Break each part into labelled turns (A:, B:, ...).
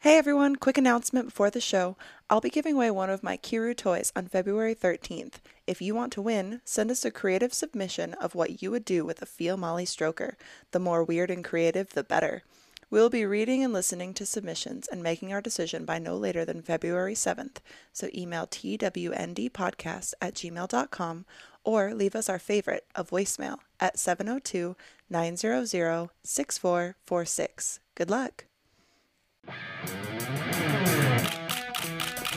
A: Hey everyone, quick announcement before the show. I'll be giving away one of my Kiru toys on February 13th. If you want to win, send us a creative submission of what you would do with a Feel Molly stroker. The more weird and creative, the better. We'll be reading and listening to submissions and making our decision by no later than February 7th. So email twndpodcast at gmail.com or leave us our favorite, a voicemail at 702 900 6446. Good luck.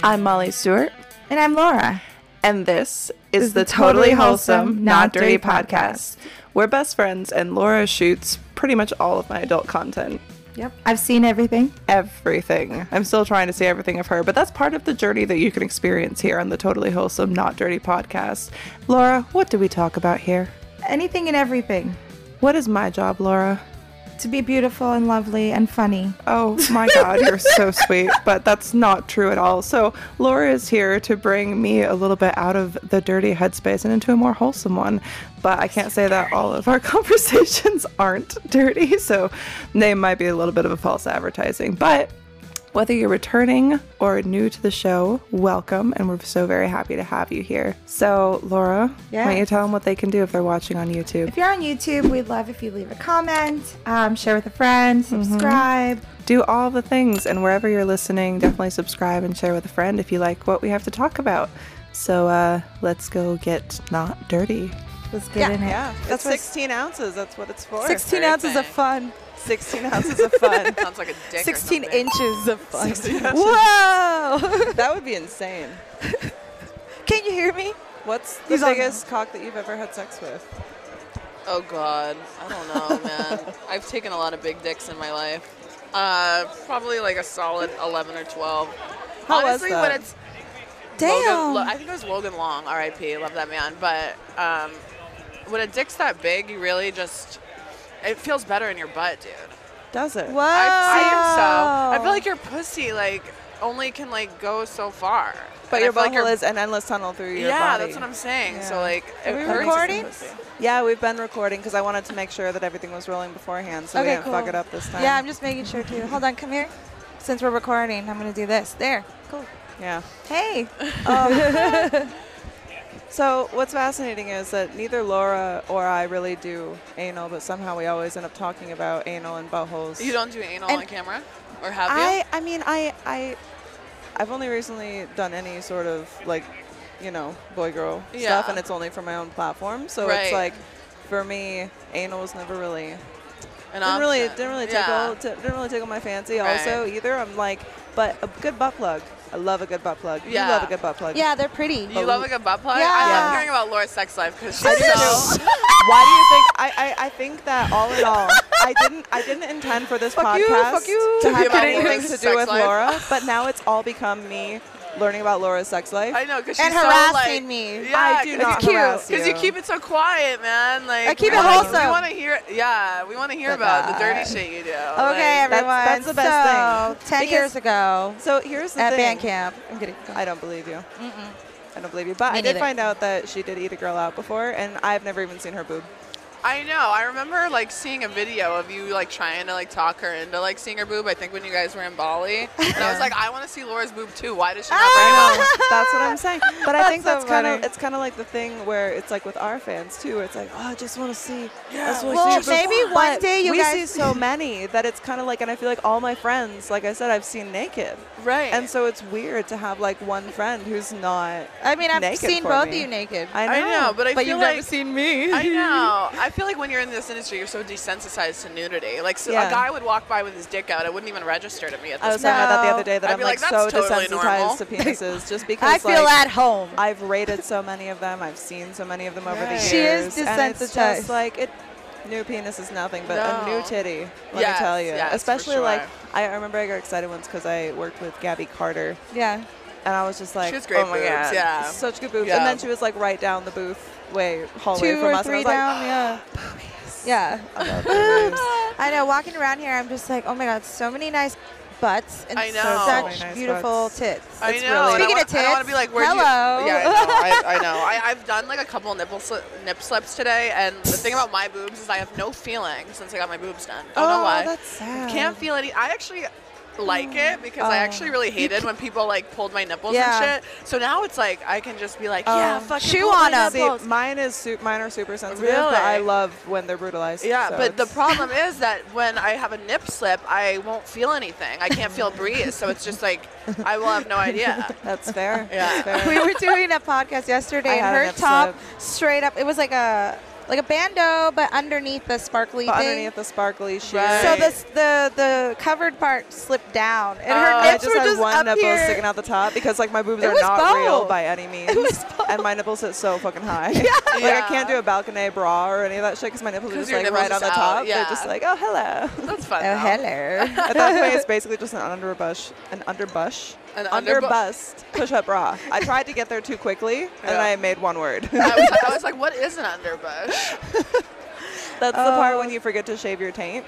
A: I'm Molly Stewart,
B: And I'm Laura.
A: and this is the Totally Wholesome, Not Dirty podcast. We're best friends, and Laura shoots pretty much all of my adult content.
B: Yep. I've seen everything.
A: Everything. I'm still trying to see everything of her, but that's part of the journey that you can experience here on the Totally Wholesome, Not Dirty podcast. Laura, what do we talk about here?
B: Anything and everything.
A: What is my job, Laura?
B: To be beautiful and lovely and funny.
A: Oh my God, you're so sweet, but that's not true at all. So, Laura is here to bring me a little bit out of the dirty headspace and into a more wholesome one. But I can't say that all of our conversations aren't dirty, so they might be a little bit of a false advertising. But whether you're returning or new to the show, welcome, and we're so very happy to have you here. So, Laura, why don't you
B: Yes.
A: tell them what they can do if they're watching on YouTube?
B: If you're on YouTube, we'd love if you leave a comment, um, share with a friend, subscribe.
A: do all the things. And wherever you're listening, definitely subscribe and share with a friend if you like what we have to talk about. So uh, let's go get not dirty.
B: Let's get in it.
A: that's 16 ounces. That's what it's for.
C: 16 ounces of fun.
A: 16 ounces of fun.
D: Sounds like a dick.
C: 16
D: or something.
C: inches of fun.
A: Whoa! that would be insane.
C: Can you hear me?
A: What's the
C: He's on-
A: biggest cock that you've ever had sex with?
D: Oh God, I don't know, man. I've taken a lot of big dicks in my life. Uh, probably like a solid 11 or 12.
A: How was
D: Honestly, when
A: that?
D: it's
C: Damn.
D: Logan, Lo- I think it was Logan Long, R.I.P. Love that man. But um, when a dick's that big, you really just it feels better in your butt, dude.
A: Does it?
C: Whoa.
D: I, I am so. I feel
C: Oh.
D: like your pussy like only can like go so far.
C: But
D: And I
C: your
D: feel like
C: butthole is an endless tunnel through your
D: yeah,
C: body.
D: that's what I'm saying. So
A: Yeah.
D: like, it
C: we
D: hurts.
C: recording?
D: pussy.
A: Yeah, we've been recording because I wanted to make sure that everything was rolling beforehand, so we
C: Okay,
A: didn't fuck
C: cool.
A: it up this time.
C: Yeah, I'm just making sure too. Hold on, come here. Since we're recording, I'm gonna do this. There. Cool.
A: yeah.
C: Hey.
A: So what's fascinating is that neither Laura or I really do anal, but somehow we always end up talking about anal and buttholes.
D: You don't do anal
C: And
D: on camera, or have you?
A: I I mean I I I've only recently done any sort of like you know boy girl stuff,
D: Yeah.
A: and it's only for my own platform. So it's
D: Right.
A: like for me, anal was never really
D: An
A: didn't really
D: option.
A: didn't really
D: Yeah.
A: tickle t- didn't really tickle my fancy.
D: Right.
A: Also either I'm like, but a good butt plug. I love a good butt plug. You love
D: Yeah.
A: a good butt plug.
C: yeah, they're pretty.
D: You love like a butt plug? I
C: Yeah.
D: love hearing about Laura's sex life because
A: I
D: she's
A: do.
D: so.
A: Why do you think I, I, I think that all in all I didn't I didn't intend for this podcast
C: you, fuck you.
A: to have
D: About
A: anything
D: Laura's
A: to do
D: sex
A: with
D: life.
A: Laura, but now it's all become me learning about Laura's sex life.
D: I know because she's
C: And
D: so,
C: harassing
D: like,
C: me.
D: Yeah,
A: I do
D: it's
A: not
D: cute.
A: harass
D: Because you keep it so quiet, man. Like
C: keep
D: we
C: it
D: wanna-
C: wholesome.
D: We want to hear. Yeah, we want to hear
C: But
D: about the dirty
C: not.
D: shit you do.
C: Okay,
D: like,
C: everyone.
A: that's the best
C: so,
A: thing.
C: Ten
A: Because-
C: years ago
A: So here's the
C: at
A: thing.
C: Bandcamp. I'm kidding. Go.
A: I don't believe you. I don't believe you. But
C: Me
A: I did
C: neither.
A: find out that she did eat a girl out before, and I've never even seen her boob.
D: I know. I remember like seeing a video of you like trying to like talk her into like seeing her boob. I think when you guys were in Bali, and I was like, I want to see Laura's boob too. Why does she not bring it up?
A: I know. That's what I'm saying. But I think that's
C: That's so
A: kind of
C: funny.
A: it's kind of like the thing where it's like with our fans too. Where it's like, oh, I just want to see. Yeah.
C: Well, maybe one day you
A: we
C: guys-
A: see so many that it's kind of like, and I feel like all my friends, like I said, I've seen naked,
D: Right.
A: and so it's weird to have like one friend who's not.
C: I mean, I've
A: naked
C: seen
A: for
C: both
A: me.
C: of you naked.
A: I know,
D: I know, but I
C: but
D: feel
C: you've
D: like
C: never seen me.
D: I know. I feel like when you're in this industry, you're so desensitized to nudity. Like, so
A: Yeah.
D: a guy would walk by with his dick out, it wouldn't even register to me at
A: I
D: this
A: was
D: point.
A: talking about that the
C: No.
A: other day that
D: I'd
A: am
D: be
A: like,
D: like,
A: so
D: "That's totally
A: desensitized
D: normal."
A: to penises just because
C: I feel
A: like,
C: at home.
A: I've rated so many of them. I've seen so many of them over the
D: Right.
A: years.
D: She
C: is
A: And it's
C: desensitized.
A: just like it. New penis is nothing but a new
D: No.
A: titty. Let
D: Yes,
A: me tell you.
D: yes, for
A: Especially
D: sure.
A: like I remember I got excited once because I worked with Gabby Carter,
C: yeah.
A: and I was just like,
D: has great
A: oh my
D: boobs,
A: god,
D: yeah.
A: such good boobs.
D: Yeah.
A: And then she was like right down the booth way hallway
C: Two
A: from
C: or
A: us,
C: three
A: and I "Ah,
C: down. yeah. Yeah.
A: was like, "Oh, boobs."
C: I know. Walking around here, I'm just like, oh my god, so many nice butts and
D: I know. So
A: many
C: such
A: nice
C: beautiful
A: butts.
C: tits.
D: I
A: It's
D: know.
A: really-
D: and
C: Speaking
D: I
C: of
D: wanna- I want
C: tits,
D: to be like, where
C: hello.
D: You, yeah, I know. I, I know. I, I've done like a couple nipple sli- nip slips today, and the thing about my boobs is I have no feeling since I got my boobs done. Don't know
A: Oh,
D: why.
A: that's sad.
D: Can't feel any. I actually like it because I
C: Oh.
D: actually really hated when people like pulled my nipples
C: Yeah.
D: and shit. So now it's like I can just be like, yeah,
A: Oh.
D: fucking
C: Chew
D: pull
C: on
D: my
C: 'em.
D: nipples.
A: See, mine is su- mine are super sensitive,
D: Really?
A: but I love when they're brutalized.
D: Yeah,
A: so
D: but the
A: it's-
D: problem is that when I have a nip slip, I won't feel anything. I can't feel breeze, so it's just like I will have no idea.
A: that's fair.
D: Yeah.
A: That's fair.
C: we were doing a podcast yesterday,
A: I
C: and
A: had
C: her
A: an
C: top
A: episode.
C: straight up. It was like a like a bandeau, but underneath the sparkly
A: But
C: thing.
A: underneath the sparkly sheer.
D: Right.
C: so the, s- the the covered part slipped down, and
D: Oh,
C: her
A: I
C: nips
A: just
C: were
A: had
C: Uh, just
A: one
C: up
A: nipple
C: here.
A: sticking out the top because like my boobs
C: It
A: are
C: was
A: not real
C: both.
A: by any means,
C: was
A: and my nipples sit so fucking high. like I can't do a balcony bra or any of that shit because my nipples are
D: 'Cause
A: just
D: your
A: like
D: nipple's
A: right on
D: just
A: the
D: out,
A: top. They're
D: yeah.
A: just like, oh hello.
D: That's fun.
C: Oh
D: though.
C: hello.
A: At that point, it's basically just an underbush, an underbush,
D: An underbu-
A: underbust push-up bra. I tried to get there too quickly, and
D: Yeah.
A: I made one word.
D: I was, I was like, what is an underbush?
A: That's the part
C: Oh.
A: when you forget to shave your taint,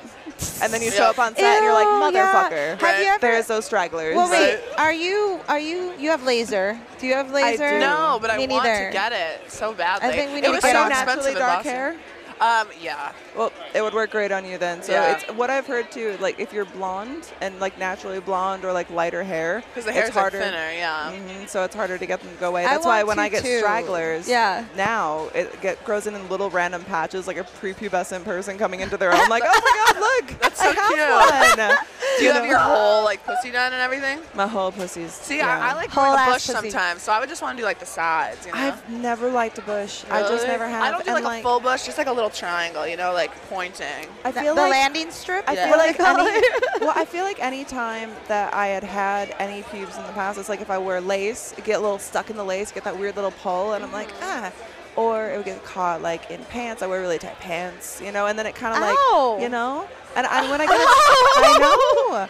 A: and then you show
D: Yeah.
A: up on set and you're like,
C: Ew, yeah.
A: motherfucker.
C: Have you
D: Right.
C: ever?
A: There's those stragglers.
C: well, wait.
D: Right.
C: Are you? Are you? You have laser? Do you have laser?
A: do.
D: No, but I
C: Me
D: want
C: neither.
D: to get it so badly.
C: I think we need
D: it
C: to
D: was
A: Are
C: get
D: so
A: you
C: on
D: expensive
A: naturally
D: in
A: dark
D: Boston.
A: hair?
D: Um, yeah.
A: Well, it would work great on you then. So
D: Yeah.
A: it's what I've heard too. Like if you're blonde and like naturally blonde or like lighter hair,
D: Because the hair's
A: it's
D: like
A: harder.
D: thinner, yeah.
A: hmm so it's harder to get them to go away.
C: I
A: That's why when
C: want to,
A: I get
C: too.
A: stragglers,
C: Yeah.
A: now it get, grows in, in little random patches, like a prepubescent person coming into their own. Like, oh my god, look, that's so cute.
D: Do you have your whole like pussy done and everything?
A: My whole pussy's.
D: See,
A: yeah.
D: I, I like
C: Whole
D: doing a
C: ass
D: bush
C: pussy.
D: sometimes, so I would just want to do like the sides, you know?
A: I've never liked a bush. I just
D: Really?
A: never have.
D: I don't do like,
A: and,
D: a full bush, just like a little triangle, you know, like pointing.
A: I
C: The,
A: feel
C: the
A: like
C: landing strip.
A: I
C: Is that
A: feel
C: what
A: like
C: they call
A: any,
C: it?
A: well, I feel like any time that I had had any pubes in the past, it's like if I wear lace, it get a little stuck in the lace, get that weird little pull, and I'm like ah. Or it would get caught like in pants. I wear really tight pants, you know, and then it kind of like
C: Ow.
A: you know. And I, when I got, I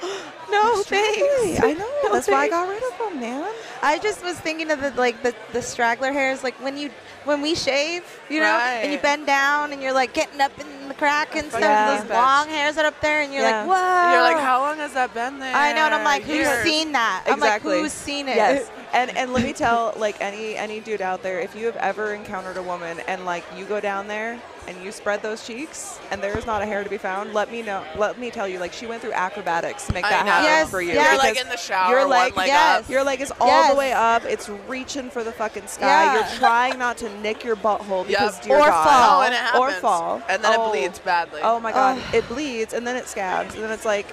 A: know, no
C: thanks.
A: I know.
C: No
A: That's why I
C: thanks.
A: got rid of them, man.
C: I just was thinking of the like the, the straggler hairs, like when you when we shave, you know, and you
D: Right.
C: bend down and you're like getting up in the crack and stuff.
A: Yeah.
C: and Those long hairs are up there, and you're
A: Yeah.
C: like, whoa.
D: You're like, how long has that been there?
C: I know, and I'm like, who's
D: Years.
C: seen that?
A: exactly.
C: I'm like, who's seen it?
A: Yes. and and let me tell like any any dude out there, if you have ever encountered a woman and like you go down there and you spread those cheeks and there is not a hair to be found, let me know. Let me tell you, like she went through acrobatics to make
D: I
A: that
D: know.
A: happen
C: Yes,
A: for you.
C: yes.
D: You're like
A: because
D: in the shower,
A: your leg,
D: one leg
C: yes.
D: up.
A: Your leg is all
C: Yes.
A: the way up. It's reaching for the fucking sky.
C: Yeah.
A: You're trying not to nick your butthole because
D: Yep.
A: dear
C: Or
A: God.
C: fall.
D: Oh, and it
A: Or
D: happens.
A: fall.
D: And then
A: Oh.
D: it bleeds badly.
A: Oh my god, it bleeds and then it scabs and then it's like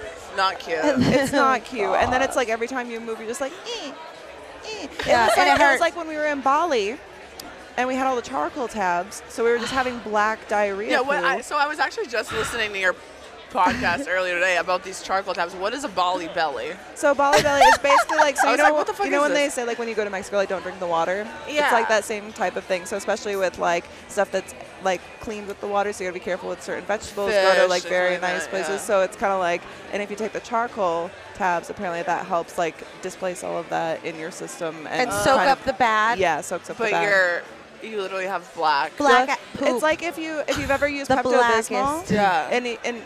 D: Not cute.
A: it's not cute. And then it's like every time you move, you're just like, eh, eh.
C: Yeah,
A: it, was
C: and
A: like,
C: it
A: it was
C: hurt.
A: like when we were in Bali and we had all the charcoal tabs, so we were just having black diarrhea.
D: yeah, what I,
A: poo.
D: so I was actually just listening to your podcast earlier today about these charcoal tabs. What is a Bali belly?
A: so Bali Belly is basically like, so you
D: I was
A: know,
D: like, what the fuck
A: you know
D: is
A: when
D: this?
A: they say like when you go to Mexico, like don't drink the water.
D: Yeah.
A: It's like that same type of thing. So especially with like stuff that's like cleaned with the water, so you gotta be careful with certain vegetables. go
D: Fish,
A: to like
D: things
A: very
D: like that,
A: nice places.
D: yeah.
A: So it's kind of like, and if you take the charcoal tabs, apparently that helps like displace all of that in your system and,
C: And
D: Uh,
C: soak
A: kind of
C: up the bad.
A: Yeah, soaks up the
D: But
A: bag.
D: you're you literally have black.
C: Black
A: Left-
C: at poop.
A: It's like if you if you've ever used
C: The
A: Pepto Bismol,
C: blackest.
D: Yeah.
A: and it- and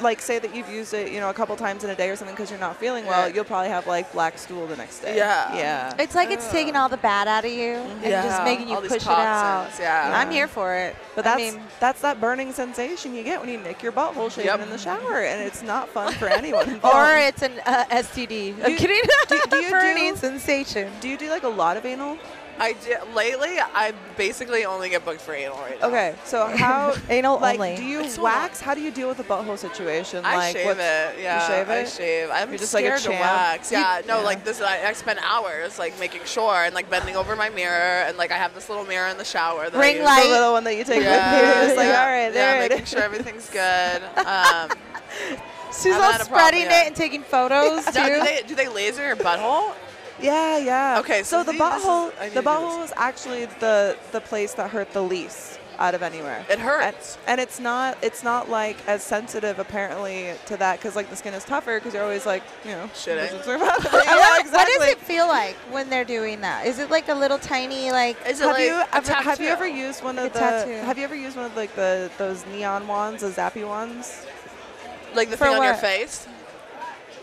A: like say that you've used it, you know, a couple times in a day or something because you're not feeling well,
D: Right.
A: you'll probably have like black stool the next day.
D: Yeah.
A: yeah.
C: It's like it's taking all the bad out of you and just
D: Yeah.
C: making you
D: All these
C: push it out.
D: toxins, yeah.
C: I'm here for it.
A: but
C: I
A: that's
C: mean,
A: that's that burning sensation you get when you nick your butthole shaving
D: Yep.
A: in the shower, and it's not fun for anyone.
C: or
A: involved.
C: it's an uh, STD. I'm
A: Oh. You-
C: kidding.
A: do- do you
C: Burning
A: do-
C: sensation.
A: do you do like a lot of anal?
D: I did, lately I basically only get booked for anal right now.
A: Okay, so how
C: Anal
A: like
C: only.
A: do you
D: It's so
A: wax? How do you deal with the butthole situation?
D: I
A: like,
D: shave
A: what's-
D: it. Yeah,
A: you shave
D: I
A: it?
D: shave. I'm
A: You're just like a
D: scared to
A: champ.
D: wax.
A: You-
D: Yeah, no,
A: yeah.
D: like this. I, I spend hours like making sure and like bending over my mirror and like I have this little mirror in the shower. That I
C: Ring
D: use.
C: light.
A: The little one that you take
D: Yeah,
A: with you. You're just like,
D: yeah,
A: all right,
D: yeah,
A: there it
D: making
A: is."
D: sure everything's good. Um,
C: She's
D: I'm
C: all
D: not a problem
C: spreading
D: yet.
C: it and taking photos
D: now,
C: too.
D: do they do they laser your butthole?
A: Yeah, yeah.
D: Okay,
A: so
D: so
A: the
D: see, this is-
A: butthole,
D: I need
A: the
D: to do
A: butthole is actually the the place that hurt the least out of anywhere.
D: It hurts.
A: and, and it's not it's not like as sensitive apparently to that because like the skin is tougher because you're always like you know
D: Shitting.
A: virgins are about-
C: I
A: yeah,
C: wonder-
A: exactly.
C: What does it feel like when they're doing that? Is it like a little tiny like?
D: Is it
A: have
D: like
A: you
D: a
A: ever, have you
D: tattoo?
A: ever used one
C: Like
A: of
C: a
A: the
C: tattoo.
A: Have you ever used one of like the those neon wands, the zappy wands?
D: like the
C: For
D: thing on your
C: what?
D: face?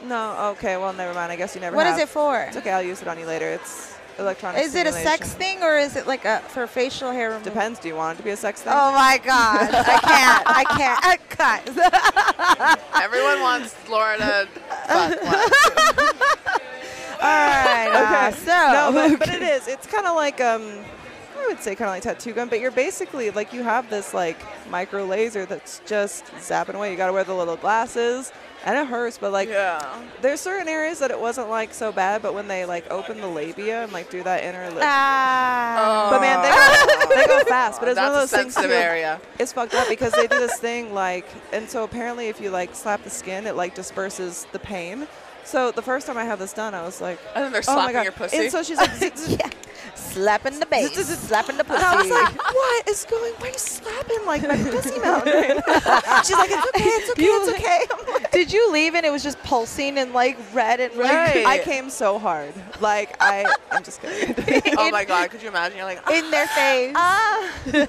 A: No. Okay. Well, never mind. I guess you never.
C: What
A: have.
C: is it for?
A: It's okay. I'll use it on you later. It's electronic.
C: Is it a sex
A: stimulation.
C: thing or is it like a for facial hair removal?
A: Depends. Do you want it to be a sex thing?
C: Oh my god, I can't, I can't, I cut.
D: Everyone wants Laura to fuck. What?
C: right. uh, so
D: Oh,
A: no, but, but it is. It's kind of like um, I would say kind of like tattoo gun, but you're basically like you have this like micro laser that's just zapping away. You got to wear the little glasses, and it hurts. But like,
D: yeah.
A: there's certain areas that it wasn't like so bad, but when they like open the labia and like do that inner lip.
C: Ah.
A: But man, they go, they go fast. But it's
D: That's
A: one of those
D: a
A: things.
D: sensitive
A: too,
D: area.
A: It's fucked up because they do this thing like, and so apparently if you like slap the skin, it like disperses the pain. So the first time I had this done, I was like,
D: And then they're
A: oh my
D: slapping
A: god!
D: your pussy.
A: And so she's like, zzz, zzz,
C: yeah. Slapping the base. slapping the
A: and I was
C: pussy.
A: like, what is going? Why are you slapping like my pussy mountain? She's like, it's okay, it's okay, it's okay. I'm like,
C: Did you leave and it was just pulsing and like red and like
D: Right.
A: I came so hard. Like I, I'm just kidding.
D: oh my god, could you imagine? You're like,
C: in their face?
D: she's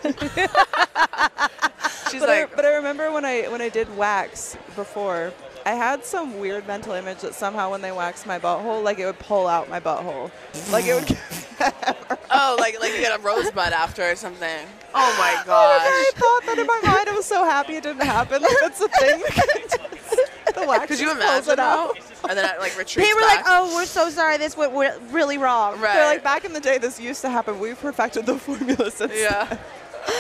A: but,
D: ah, like,
A: I, but I remember when I when I did wax before, I had some weird mental image that somehow when they waxed my butthole, like it would pull out my butthole, like it would.
D: oh, like like you get a rosebud after or something. Oh my gosh.
A: I thought that in my mind. I was so happy it didn't happen. Like, that's the thing. the wax.
D: could you
A: just pulls
D: imagine
A: it
D: though?
A: out?
D: And then it like retreats.
C: They were like,
D: back.
C: "Oh, we're so sorry. This went w- really wrong."
D: Right.
A: They're like back in the day, this used to happen. We've perfected the formula since.
D: Yeah.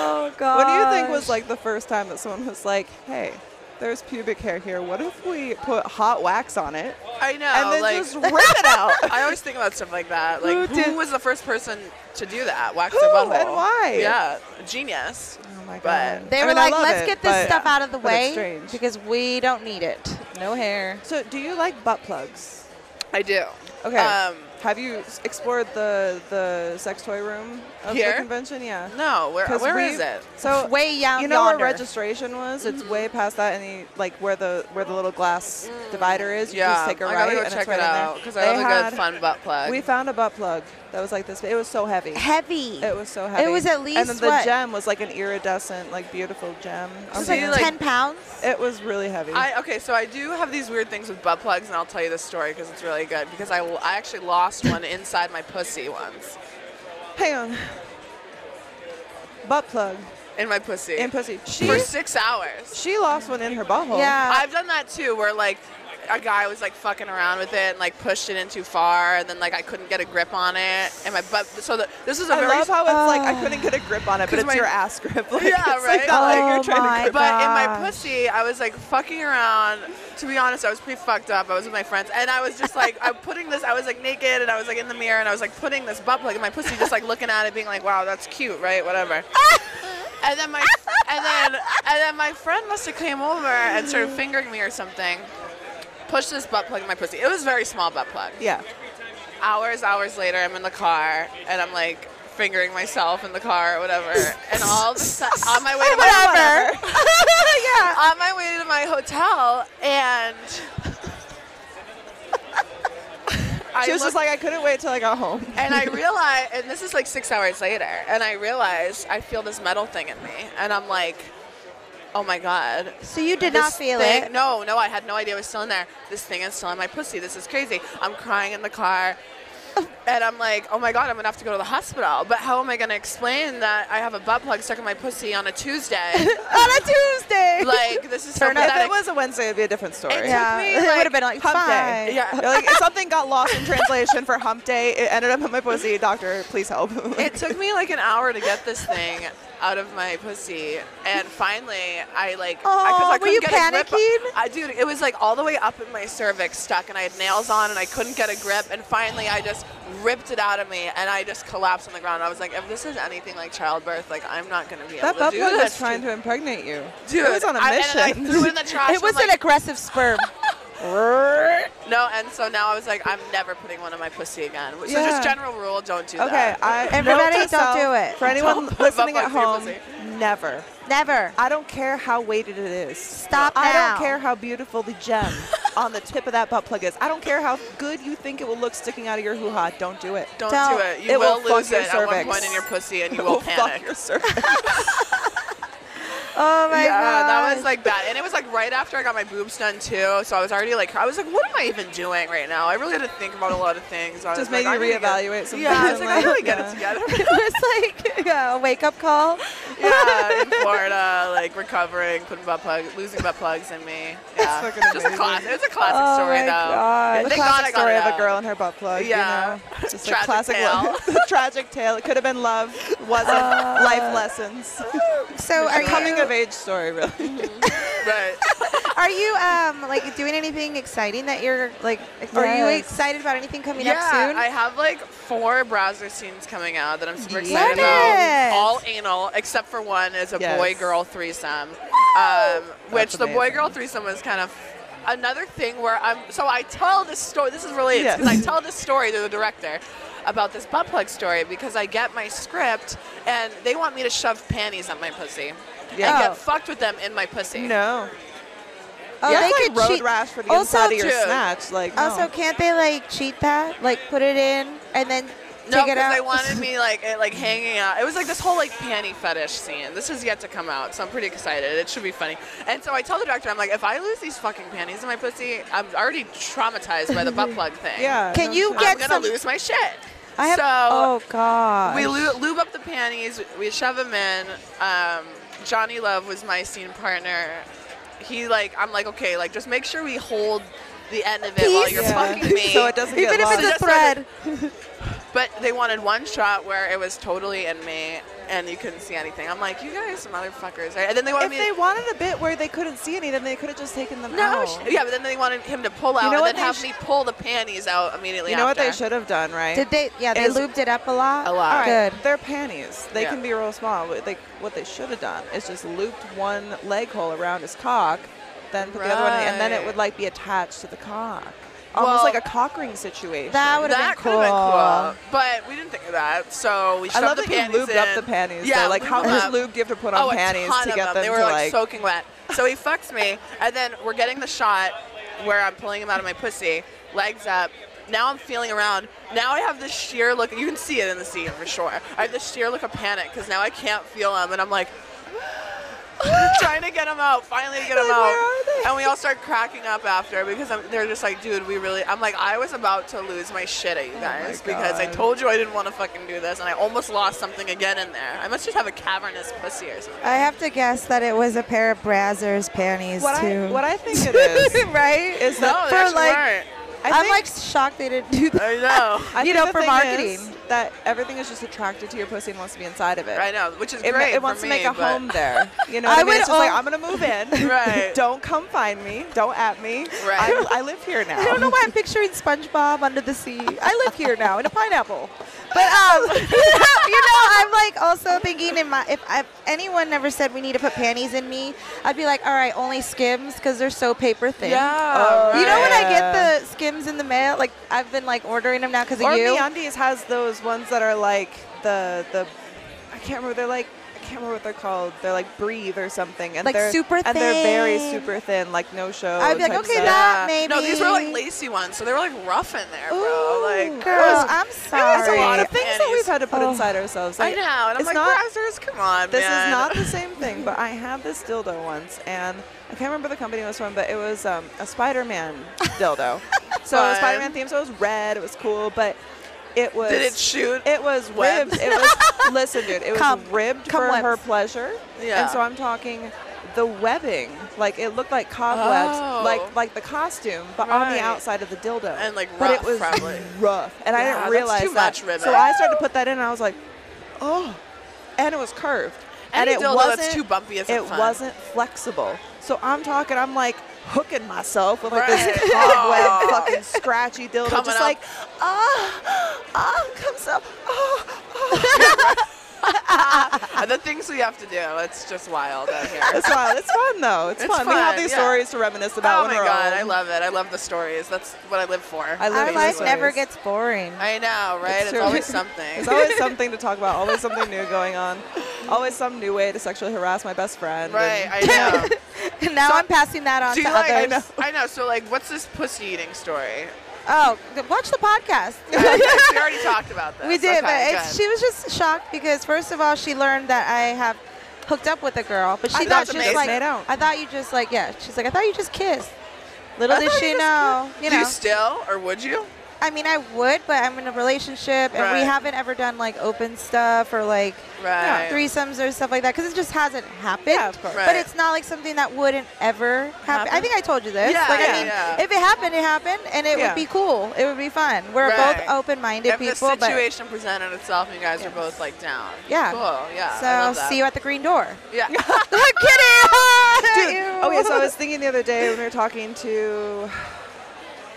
C: Oh god.
A: What do you think was like the first time that someone was like, "Hey, there's pubic hair here. What if we put hot wax on it
D: I know.
A: and then
D: Oh, like,
A: just rip it out?"
D: I always think about stuff like that. Like,
A: Who
D: who,
A: did-
D: was the first person to do that? Wax
A: Who
D: their butthole.
A: and why?
D: Yeah, genius.
A: Oh my
D: But-
A: god. I
C: They were
A: mean, I
C: like,
A: love
C: "Let's
A: it,
C: get this
A: but-
C: stuff out of the
A: but It's
C: way
A: strange.
C: because we don't need it. No hair."
A: So, do you like butt plugs?
D: I do.
A: Okay.
D: Um,
A: Have you s- explored the the sex toy room of
D: Here?
A: the convention? Yeah.
D: no, where
A: 'Cause
D: where
A: we-
D: is it?
A: So
C: Way young.
A: you know where
C: yonder.
A: registration was? It's way past that, and you, like where the where the little glass
C: Mm.
A: divider is. You
D: yeah,
A: just take a
D: I
A: right
D: gotta go
A: and
D: check
A: it's right
D: it
A: in there.
D: out because I
A: They
D: love a
A: had-
D: good fun butt plug.
A: We found a butt plug that was like this. It was so heavy.
C: heavy.
A: It was so heavy.
C: was at
A: And then
C: least
A: the
C: what?
A: gem was like an iridescent, like beautiful gem.
C: It was
D: See,
C: like,
D: like-
C: ten pounds.
A: it was really heavy.
D: I, okay, so I do have these weird things with butt plugs, and I'll tell you this story because it's really good. Because I, I actually lost one inside my pussy once.
A: Hang on. Butt plug
D: In my pussy.
A: in pussy. She
D: For six hours.
A: she lost one in her butthole.
C: Yeah.
D: I've done that too, where like a guy was like fucking around with it and like pushed it in too far, and then like I couldn't get a grip on it, and my butt. So the, this is a
A: I
D: very
A: love how it's like
C: Oh.
A: I couldn't get a grip on it, but
D: 'Cause
A: it's
D: my-
A: your ass grip. Like,
D: Yeah,
A: it's
D: right?
A: Like not like
C: Oh
A: you're trying
C: my
A: to grip.
D: but in my
C: gosh.
D: pussy, I was like fucking around. To be honest, I was pretty fucked up. I was with my friends, and I was just like, I'm putting this. I was like naked, and I was like in the mirror, and I was like putting this butt plug in my pussy, just like looking at it, being like, "Wow, that's cute, right? Whatever." and then my and then and then my friend must have came over and started fingering me or something. Pushed this butt plug in my pussy. It was a very small butt plug
A: Yeah.
D: hours, hours later, I'm in the car and I'm like fingering myself in the car or whatever. And all of a sudden, on my way to my yeah, on my way to my hotel, and I
A: She was
D: looked-
A: just like I couldn't wait till I got home.
D: and I realize, and this is like six hours later, and I realize I feel this metal thing in me, and I'm like, oh my god,
C: so you did not
D: this
C: feel
D: thing-
C: it.
D: No, no, I had no idea it was still in there. This thing is still in my pussy. This is crazy. I'm crying in the car. And I'm like, oh my god, I'm gonna have to go to the hospital. But how am I gonna explain that I have a butt plug stuck in my pussy on a Tuesday?
C: On a Tuesday.
D: like this is so
A: If it
D: pathetic.
A: was a Wednesday, it'd be a different story.
D: It
C: yeah.
D: took me,
C: it
D: like,
C: would have been like
A: Hump
C: fine.
A: day.
D: Yeah.
A: You're like something got lost in translation for hump day. It ended up in my pussy. Doctor, please help.
D: it took me like an hour to get this thing out of my pussy, and finally I
A: Oh,
D: like. I, 'cause
C: Aw,
D: I
C: were
D: couldn't
C: you
D: get a grip-
C: panicking?
D: I dude, it was like all the way up in my cervix stuck, and I had nails on, and I couldn't get a grip, and finally I just ripped it out of me, and I just collapsed on the ground. I was like, if this is anything like childbirth, like I'm not gonna be
A: that
D: able
A: butt
D: to do
A: plug
D: this.
A: was trying to impregnate you.
D: Dude,
A: it was on a
D: I-
A: mission.
D: And I threw it in the trash.
C: It was
D: I'm
C: an
D: like,
C: aggressive sperm.
D: no, and so now I was like, I'm never putting one in my pussy again. So
A: Yeah.
D: just general rule, don't do
A: Okay,
D: that.
A: I,
C: Everybody,
A: note to
C: don't
A: self,
C: do it.
A: For anyone
D: Don't put
A: listening
D: butt
A: at
D: plugs
A: home,
D: in your
A: never.
C: Never.
A: I don't care how weighted it is.
C: Stop
A: I
C: now.
A: don't care how beautiful the gem on the tip of that butt plug is. I don't care how good you think it will look sticking out of your hoo ha. Don't do it.
D: Don't,
C: Don't.
D: do it. You
A: It will
D: lose
A: fuck your
D: it at one
A: cervix.
D: point in your pussy, and you
A: It will
D: will
A: fuck
D: panic.
A: your cervix.
C: Oh my
D: yeah,
C: god.
D: that was like bad. And it was like right after I got my boobs done too. So I was already like, I was like, what am I even doing right now? I really had to think about a lot of things. I
A: Just
D: was,
A: made
D: like,
A: you
D: I need to get-
A: reevaluate some
D: Yeah, I
A: things
D: was
A: in
D: like, I
A: life,
D: really get
A: yeah.
D: it together.
C: it was like yeah, a wake up call.
D: yeah, in Florida, like recovering, putting butt plugs, losing butt plugs in me. Yeah,
A: fucking
D: just a
A: amazing.
D: class. It was a classic
C: Oh
D: story
C: my
D: though.
C: God.
D: Yeah,
A: the
D: thank God I
A: classic
D: got
A: story
D: it
A: of a
D: out.
A: girl and her butt plug.
D: Yeah.
A: You know? Just
D: Tragic
A: like classic
D: tale. Uh,
A: love. tragic tale. It could have been love. Wasn't. Life lessons.
C: So are
A: A coming
C: you
A: of age story, really.
D: But
C: are you um like doing anything exciting that you're like are you
B: Yes.
C: excited about anything coming up
D: yeah,
C: soon?
D: I have like four browser scenes coming out that I'm super
C: Love
D: excited
C: it.
D: about. All anal, except for one is a
A: Yes.
D: boy-girl threesome, um,
A: That's
D: which the boy-girl
A: amazing.
D: threesome was kind of another thing where I'm. So I tell this story. This is related because I
A: Yes.
D: tell this story to the director about this butt plug story because I get my script and they want me to shove panties up my pussy.
A: Yeah.
D: And
C: Oh.
D: get fucked with them in my pussy.
A: no.
C: oh,
A: yeah,
C: they
A: it's
C: could
A: like road
C: cheat-
A: rash for the
C: also
A: inside of your
D: too-
A: snatch. Like, no.
C: Also, can't they like cheat that? Like put it in and then
D: No,
C: take it
D: because
C: out.
D: they wanted me like it, like hanging out. It was like this whole like panty fetish scene. This is yet to come out, so I'm pretty excited. It should be funny. And so I tell the director, I'm like, if I lose these fucking panties in my pussy, I'm already traumatized by the butt plug thing.
A: yeah.
C: Can
A: no
C: you
A: shit.
D: I'm
C: get some?
D: gonna lose my shit.
C: I have.
D: so
C: oh god.
D: we lu- lube up the panties, we shove them in. Um, Johnny Love was my scene partner. He like, I'm like, okay, like just make sure we hold the end of it while
C: Piece.
D: you're
A: Yeah.
D: fucking me.
A: So it doesn't get
C: Even if
A: lost.
C: it's a
D: Just like-
C: thread.
D: But they wanted one shot where it was totally in me and you couldn't see anything. I'm like, you guys motherfuckers. And then they wanted
A: if
D: me
A: they
D: to,
A: wanted a bit where they couldn't see any, then they could have just taken them
D: no,
A: out.
D: sh- Oh. yeah, but then they wanted him to pull out
A: know
D: and
A: what
D: then
A: they
D: have
A: sh-
D: me pull the panties out immediately
A: you know what
D: after.
A: they should have done, right?
C: Did they? Yeah, they
A: Is-
C: lubed it up a lot.
D: A lot.
A: All right,
C: Good.
A: They're panties. They
D: Yeah.
A: can be real small. What- Like what they should have done is just looped one leg hole around his cock, then put the other one, in, and then it
D: Right.
A: would like be attached to the cock, almost
D: Well-
A: like a cock ring situation.
C: That would have
D: That
C: been
D: could
C: cool.
D: have been cool, but we didn't think of that. So we
A: I
D: shoved
A: love
D: the
A: that
D: panties
A: you lubed up
D: in.
A: the panties.
D: Yeah,
A: though. like
D: lube
A: how
D: them
A: much
D: up.
A: lube do you have to put on
D: oh,
A: panties
D: a ton
A: to
D: of
A: get
D: them.
A: them
D: They were
A: to
D: like
A: like?
D: soaking wet. So he fucks me, and then we're getting the shot where I'm pulling him out of my pussy, legs up. Now I'm feeling around. Now I have this sheer look. You can see it in the scene for sure. I have this sheer look of panic because now I can't feel him, and I'm like. trying to get him out, finally to get him
A: Like,
D: out,
A: where are they?
D: and we all start cracking up after because I'm, they're just like, "Dude, we really." I'm like, "I was about to lose my shit at you guys because I
A: Oh God.
D: told you I didn't want to fucking do this, and I almost lost something again in there. I must just have a cavernous pussy or something."
C: I have to guess that it was a pair of Brazzers panties
A: what
C: too.
A: I what I think it is
C: right?
A: is
D: No,
A: that
D: they
A: for
D: actually
A: like
D: weren't.
A: I
C: I'm
A: think-
C: like shocked they didn't do that.
D: I know.
A: I
C: you
A: think
C: know,
A: the
C: for
A: thing is
C: marketing.
A: that everything is just attracted to your pussy and wants to be inside of it.
D: I know, which is
A: It, ma-
D: great.
A: it wants
D: for
A: to
D: me,
A: make a
D: but-
A: home there. You know,
C: I
A: what I mean,
C: would
A: it's just like
C: al-
A: I'm gonna move in.
D: Right.
A: Don't come find me. Don't at me.
D: Right.
A: I, I live here now.
C: I don't know why I'm picturing SpongeBob under the sea. I live here now in a pineapple. But um, you know, I'm like also thinking in my if, if anyone never said we need to put panties in me, I'd be like, all right, only Skims because they're so paper thin.
A: Oh,
C: You know when I get
A: yeah.
C: the Skims in the mail, like I've been like ordering them now because
A: Or
C: of you.
A: MeUndies has those ones that are like the the I can't remember. They're like I can't remember what they're called. They're like breathe or something. And
C: Like
A: they're,
C: super
A: And they're very
C: thin.
A: super thin, like no show.
C: I'd be like,
A: type
C: okay,
A: stuff.
C: that maybe.
D: uh, No, these were like lacy ones, so they were like rough in there, bro. Like,
C: girl, I'm sorry.
A: There's a lot of
D: Sorry.
A: things that we've
D: Panties.
A: had to put inside ourselves.
D: I
A: Like,
D: know, and I'm
A: it's
D: like,
A: not,
D: browsers, come on,
A: This
D: man.
A: is not the same thing, but I had this dildo once, and I can't remember the company it was from, but it was um, a Spider-Man dildo. so it
D: Fun.
A: was Spider-Man theme, so it was red, it was cool, but it was
D: Did it shoot?
A: it was
D: webs?
A: ribbed. It was listen, dude. It was
C: Come.
A: ribbed
C: Come
A: for
C: webs.
A: her pleasure.
D: Yeah.
A: And so I'm talking the webbing, like it looked like cobwebs,
D: Oh.
A: like like the costume, but on the
D: Right.
A: outside of the dildo.
D: And, like,
A: but it
D: rough,
A: was
D: probably.
A: rough, and I
D: Yeah,
A: didn't
D: that's
A: realize
D: too
A: that.
D: much ribbon.
A: So I started to put that in, and I was like, oh, and it was curved,
D: Any
A: and it
D: dildo
A: wasn't
D: that's too bumpy isn't
A: it
D: fun.
A: wasn't flexible. So I'm talking, I'm like hooking myself with like
D: Right.
A: this cobweb
D: Oh.
A: fucking scratchy dildo,
D: Coming
A: just
D: up.
A: like ah ah comes up. ah,
D: And the things we have to do, it's just wild out here.
A: It's wild. It's fun though. It's,
D: It's
A: fun. We have
D: fun,
A: these
D: yeah.
A: stories to reminisce about.
D: oh
A: when
D: my
A: we're
D: god,
A: old.
D: I love it. I love the stories. That's what I live for.
A: I love
C: Our
A: these
C: life never
A: stories.
C: gets boring.
D: I know, right? It's,
A: true.
D: always something.
A: There's always something to talk about. Always something new going on. Always some new way to sexually harass my best friend.
D: right,
A: and-
D: I know.
C: now I'm passing that on
D: Do
C: to
D: you like? I know.
C: others.
D: I know. So like, what's this pussy eating story?
C: Oh, watch the podcast.
D: we already talked about this.
C: We did,
D: Okay,
C: but
D: good.
C: it's, she was just shocked because first of all, she learned that I have hooked up with a girl, but she
D: I
C: thought
D: thought
C: she
D: it
C: was
D: was
C: like,
A: made out.
C: I thought you just like, yeah. She's like, I thought you just kissed. Little
D: I
C: did
D: thought
C: she
D: you just
C: know, you
D: Do
C: know.
D: you still, or would you?
C: I mean, I would, but I'm in a relationship, and we
D: Right.
C: haven't ever done like open stuff or like
D: Right.
C: threesomes or stuff like that because it just hasn't happened.
A: Yeah, of course.
C: But
D: Right.
C: it's not like something that wouldn't ever happen. I
A: Happen?
C: think I told you this.
D: Yeah,
C: like, I
D: yeah,
C: mean,
D: yeah.
C: if it happened, it happened, and it
A: Yeah.
C: would be cool. It would be fun. We're
D: Right.
C: both open-minded
D: If the
C: people, but
D: situation presented itself and you guys were both like down.
C: Yeah.
D: Cool. Yeah.
C: so
D: I
C: I'll
D: love that.
C: see you at the green door.
D: Yeah.
C: I'm kidding.
A: Dude,
C: Ew.
A: okay, so I was thinking the other day when we were talking to.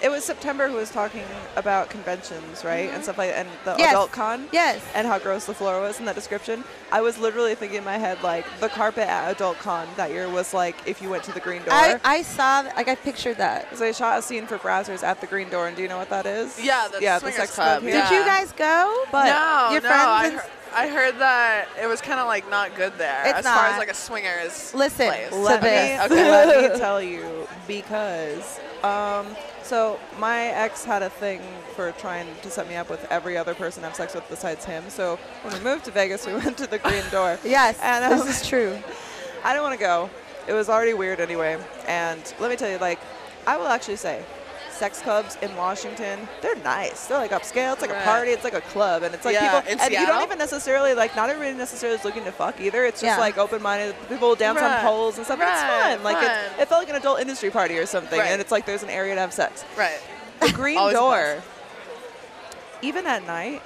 A: It was September who was talking about conventions, right, and stuff like that, and the
C: Yes.
A: adult con.
C: yes.
A: And how gross the floor was in that description. I was literally thinking in my head, like, the carpet at Adult Con that year was like if you went to the green door.
C: I, I saw, like, I pictured that.
A: so I shot a scene for Browsers at the green door, and do you know what that is?
D: Yeah, that's
A: yeah,
D: swingers
A: the sex
D: club,
A: club. here.
D: yeah.
C: Did you guys go? But
D: no,
C: your
D: no.
C: friends
D: I,
C: and
D: heard, I heard that it was kind of like not good there
C: It's
D: as far
C: not.
D: as like a swingers
C: Listen,
D: place.
C: let
D: okay.
C: me-
D: okay.
A: Let me tell you because um, so my ex had a thing for trying to set me up with every other person I have sex with besides him. So when we moved to Vegas, we went to the Green Door.
C: Yes,
A: And, um,
C: this is true.
A: I don't want to go. It was already weird anyway. And let me tell you, like, I will actually say, sex clubs in Washington, they're nice. They're like upscale. It's like
D: Right.
A: a party. It's like a club, and it's like
D: Yeah,
A: people.
D: in
A: and you don't
D: Seattle?
A: even necessarily like. Not everybody necessarily is looking to fuck either. It's just
C: Yeah.
A: like open-minded people down some
D: Right.
A: poles and stuff.
D: Right,
A: And it's fun. Like
D: fun.
A: It, it felt like an adult industry party or something.
D: Right.
A: And it's like there's an area to have sex.
D: Right.
A: The green
D: Always a
A: door. Even at night,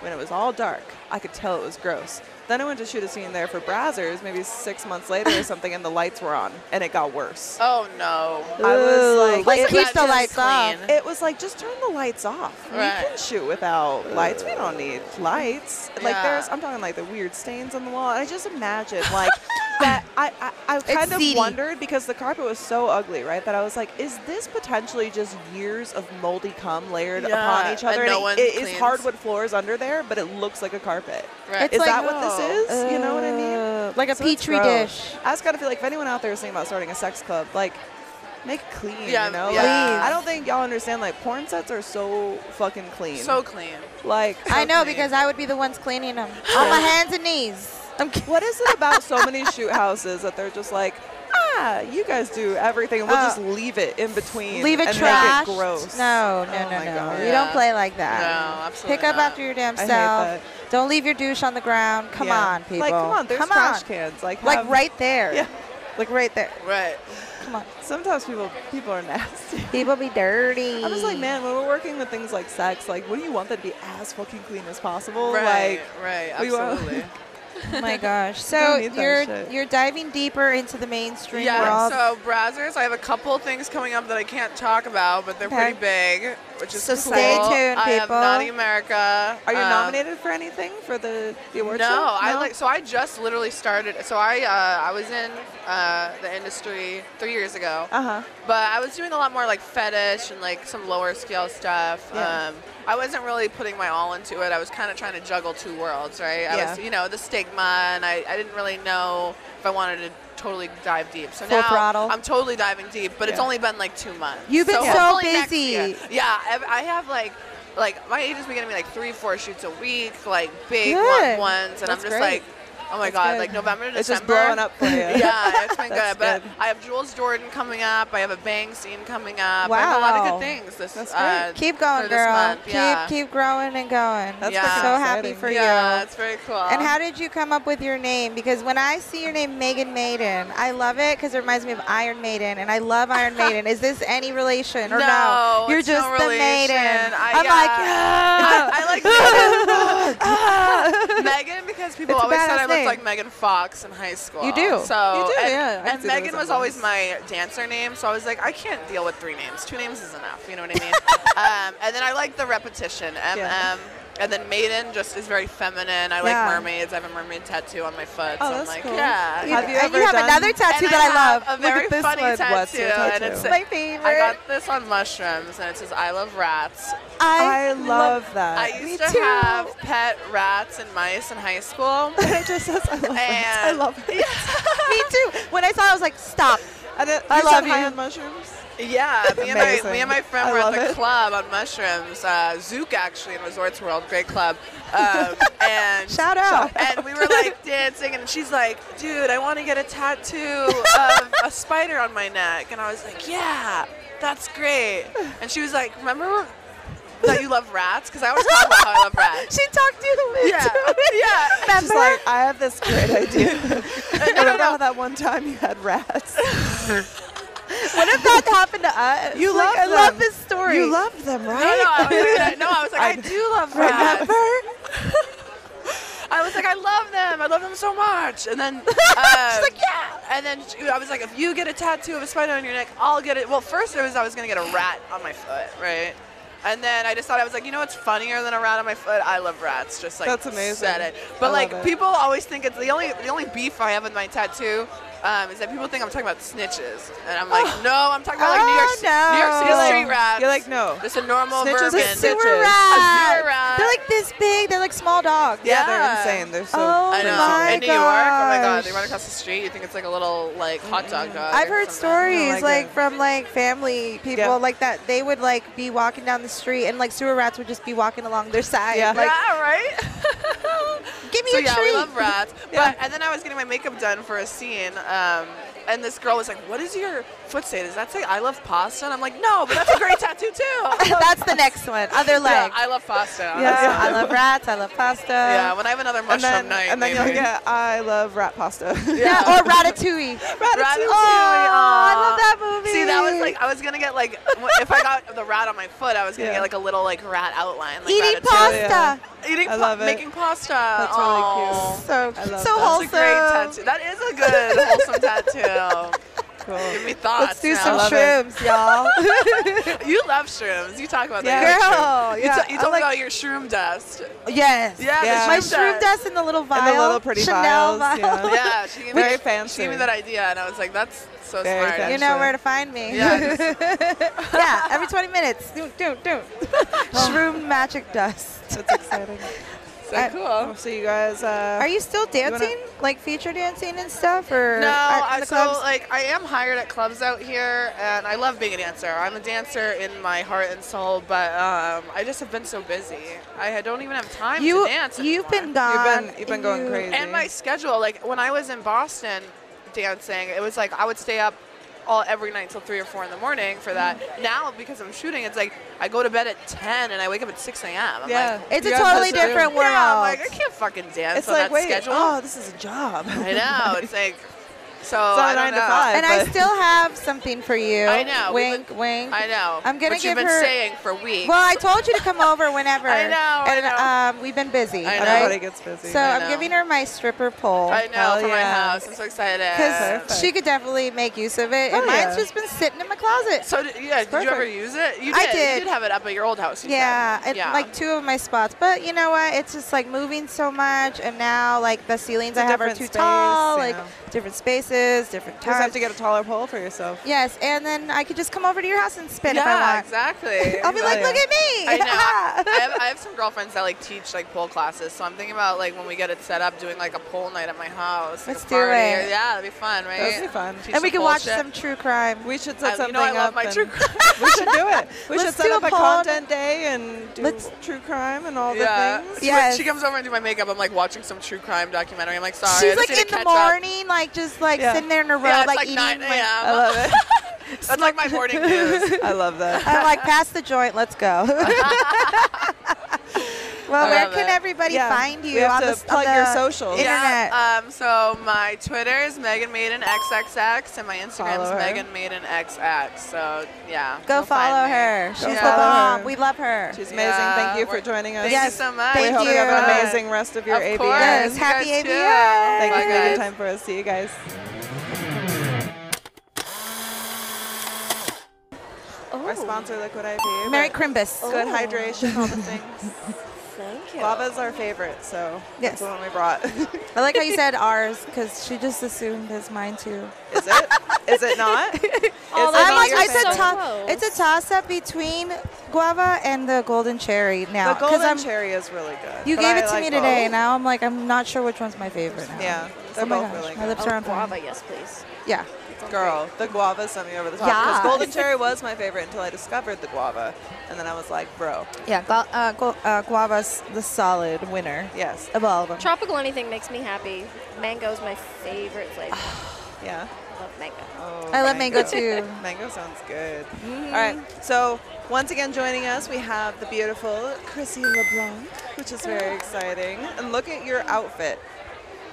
A: when it was all dark, I could tell it was gross. Then I went to shoot a scene there for Brazzers, maybe six months later or something, and the lights were on, and it got worse.
D: Oh no.
A: I was like,
C: Like, "Oh,
A: it,
C: keep
D: Not
C: the
D: just
C: lights off.
D: clean.
A: it was like, just turn the lights off.
D: Right.
A: We can shoot without lights. We don't need lights. Like
D: Yeah.
A: there's, I'm talking like the weird stains on the wall. And I just imagine like that. I I, I kind of
C: seedy.
A: wondered because the carpet was so ugly, right? That I was like, is this potentially just years of moldy cum layered
D: Yeah,
A: upon each other?
D: and no
A: it-
D: one
A: it is
D: cleans.
A: hardwood floors under there, but it looks like a carpet.
D: Right.
C: It's
A: is
C: like- oh,
A: that what this is? you know what I mean?
C: Uh, Like a
A: So it's
C: petri
A: gross.
C: dish.
A: I just kind of feel like if anyone out there is thinking about starting a sex club, like make it clean.
D: Yeah,
A: you know,
D: yeah.
A: like I don't think y'all understand. Like porn sets are so fucking clean.
D: so clean.
A: like,
C: I know
D: clean.
C: because I would be the ones cleaning them on my hands and knees. I'm kidding.
A: what is it about so many shoot houses that they're just like, ah, you guys do everything. We'll
C: Uh,
A: just leave it in between.
C: Leave it
A: and
C: trash.
A: Make it gross.
C: No, no,
A: Oh
C: no,
A: my
C: no.
A: God.
C: We
D: Yeah.
C: don't play like that.
D: No, absolutely
C: Pick up
D: not.
C: after your damn
A: I hate
C: self.
A: that.
C: Don't leave your douche on the ground. Come
A: Yeah.
C: on, people.
A: Like, come on. There's
C: Come
A: trash
C: on.
A: cans. Like,
C: Like
A: have-
C: right there.
A: Yeah.
C: Like right there.
D: Right.
C: Come on.
A: Sometimes people people are nasty.
C: People be dirty.
A: I'm just like, man, when we're working with things like sex, like, wouldn't you want that to be as fucking clean as possible?
D: Right.
A: Like,
D: right.
A: we won't-
D: Absolutely.
C: Oh my gosh. So
A: Don't need that
C: you're
A: shit.
C: you're diving deeper into the mainstream
D: Yeah,
C: world.
D: so browsers, I have a couple things coming up that I can't talk about, but they're
C: Okay.
D: pretty big, which is
C: So
D: cool.
C: stay tuned,
D: I have
C: people.
D: Naughty America.
A: Are you
D: um,
A: nominated for anything for the the
D: No,
A: award show?
D: I like so I just literally started. So I uh, I was in uh, the industry three years ago,
A: Uh huh.
D: but I was doing a lot more like fetish and like some lower scale stuff.
A: Yeah.
D: Um, I wasn't really putting my all into it. I was kind of trying to juggle two worlds, right? I
A: Yeah.
D: was, you know, the stigma, and I, I didn't really know if I wanted to totally dive deep. So
C: Full
D: now
C: throttle.
D: I'm totally diving deep, but it's
A: Yeah.
D: only been like two months.
C: You've been so
D: hopefully next
C: busy.
D: year- Yeah, I I have like. Like my agent's been getting me like three, four shoots a week, like big
C: Good.
D: one ones, and I'm
A: That's
D: just
A: great.
D: like, oh my
A: That's
D: god,
A: good.
D: like November, December,
A: It's just blowing up for you.
D: yeah, it's been
A: That's
D: good. But
A: good.
D: I have Jules Jordan coming up. I have a bang scene coming up. I have a lot
C: Wow.
D: of good things this
A: That's
D: uh,
C: Keep going,
D: for this
C: girl.
D: month. Yeah.
C: Keep keep growing and going.
A: That's
D: Yeah.
C: so
D: freaking
C: happy
A: exciting.
C: for
D: yeah,
C: you.
D: it's very cool.
C: And how did you come up with your name? Because when I see your name, Megan Maiden, I love it because it reminds me of Iron Maiden, and I love Iron Maiden. Is this any relation or no?
D: No,
C: You're
D: it's
C: just
D: no
C: the
D: relation.
C: Maiden.
D: I-
C: am
D: yeah.
C: like, yeah.
D: I, I like Megan. Megan because people
C: "Ah." It's a
D: always said
C: badass
D: I
C: name.
D: looked like Megan Fox in high school.
C: You do.
D: So
A: You do,
D: and,
A: yeah, I can
D: And
A: see the
D: Megan was always my dancer name, so I was like, I can't deal with three names. Two names is enough. You know what I mean? um, and then I like the repetition. MM.
A: Yeah.
D: And then Maiden just is very feminine. I like
C: Yeah.
D: mermaids. I have a mermaid tattoo on my foot.
A: Oh,
D: so I'm
A: that's
D: like,
A: cool.
D: yeah.
A: Have you
C: and
A: ever
C: you have
A: done-
C: another tattoo
D: and
C: that I, love.
D: have A
A: Look
D: very
A: at this
D: funny
A: one.
D: tattoo,
A: What's your
D: and
A: tattoo?
D: it's
C: my favorite. Uh,
D: I got this on mushrooms, and it says "I love rats."
A: I, love that.
D: I used
C: me
D: to
C: too.
D: have pet rats and mice in high school.
A: it just says I love it. I
D: And-
A: love it.
C: me too. When I saw it, I was like, stop.
A: And it,
C: I
A: you said
C: love
A: high
C: you.
A: on mushrooms.
D: Yeah, me and, my,
A: Amazing.
D: me and my friend
A: I
D: were at
A: love
D: the
A: it.
D: club on mushrooms, uh, Zook actually in Resorts World, great club. Um, and
C: Shout out.
D: and we were like dancing, and she's like, "Dude, I want to get a tattoo of a spider on my neck," and I was like, "Yeah, that's great." And she was like, "Remember that you love rats? Because I always talk about how I love rats."
C: She talked you into
D: Yeah,
C: it.
D: yeah.
C: Remember?
A: She's like, I have this great idea. Remember how that one time you had rats?
C: what if that happened to us?
A: You
C: like,
A: love
C: I love
A: them.
C: this story.
A: You loved them,
D: No, no,
A: right?
D: I was like, no, I was like, I do love rats.
A: Remember?
D: I was like, I love them. I love them so much. And then uh, she's like, yeah. And then she, I was like, if you get a tattoo of a spider on your neck, I'll get it. Well, first it was I was gonna get a rat on my foot, right? And then I just thought I was like, you know what's funnier than a rat on my foot? I love rats. Just like
A: That's amazing.
D: said it. But
A: I
D: like
A: love it.
D: people always think it's the only the only beef I have with my tattoo. Um, is that people think I'm talking about snitches, and I'm like, no, I'm talking about like New York,
C: Oh,
D: Ci- New York City
C: no. You're
D: street
C: like-
D: rats.
A: Ah, You're like, no.
D: just a normal
A: Snitches are
D: vermin.
A: sick.
C: They were
A: Bitches.
C: rats.
D: A rat.
C: They're like this big. They're like small dogs.
A: Yeah, they're
D: Yeah.
A: insane. They're so.
C: Oh
D: I
A: crazy.
D: know.
C: my
D: in New York, oh my god, they
C: gosh. Mm.
D: run across the street. You think it's like a little like hot dog dog.
C: I've
D: or
C: heard
D: something. Oh
C: stories
A: like
C: like
A: it.
C: from like family people
A: Yeah.
C: like that. They would like be walking down the street and like sewer rats would just be walking along their side.
A: Yeah.
C: Like,
D: yeah, right.
C: give me
D: so
C: a
D: yeah, we
C: treat.
D: love rats. But and then I was getting my makeup done for a scene. Um, and this girl was like, "What is your foot say? Does that say I love pasta?" And I'm like, "No, but that's a great tattoo too."
C: That's the next one. Other
D: yeah,
C: leg.
D: I love pasta.
C: Yeah,
D: That's-
C: I love rats. I love pasta.
D: yeah. When I have another
A: And
D: mushroom
A: then,
D: night,
A: and then you're
D: maybe.
A: like, yeah, I love rat pasta.
C: Yeah,
D: Yeah.
C: or ratatouille.
D: Ratatouille.
C: Oh, I love
D: aw.
C: that movie.
D: See, that was like I was gonna get like w- if I got the rat on my foot, I was gonna
A: Yeah.
D: get like a little like rat outline. Like
C: eating
D: Ratatouille.
C: pasta.
D: Eating,
A: I
D: pa-
A: love it.
D: making pasta. That's
A: really I
C: So
A: love
C: so
A: that.
D: That's
C: wholesome.
D: a great tattoo. That is a good wholesome tattoo.
A: cool.
D: Give me
C: Let's
D: thoughts.
C: do
D: now.
C: some
A: love it.
C: shrooms, y'all.
D: You love shrooms. You talk about
C: Yeah.
D: that.
C: Girl,
D: You like
C: yeah,
D: shrooms. You, t- you
C: I
D: told
C: like-
D: me about your shroom dust.
C: yes.
D: Yeah,
A: Yeah.
D: the
C: My
D: shroom,
C: shroom
D: dust.
C: dust in the little vial.
A: And the little pretty
C: Chanel
A: vials,
C: vial.
A: yeah.
D: Yeah, she gave
A: Very
D: me, She
A: fancy.
D: gave me that idea, and I was like, "That's so
A: Very
D: smart."
A: fancy.
C: You know where to find me.
D: Yeah, just-
C: Yeah, every 20 minutes. Do, do, do. Shroom magic dust.
A: That's exciting. Oh,
D: so
C: I-
D: cool.
A: So you guys, uh,
C: Are you still dancing? like feature dancing and stuff? Or
D: No,
C: at
D: I,
C: the
D: so
C: clubs?
D: like I am hired at clubs out here, and I love being a dancer. I'm a dancer in my heart and soul, but um, I just have been so busy. I don't even have time
C: you,
D: to dance.
C: you've
D: anymore.
C: been gone.
A: been- you've been
C: and
A: going
C: you-
A: crazy.
D: and my schedule like when i was in boston dancing it was like i would stay up all every night till three or four in the morning for that now because i'm shooting it's like i go to bed at 10 and i wake up at 6 a.m I'm
A: Yeah.
D: like,
C: It's
A: You
C: a
A: have
C: totally
A: this room.
C: different world.
D: yeah, I'm like i can't fucking dance
A: It's
D: on
A: like,
D: that
A: wait,
D: schedule
A: oh, this is a job.
D: i know it's like so
A: not
D: i don't
A: nine to
D: know
A: five.
C: and I
A: but-
C: still have something for you.
D: I know, we've
C: Wink, wink.
D: i know
C: I'm gonna
D: Which you've
C: give
D: been
C: her-
D: saying for weeks
C: Well, I told you to come over whenever.
D: I know, I
C: And
D: know.
C: Um, we've been busy.
D: I know.
A: Everybody
C: Right?
A: gets busy.
C: So
D: I
C: I'm
D: know.
C: giving her my stripper pole.
D: i know
A: Hell
D: for my
A: yeah.
D: house i'm so excited
C: Because
A: Perfect.
C: she could definitely make use of it.
A: Oh,
C: and
A: yeah.
C: mine's just been sitting in my closet.
D: so did, yeah did you ever
A: perfect.
D: use it you did
C: I did.
D: you did have it up at your old house you said.
C: yeah, it,
D: yeah
C: like two of my spots. But you know what? It's just like moving so much, and now like the ceilings
A: a
C: I have are
A: different
C: too
A: space,
C: tall.
A: you
C: Like
A: know.
C: different spaces, different
A: You just have
C: times.
A: to get a taller pole for yourself.
C: yes, and then I could just come over to your house and spin if I
D: yeah
C: want.
D: exactly
C: I'll be like,
A: Oh,
C: look
A: yeah.
C: at me.
D: I know. I I have, I have some girlfriends that like teach like pole classes, so I'm thinking about like when we get it set up, doing like a pole night at my house. like,
C: Let's
D: a
C: do
D: party.
C: it.
D: Yeah, that'd be fun, right?
A: That'd be fun.
D: Teach
C: and we
D: some
C: can
D: pole
C: watch
D: shit.
C: some true crime.
A: We should set
D: I-
A: something
D: you know I love
A: up.
D: my
A: and-
D: true crime.
A: we should do it. We should
C: Let's
A: set
C: do
A: up
C: a
A: a
C: poll.
A: content day and do
C: Let's-
A: true crime and all
D: yeah.
A: the things.
D: She-
C: Yes.
D: She comes over and do my makeup. I'm like watching some true crime documentary. I'm like, sorry. I
C: She's
D: just
C: like
D: need to
C: in the
D: catch up.
C: morning, like just like
A: Yeah.
C: sitting there in a row,
D: Yeah, it's
C: like,
D: like
C: eating.
D: 9
C: like,
D: a.m.
C: I love it.
D: That's like my morning news.
A: I love that.
C: I'm like, pass the joint, let's go. well,
D: I
C: where
D: love
C: can
D: it.
C: everybody
A: Yeah.
C: find you
A: We have
C: on
A: to
C: the s- on
A: plug your
C: the
A: socials.
C: Internet.
D: Yeah. Um, so my Twitter is Megan Maiden XXX and my Instagram is
A: Follow her.
D: Megan Maiden XX. So yeah.
C: Go
D: you'll find
C: follow
D: me.
C: her. She's the
A: follow
C: bomb.
A: her.
C: We love her.
A: She's amazing.
D: Yeah,
A: Thank you for
D: we're-
A: joining us.
D: Thank
C: Yes,
D: you so much.
A: We
C: thank
A: hope you.
C: you.
A: have an amazing rest of your
D: Of
A: ABA.
D: course.
C: Yes,
D: You
C: happy
D: guys too.
C: ABA.
A: Thank
D: Bye,
A: you for your
D: guys.
A: time for us. See you guys.
C: Oh.
A: Our sponsor, Liquid IV.
C: Mary
A: but
C: Crimbus.
A: Good hydration, all the things.
E: Thank you.
A: Lava's our favorite, so
C: Yes.
A: that's the one we brought.
C: I like how you said ours because she just assumed it's mine too.
A: Is it? Is it not? Is it
E: that
A: not
E: means
A: your
E: I
C: I
E: said
A: favorite?
C: said
E: so
C: to-
E: close.
C: it's a toss up between guava and the golden cherry now.
A: The
C: 'cause
A: golden
C: I'm-
A: cherry is really good.
C: You
A: but
C: gave
A: I
C: it to
A: like
C: me
A: both.
C: today, and now I'm like, I'm not sure which one's my favorite now.
A: Yeah,
C: Oh
A: they're
C: my
A: both
C: gosh,
A: really
C: my
A: good.
C: lips are on fire.
E: yes, please.
C: Yeah. sounds
A: Girl,
C: great.
A: the guava sent me over the top. Because
C: Yes.
A: golden cherry was my favorite until I discovered the guava. And then I was like, bro,
C: Yeah, gu- uh, gu- uh, guava's the solid winner
A: yes.
C: of all of them.
E: Tropical anything makes me happy. Mango's my favorite flavor.
A: Yeah.
E: I love mango.
A: Oh,
C: I love mango Mm-hmm. too.
A: mango sounds good. All right. So, once again, joining us, we have the beautiful Chrissy LeBlanc, which is very exciting. And look at your outfit.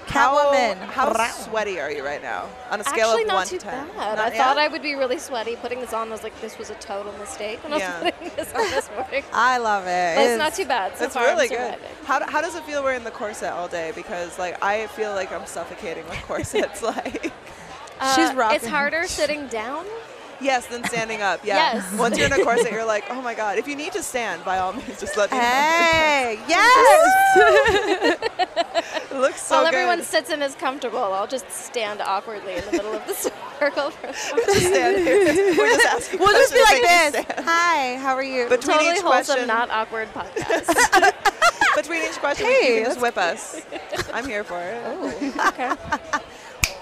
C: Catwoman.
A: How, how
C: Brown.
A: sweaty are you right now? On a scale
E: Actually,
A: of
E: not
A: 1
E: too
A: to 10.
E: bad. I
A: yet?
E: thought I would be really sweaty putting this on. I was like, this was a total mistake when I
A: Yeah.
E: was putting this on this morning.
C: I love it.
E: But it's not too bad. So
A: That's
E: far,
A: really
E: I'm
A: good.
E: surviving.
A: How, how does it feel wearing the corset all day? Because like I feel like I'm suffocating with corsets. like
C: She's
E: Uh, It's
C: rocking.
E: harder sitting down.
A: yes, then standing up. Yeah.
E: Yes.
A: Once you're in a corset, you're like, oh my god. If you need to stand, by all means, just let me. know.
C: Eh? Hey, yes!
A: it looks so
E: While
A: good.
E: everyone sits and is comfortable, I'll just stand awkwardly in the middle of the circle. For
A: Just stand here. We're just asking.
C: We'll just be
A: questions
C: like
A: if you
C: this.
A: stand.
C: Hi, how are you?
A: Between
E: totally
A: each
E: wholesome,
A: question,
E: not awkward podcast.
A: between each question,
C: Hey, Oh,
A: you can just whip us. I'm here for it.
E: okay.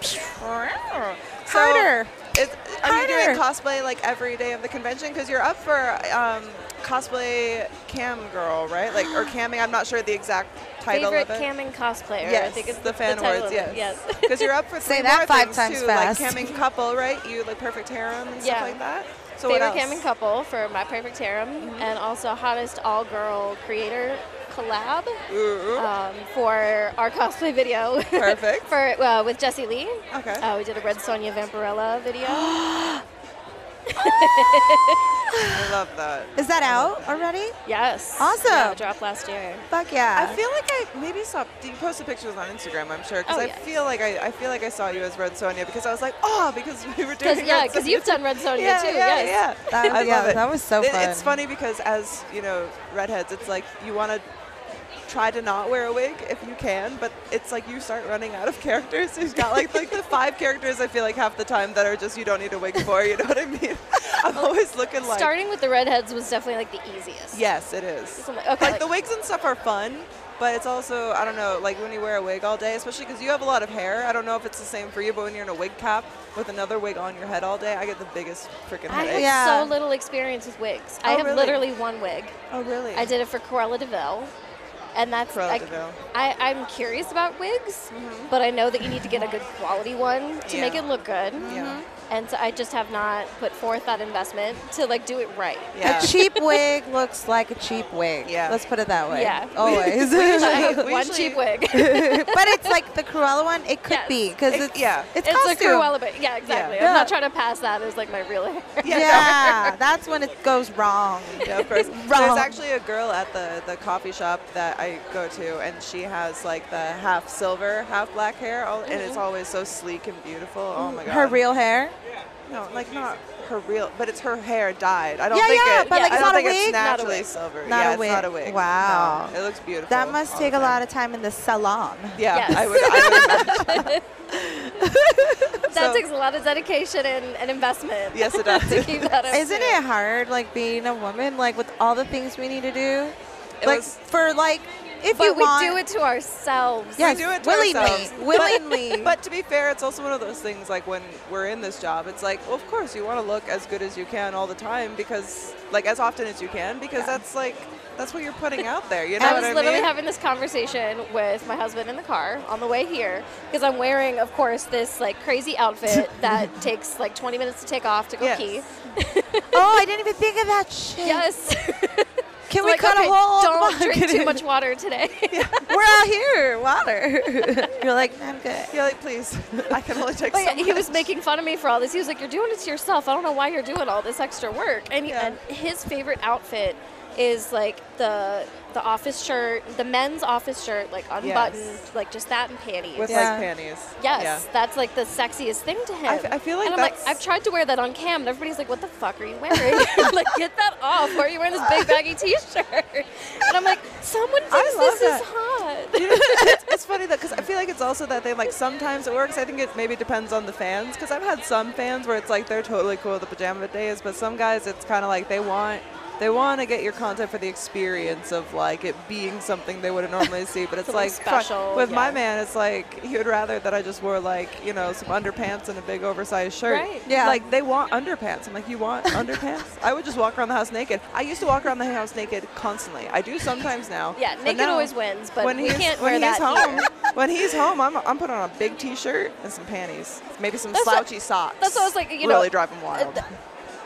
A: So,
C: Harder.
A: It's, are you doing
C: Harder.
A: cosplay like every day of the convention? Because you're up for um, cosplay cam girl, right? Like or camming. I'm not sure the exact title
E: Favorite
A: of it.
E: camming cosplayer. I
A: Yes,
E: think it's
A: the fan
E: title
A: awards.
E: of
A: Yes,
E: it. Yes.
A: Because you're up for
C: Say
A: three
C: that
A: more
C: five
A: things,
C: times
A: too,
C: fast.
A: Like camming couple, right? You like perfect harem and
E: Yeah.
A: stuff like that. So
E: Favorite
A: what else?
E: camming couple for My Perfect Harem,
A: Mm-hmm.
E: and also hottest all-girl creator collab
A: Ooh,
E: um, for our cosplay video.
A: Perfect.
E: for uh, with Jessie Lee.
A: Okay.
E: Uh, we did a Red Sonia Vampirella video.
A: I love that.
C: Is that out already?
E: yes.
C: Awesome.
E: Yeah, it dropped last year.
C: Fuck yeah.
A: I feel like I maybe saw. You posted pictures on Instagram, I'm sure, because
E: Oh,
A: I
E: yes.
A: feel like I, I feel like I saw you as Red Sonia because I was like, oh, because we were doing.
E: Because yeah,
A: Red
E: because
A: Sonja
E: you've done Red Sonia
A: yeah,
E: too.
A: Yeah,
E: yes.
A: yeah.
C: That-
A: I
C: yeah,
A: love it.
C: that was so
A: It-
C: fun.
A: It's funny because as you know, redheads, it's like you want to try to not wear a wig if you can, but it's like you start running out of characters. You've got like like the five characters I feel like half the time that are just you don't need a wig for. You know what I mean? I'm always looking like.
E: Starting with the redheads was definitely like the easiest.
A: yes, it is.
E: So I'm like, okay.
A: Like the wigs and stuff are fun. But it's also, I don't know, like when you wear a wig all day, especially because you have a lot of hair. I don't know if it's the same for you, but when you're in a wig cap with another wig on your head all day, I get the biggest freaking
E: I
A: headache.
E: have
C: Yeah.
E: so little experience with wigs. I
A: Oh,
E: have
A: really?
E: literally one wig.
A: Oh, really?
E: I did it for Corella Deville. And that's
A: Cruella
E: like,
A: de Vil.
E: I, I'm curious about wigs, but I know that you need to get a good quality one to make
A: Yeah.
E: it look good. Mm-hmm.
A: Yeah.
E: And so I just have not put forth that investment to like do it right.
A: Yeah.
C: A cheap wig looks like a cheap wig.
A: Yeah.
C: Let's put it that way.
E: Yeah.
C: Always.
E: I
C: but
E: have
A: We
E: one
A: usually-
E: cheap wig.
C: it's like the Cruella one. It could
E: Yes.
C: be because
A: It-
C: it's
A: yeah.
C: It's,
E: It's a
C: costume.
E: Cruella, but yeah, exactly.
A: Yeah.
E: I'm not trying to pass that as like my real hair.
C: Yeah, that's when it goes wrong.
A: Yeah, of course. There's
C: Wrong.
A: actually a girl at the, the coffee shop that I go to, and she has like the half silver, half black hair, all, and it's always so sleek and beautiful. Oh my god.
C: Her real hair.
A: No, like not her real, but it's her hair dyed. I don't
C: Yeah,
A: think
C: yeah,
A: it.
C: but,
E: like,
A: I
E: it's
A: don't
C: not a
A: think it's
C: wig? Not a
A: naturally
E: wig.
A: silver.
C: Not
A: yeah,
C: a
A: it's
C: wig.
A: not a wig.
C: Wow.
A: No, it looks beautiful.
C: That must take a lot of time in the salon.
A: Yeah,
E: Yes.
A: I would. I would imagine.
E: that
A: So-
E: takes a lot of dedication and, and investment.
A: yes, it does.
E: to keep that up.
C: Isn't
E: to.
C: it hard, like being a woman, like with all the things we need to do?
A: It
C: like
A: was-
C: for like, if you
E: But we
C: want,
E: do it to ourselves.
C: yes,
A: do it to
C: willingly,
A: ourselves. But-
C: willingly.
A: But to be fair, it's also one of those things like when we're in this job, it's like, well, of course, you want to look as good as you can all the time because, like, as often as you can because that's like, that's what you're putting out there. You know
E: I
A: what
E: was
A: I
E: literally
A: mean?
E: having this conversation with my husband in the car on the way here because I'm wearing, of course, this like crazy outfit that takes like 20 minutes to take off to go
A: Yes.
E: pee.
C: oh, I didn't even think of that shit.
E: Yes.
C: Can
E: I'm
C: we
E: like,
C: cut
E: okay,
C: a whole?
E: Don't drink
C: market?
E: too much water today.
C: We're out here, water. You're like, I'm good.
A: You're like, please, I can only take.
E: But
A: so
E: yeah, he was
A: much."
E: making fun of me for all this. He was like, "You're doing it to yourself. I don't know why you're doing all this extra work." And, he-
A: Yeah.
E: and his favorite outfit is like the the office shirt, the men's office shirt, like unbuttoned, like just that and panties.
A: with
C: Yeah.
A: like panties.
E: yes,
A: Yeah.
E: that's like the sexiest thing to him.
A: I f- I feel like
E: and I'm like,
A: that's-
E: I've tried to wear that on cam, and everybody's like, "What the fuck are you wearing? I'm like, get that off. Why are you wearing this big baggy T-shirt?" And I'm like, "Someone thinks
A: love
E: this
A: that.
E: is hot."
A: it's, it's funny that because I feel like it's also that thing like sometimes it works. I think it maybe depends on the fans because I've had some fans where it's like they're totally cool with the pajama days, but some guys it's kind of like they want They want to get your content for the experience of like it being something they wouldn't normally see, but it's
E: Something
A: like fuck,
E: special,
A: with my
E: yeah.
A: man, it's like he would rather that I just wore like you know some underpants and a big oversized shirt.
E: Right.
A: Yeah. Like they want underpants. I'm like, you want underpants? I would just walk around the house naked. I used to walk around the house naked constantly. I do sometimes now.
E: Yeah,
A: but
E: naked
A: now-
E: always wins, but
A: when
E: we
A: he's-
E: can't
A: when
E: wear
A: he's
E: that
A: home,
E: here.
A: When he's home, I'm, I'm putting on a big T-shirt and some panties, maybe some
E: That's what-
A: slouchy socks.
E: that's what I was like, you know,
A: really drive him wild.
E: th-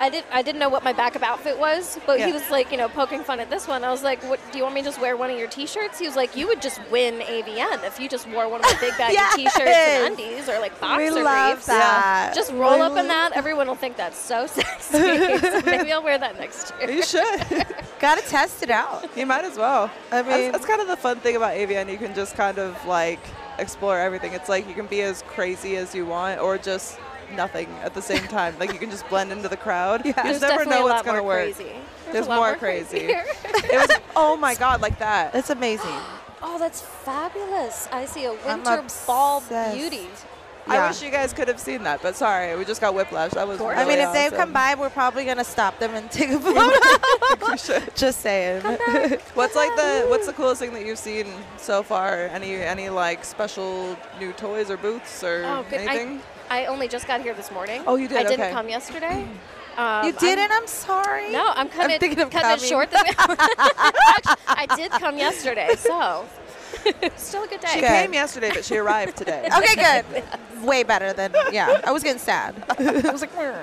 E: I did. I didn't know what my backup outfit was, but he
A: Yeah.
E: was like, you know, poking fun at this one. I was like, "What? Do you want me to just wear one of your T-shirts?" He was like, "You would just win AVN if you just wore one of my big baggy T-shirts
C: Yes.
E: and undies or like boxer
C: we love
E: briefs.
C: that.
E: Just roll
C: We
E: up in
C: lo-
E: that. Everyone will think that's so sexy. so maybe I'll wear that next year.
A: you should.
C: Gotta test it out.
A: you might as well. I
C: mean-
A: that's, that's kind of the fun thing about AVN. You can just kind of like explore everything. It's like you can be as crazy as you want, or just nothing at the same time. like you can just blend into the crowd. You
E: There's
A: just never
E: definitely
A: know
E: a
A: what's
E: lot
A: gonna
E: more
A: work.
E: Crazy.
A: There's,
E: a lot
A: more crazy.
E: here.
A: it was oh my god, like that.
C: That's amazing.
E: oh, that's fabulous! I see a
C: I'm
E: winter ball
C: obsessed.
E: beauty.
A: I
C: Yeah.
A: wish you guys could have seen that, but sorry, we just got whiplash. That was.
E: Gorgeous.
C: I mean,
A: really
C: if they
A: awesome.
C: come by, we're probably gonna stop them and take a photo. Just saying.
A: What's like the what's the coolest thing that you've seen so far? Any any like special new toys or booths or
E: Oh, good.
A: anything?
E: I, I only just got here this morning.
A: Oh, you did,
E: I didn't
A: okay.
E: come yesterday. Um,
C: You
E: I'm-
C: didn't. I'm, sorry.
E: No, I'm cutting, it,
C: thinking of
E: cutting it
C: coming.
E: short. This Actually, I did come yesterday, so still a good day.
A: She
C: Okay.
A: came yesterday, but she arrived today.
C: Okay, good. Way better than yeah. I was getting sad. I was like, "Grr."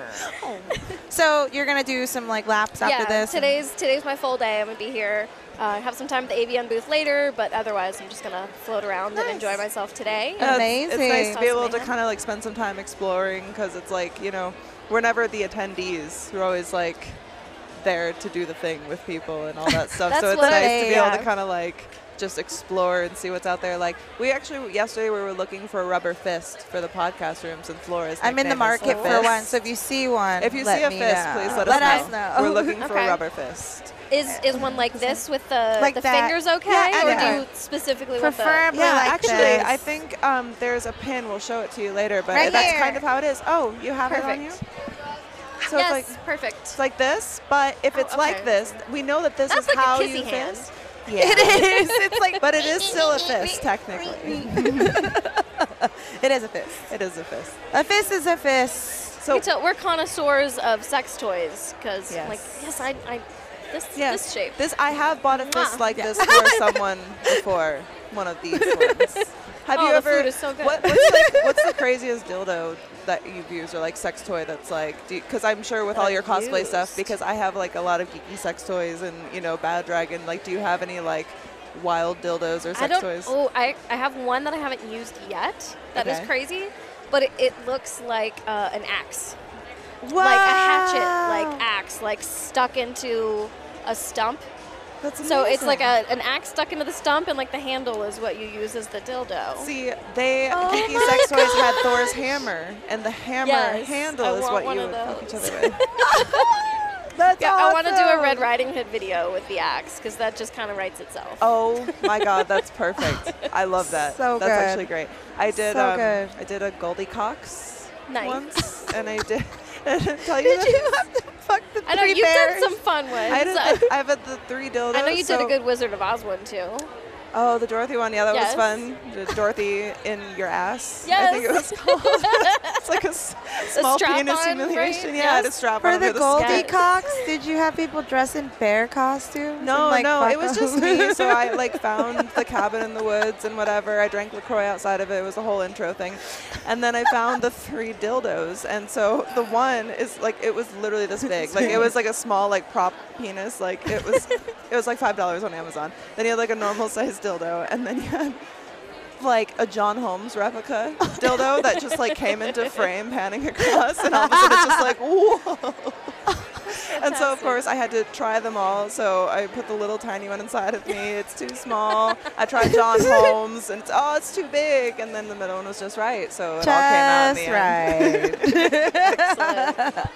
C: so you're gonna do some like laps
E: yeah,
C: after this. and-
E: today's today's my full day. I'm gonna be here. Uh, have some time at the AVN booth later, but otherwise, I'm just gonna float around and enjoy myself today.
C: Uh,
A: It's- It's, nice to
E: Amazing.
A: be able to
E: Awesome.
A: kind of like spend some time exploring because it's like you know we're never the attendees. We're always like there to do the thing with people and all that stuff.
E: That's
A: so it's
E: what
A: nice
C: I-
A: to be able
E: yeah.
A: to kind of like just explore and see what's out there. Like we actually yesterday we were looking for a rubber fist for the podcast rooms and floors.
C: I'm in the market for one, so if you see one,
A: If you
C: let
A: see a
C: me
A: fist,
C: know. Oh,
A: please let, us know. We're looking for
E: Okay.
A: a rubber fist.
E: is is one like this with the,
C: Like
E: the
C: that.
E: fingers okay,
C: Yeah,
E: or
C: anywhere.
E: do you specifically with
C: Preferably
A: yeah,
C: like
A: actually,
C: this.
A: I think um, there's a pin. We'll show it to you later, but
C: Right
A: that's
C: here.
A: kind of how it is. Oh, you have it on you.
E: Perfect.
A: So
E: the? Yes,
A: it's like it's
E: perfect.
A: like this, but if
E: Oh,
A: it's like
E: okay.
A: this, we know that this
E: That's
A: is
E: like a
A: how
E: kissy
A: you
E: hand.
A: fist. Yeah.
C: it is. It's like
A: But it is still a fist, technically.
C: it is a fist.
A: it is a fist.
C: A fist is a fist.
A: So
E: We tell- we're connoisseurs of sex toys because, like, yes, I, I this
A: yes,
E: this shape.
A: This I have bought a fist
E: Mwah.
A: like this for someone before. One of these ones. Have
E: Oh,
A: you
E: the
A: ever?
E: food is so good.
A: What, what's, like, what's the craziest dildo that you've used or like sex toy that's like? Because I'm sure with all your cosplay stuff, because I have like a lot of geeky sex toys and you know Bad Dragon. Like, do you have any like wild dildos or sex
E: I don't.
A: toys?
E: Oh, I, I have one that I haven't used yet. That is
A: Okay.
E: crazy, but it, it looks like uh, an axe, like a hatchet, like axe, like stuck into a stump.
A: That's
E: So it's like
A: amazing.
E: a, an axe stuck into the stump, and like the handle is what you use as the dildo.
A: See, they geeky sex toys had Thor's hammer, and the hammer
E: Yes, I
A: handle is
E: want
A: what
E: one
A: you
E: of
A: would fuck each
E: those.
A: other with.
C: That's
E: yeah, I want to do a
C: awesome.
E: Red Riding Hood video with the axe because that just kind of writes itself.
A: Oh my God, that's perfect. I love that.
C: So
A: that's
C: good.
A: actually great. I did.
C: So
A: um,
C: good.
A: I did a Goldie Cox
E: Nice.
A: once, and I did. I didn't tell you
C: Did
A: that.
C: you have to fuck the
E: I know
C: three
E: you've
C: bears?
E: done some fun ones.
A: I did.
E: I-
A: I have the three dildos.
E: I know you did
A: so-
E: a good Wizard of Oz one too.
A: Oh, the Dorothy one. Yeah, that was
E: Yes.
A: fun. The Dorothy in your ass. I think it
E: Yes.
A: was called. it's like a s- small
E: strap
A: penis
E: on, right?
A: humiliation. Yeah, I had a
E: Yes.
A: strap
C: For
A: on
C: the
A: over
C: Goldie
E: Yes.
C: Cox, did you have people dress in bear costumes?
A: No,
C: and, like,
A: no, it
C: fuck
A: was
C: them?
A: just me. So I like found the cabin in the woods and whatever. I drank Lacroix outside of it. It was a whole intro thing, and then I found the three dildos. And so the one is like it was literally this big. Like it was like a small like prop penis. Like it was, it was like five dollars on Amazon. Then you had like a normal sized dildo, and then you had like a John Holmes replica
E: Oh,
A: dildo that just like came into frame panning across and all of a sudden it's just like
E: Oh,
A: whoa. And so of course I had to try them all. So I put the little tiny one inside of me. It's too small. I tried John Holmes and it's, oh it's too big. And then the middle one was just right. So it all came out in
C: Just
A: the end.
C: right.
E: Excellent.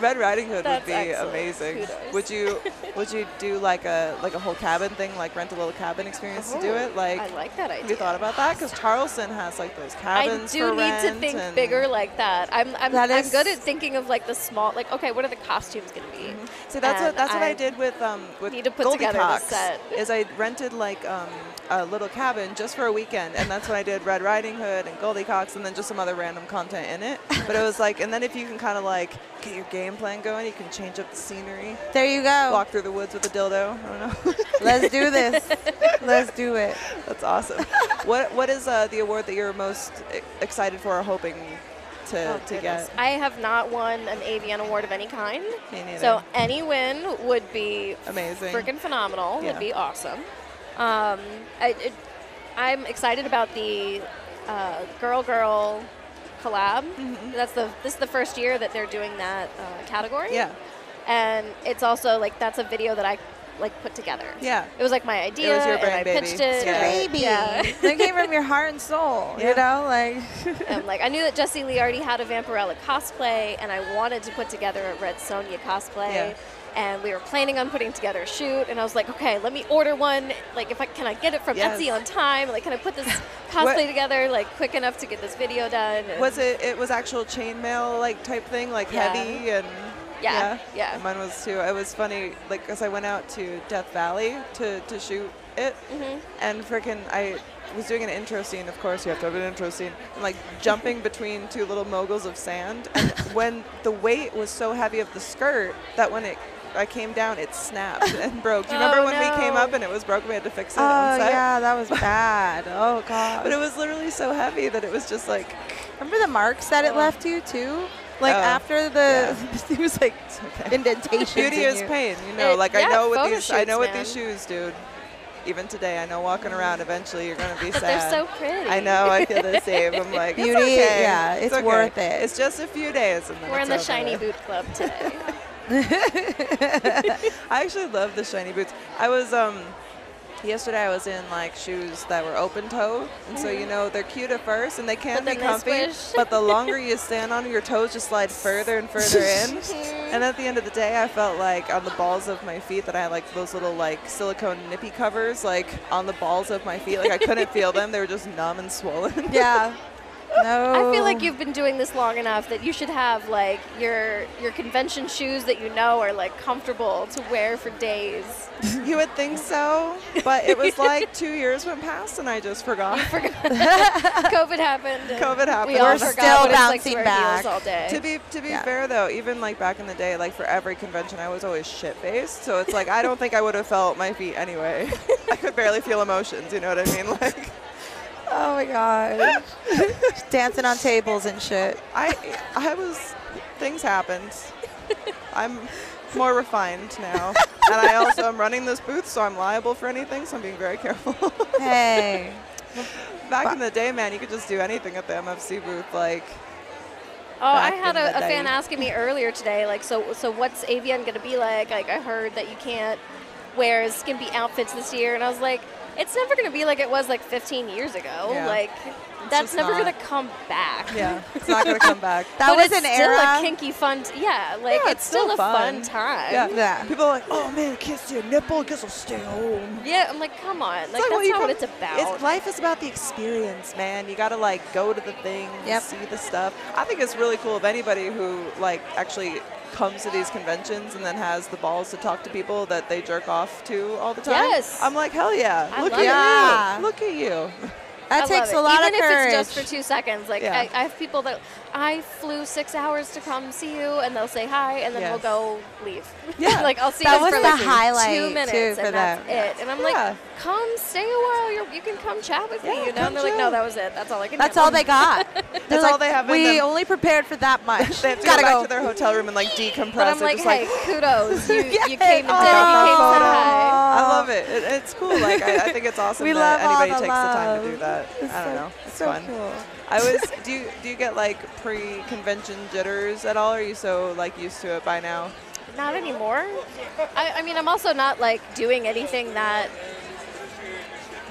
A: Red Riding Hood
E: That's
A: would be
E: excellent.
A: amazing.
E: Kudos.
A: Would you would you do like a like a whole cabin thing? Like rent a little cabin experience to do it? Like.
E: Oh, I like that idea.
A: have you thought about that? Because Charleston has like those
E: I
A: cabins.
E: do
A: for
E: need to
A: rent
E: think
A: and-
E: bigger like that. I'm I'm,
C: That
E: I'm
C: is-
E: good at thinking of like the small like okay, what are the costume's gonna be.
A: So that's what
E: And
A: that's what I
E: I
A: did with um with
E: need to put
A: Goldie
E: together this
A: Cox,
E: set.
A: is I rented like um a little cabin just for a weekend, and that's when I did Red Riding Hood and Goldie Cox, and then just some other random content in it. But it was like, and then if you can kind of like get your game plan going, you can change up the scenery,
C: There you
E: Oh.
C: go.
A: walk through the woods with a dildo. I don't know.
C: Let's do this. Let's do it.
A: that's awesome. what what is uh, the award that you're most e- excited for or hoping to
E: Oh,
A: to
E: goodness.
A: get?
E: I have not won an AVN award of any kind.
A: Me neither.
E: So any win would be
A: Amazing.
E: freaking phenomenal.
A: Yeah.
E: Would be awesome. Um, I, it, I'm excited about the uh, girl girl collab.
A: Mm-hmm.
E: That's the this is the first year that they're doing that uh, category.
A: Yeah.
E: and it's also like that's a video that I like put together.
A: Yeah.
E: it was like my idea,
A: your brain,
E: and I
A: baby.
E: pitched
A: It's
E: it.
A: your
E: and-
C: Baby.
E: Yeah.
C: they came from your heart and soul. You know, like
E: Um, like I knew that Jessie Lee already had a Vampirella cosplay, and I wanted to put together a Red Sonia cosplay.
A: Yeah.
E: And we were planning on putting together a shoot, and I was like, okay, let me order one. Like, if I can, I get it from
A: Yes.
E: Etsy on time. Like, can I put this
A: What-
E: cosplay together like quick enough to get this video done? And
A: Was it? It was actual chainmail like type thing, like
E: Yeah.
A: heavy and.
E: Yeah, yeah.
A: And Mine was too. It was funny, like, cause I went out to Death Valley to to shoot it,
E: Mm-hmm.
A: and freaking I was doing an intro scene. Of course, you have to have an intro scene. i like jumping between two little moguls of sand, and when the weight was so heavy of the skirt that when it I came down, it snapped and broke. Do you remember
E: Oh,
A: when we came
E: no.
A: up and it was broken? We had to fix it.
C: Oh
A: on set?
C: yeah, that was bad. Oh god.
A: But it was literally so heavy that it was just like
C: Remember the marks that it left you too? Like
A: Oh,
C: after the it was like indentations.
A: Beauty
C: in
A: is
C: you.
A: pain, you know.
E: It-
A: like I
E: yeah,
A: know what
E: photo
A: these I
E: shoots,
A: know what
E: man.
A: these shoes, dude. Even today, I know walking around. Eventually, you're gonna be sad.
E: they're so pretty.
A: I know. I feel the same. I'm like, it's
C: Beauty,
A: okay,
C: yeah, it's
A: okay.
C: worth it.
A: It's just a few days, and then
E: We're
A: it's
E: in the
A: over.
E: shiny boot club today.
A: I actually love the shiny boots. I was um yesterday I was in like shoes that were open toe, and so you know they're cute at first and they can
E: But
A: be
E: then they
A: comfy,
E: squish.
A: but the longer you stand on 'em, your toes just slide further and further in. and at the end of the day, I felt like on the balls of my feet that I had like those little like silicone nippy covers like on the balls of my feet. Like I couldn't feel them; they were just numb and swollen.
C: Yeah. No.
E: I feel
A: Oh.
E: like you've been doing this long enough that you should have like your your convention shoes that you know are like comfortable to wear for days.
A: you would think so, but it was like two years went past and I just forgot.
E: COVID happened. and
A: COVID happened.
E: We all
A: We're
E: forgot
C: still
E: what it's like
C: bouncing
E: to wear
C: back.
E: heels all day.
A: To be to be
C: Yeah.
A: fair though, even like back in the day, like for every convention, I was always shit faced. So it's like I don't think I would have felt my feet anyway. I could barely feel emotions. You know what I mean? Like
C: Oh my god. Dancing on tables and shit.
A: I I was things happened. I'm more refined now, and I also am running this booth, so I'm liable for anything. So I'm being very careful.
C: Hey.
A: back in the day, man, you could just do anything at the MFC booth. Like
E: oh, I
A: back
E: had
A: in
E: a,
A: the
E: a fan
A: day.
E: asking me earlier today, like, so so what's AVN gonna be like? Like, I heard that you can't wear skimpy outfits this year, and I was like, it's never gonna be like it was like 15 years ago.
A: Yeah.
E: Like,
A: just
E: that's never
A: not.
E: gonna come back.
A: yeah, it's not gonna come back.
C: That
E: But
C: was
E: it's
C: an
E: still
C: era.
E: a kinky fun. T- yeah, like
A: Yeah,
E: it's, still, a fun, time.
A: Yeah.
C: Yeah.
A: People are like, oh man, kiss your nipple, guess I'll stay home.
E: Yeah, I'm like, come on, like,
A: It's
E: that's
A: you
E: not what it's
A: come-
E: about.
A: life is about the experience, man. You gotta like go to the things,
C: Yep.
A: see the stuff. I think it's really cool of anybody who like actually comes to these conventions and then has the balls to talk to people that they jerk off to all the time.
E: Yes.
A: I'm like, hell yeah.
E: I
A: Look at
E: love it.
A: you. Look at you.
C: That
E: I
C: takes
E: love
C: a
E: it.
C: lot
E: Even
C: of courage.
E: if it's just for two seconds. Like
A: Yeah.
E: I, I have people that I flew six hours to come see you, and they'll say hi, and then
A: Yes.
E: we'll go leave.
A: Yeah.
E: like I'll see
C: That
E: you
C: was
E: for
C: the
E: like
C: highlight,
E: two minutes,
C: too, for
E: and that's
C: them.
E: it. And I'm
A: Yeah.
E: like, come stay a while. You're, you can come chat with
A: Yeah,
E: me. You
A: come
E: know? And they're like, no,
A: chill.
E: that was it. That's all I can.
C: That's
E: handle."
C: all they got. That's
A: all they have in
C: We
A: them.
C: only prepared for that much.
A: They have to
C: Gotta
A: go back
C: go.
A: to their hotel room and like decompress.
E: But I'm
A: and
E: like,
A: just,
E: hey, kudos. You, you
C: Oh,
E: came and did. it. You came and said
A: I
E: hi.
A: love it. it. It's cool. Like I, I think it's awesome
C: We
A: that
C: love all
A: anybody
C: the
A: takes the time to do
C: love.
A: that. I don't know. It's
C: so
A: fun.
C: cool.
A: I was. Do you do you get like pre-convention jitters at all? Are you so like used to it by now?
E: Not anymore. I, I mean, I'm also not like doing anything that.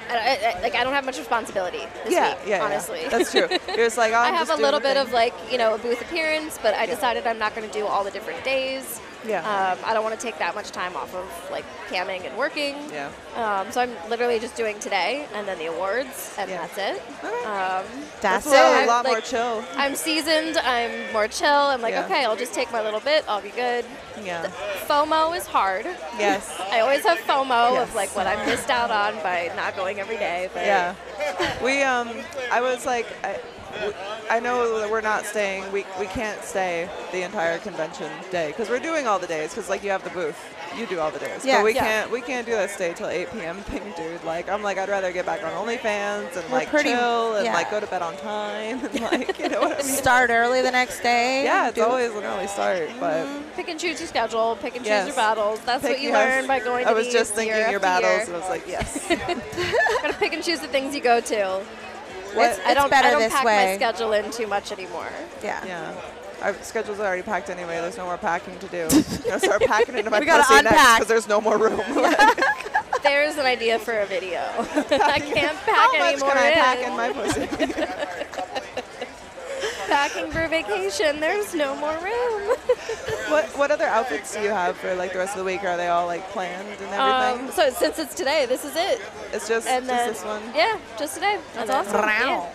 E: I, I, I- like I don't have much responsibility this week, honestly.
A: That's true. You're just like oh,
E: I
A: I'm
E: have
A: just
E: a
A: doing
E: little
A: the
E: bit
A: thing.
E: of like you know a booth appearance, but I decided I'm not going to do all the different days.
A: Yeah.
E: Um, I don't want to take that much time off of like camming and working.
A: yeah.
E: Um, so I'm literally just doing today and then the awards, and
A: Yeah.
E: that's it.
A: Okay.
E: Um,
C: That's
A: It's a lot,
E: I'm,
A: lot more
E: like-
A: chill.
E: I'm seasoned. I'm more chill. I'm like,
A: Yeah.
E: okay, I'll just take my little bit. I'll be good.
A: Yeah.
E: FOMO is hard.
A: Yes.
E: I always have FOMO
A: Yes.
E: of like what I missed out on by not going every day. But
A: Yeah. We um I was like I, w- I know that we're not staying we we can't stay the entire convention day cuz we're doing all the days cuz like you have the booth. You do all the days.
C: Yeah,
A: but we
E: yeah.
A: can't we can't do that stay till 8 p.m. thing, dude. Like I'm like I'd rather get back on OnlyFans and like
C: pretty-
A: chill and
C: yeah.
A: like go to bed on time and like you know what I mean?
C: Start early the next day.
A: Yeah, it's
C: do-
A: always an early start, but
E: pick and choose your schedule. Pick and choose
A: Yes.
E: your battles. That's
A: pick-
E: Mm-hmm. what you
A: yes.
E: learn by going. To
A: I was
E: these
A: just thinking
E: year
A: your
E: after year.
A: battles and I was like, yes.
E: Gotta pick and choose the things you go
A: Uh,
E: to.
C: It's,
E: I
C: it's
E: don't,
C: better
E: I don't
C: this
E: pack
C: way.
E: my schedule in too much anymore.
C: Yeah.
A: Yeah. Our schedule's already packed anyway. There's no more packing to do. I'm gonna start packing into my
C: We gotta
A: pussy next
C: unpack.
A: because there's no more room.
E: There's an idea for a video. I can't pack
A: How much
E: anymore.
A: can I
E: in.
A: pack in my pussy?
E: Packing for vacation. There's no more room.
A: what What other outfits do you have for like the rest of the week? Are they all like planned and everything?
E: Um, so since it's today, this is it.
A: it's just
E: And
A: just
E: then
A: this one.
E: yeah, just today. That's awesome. Yeah.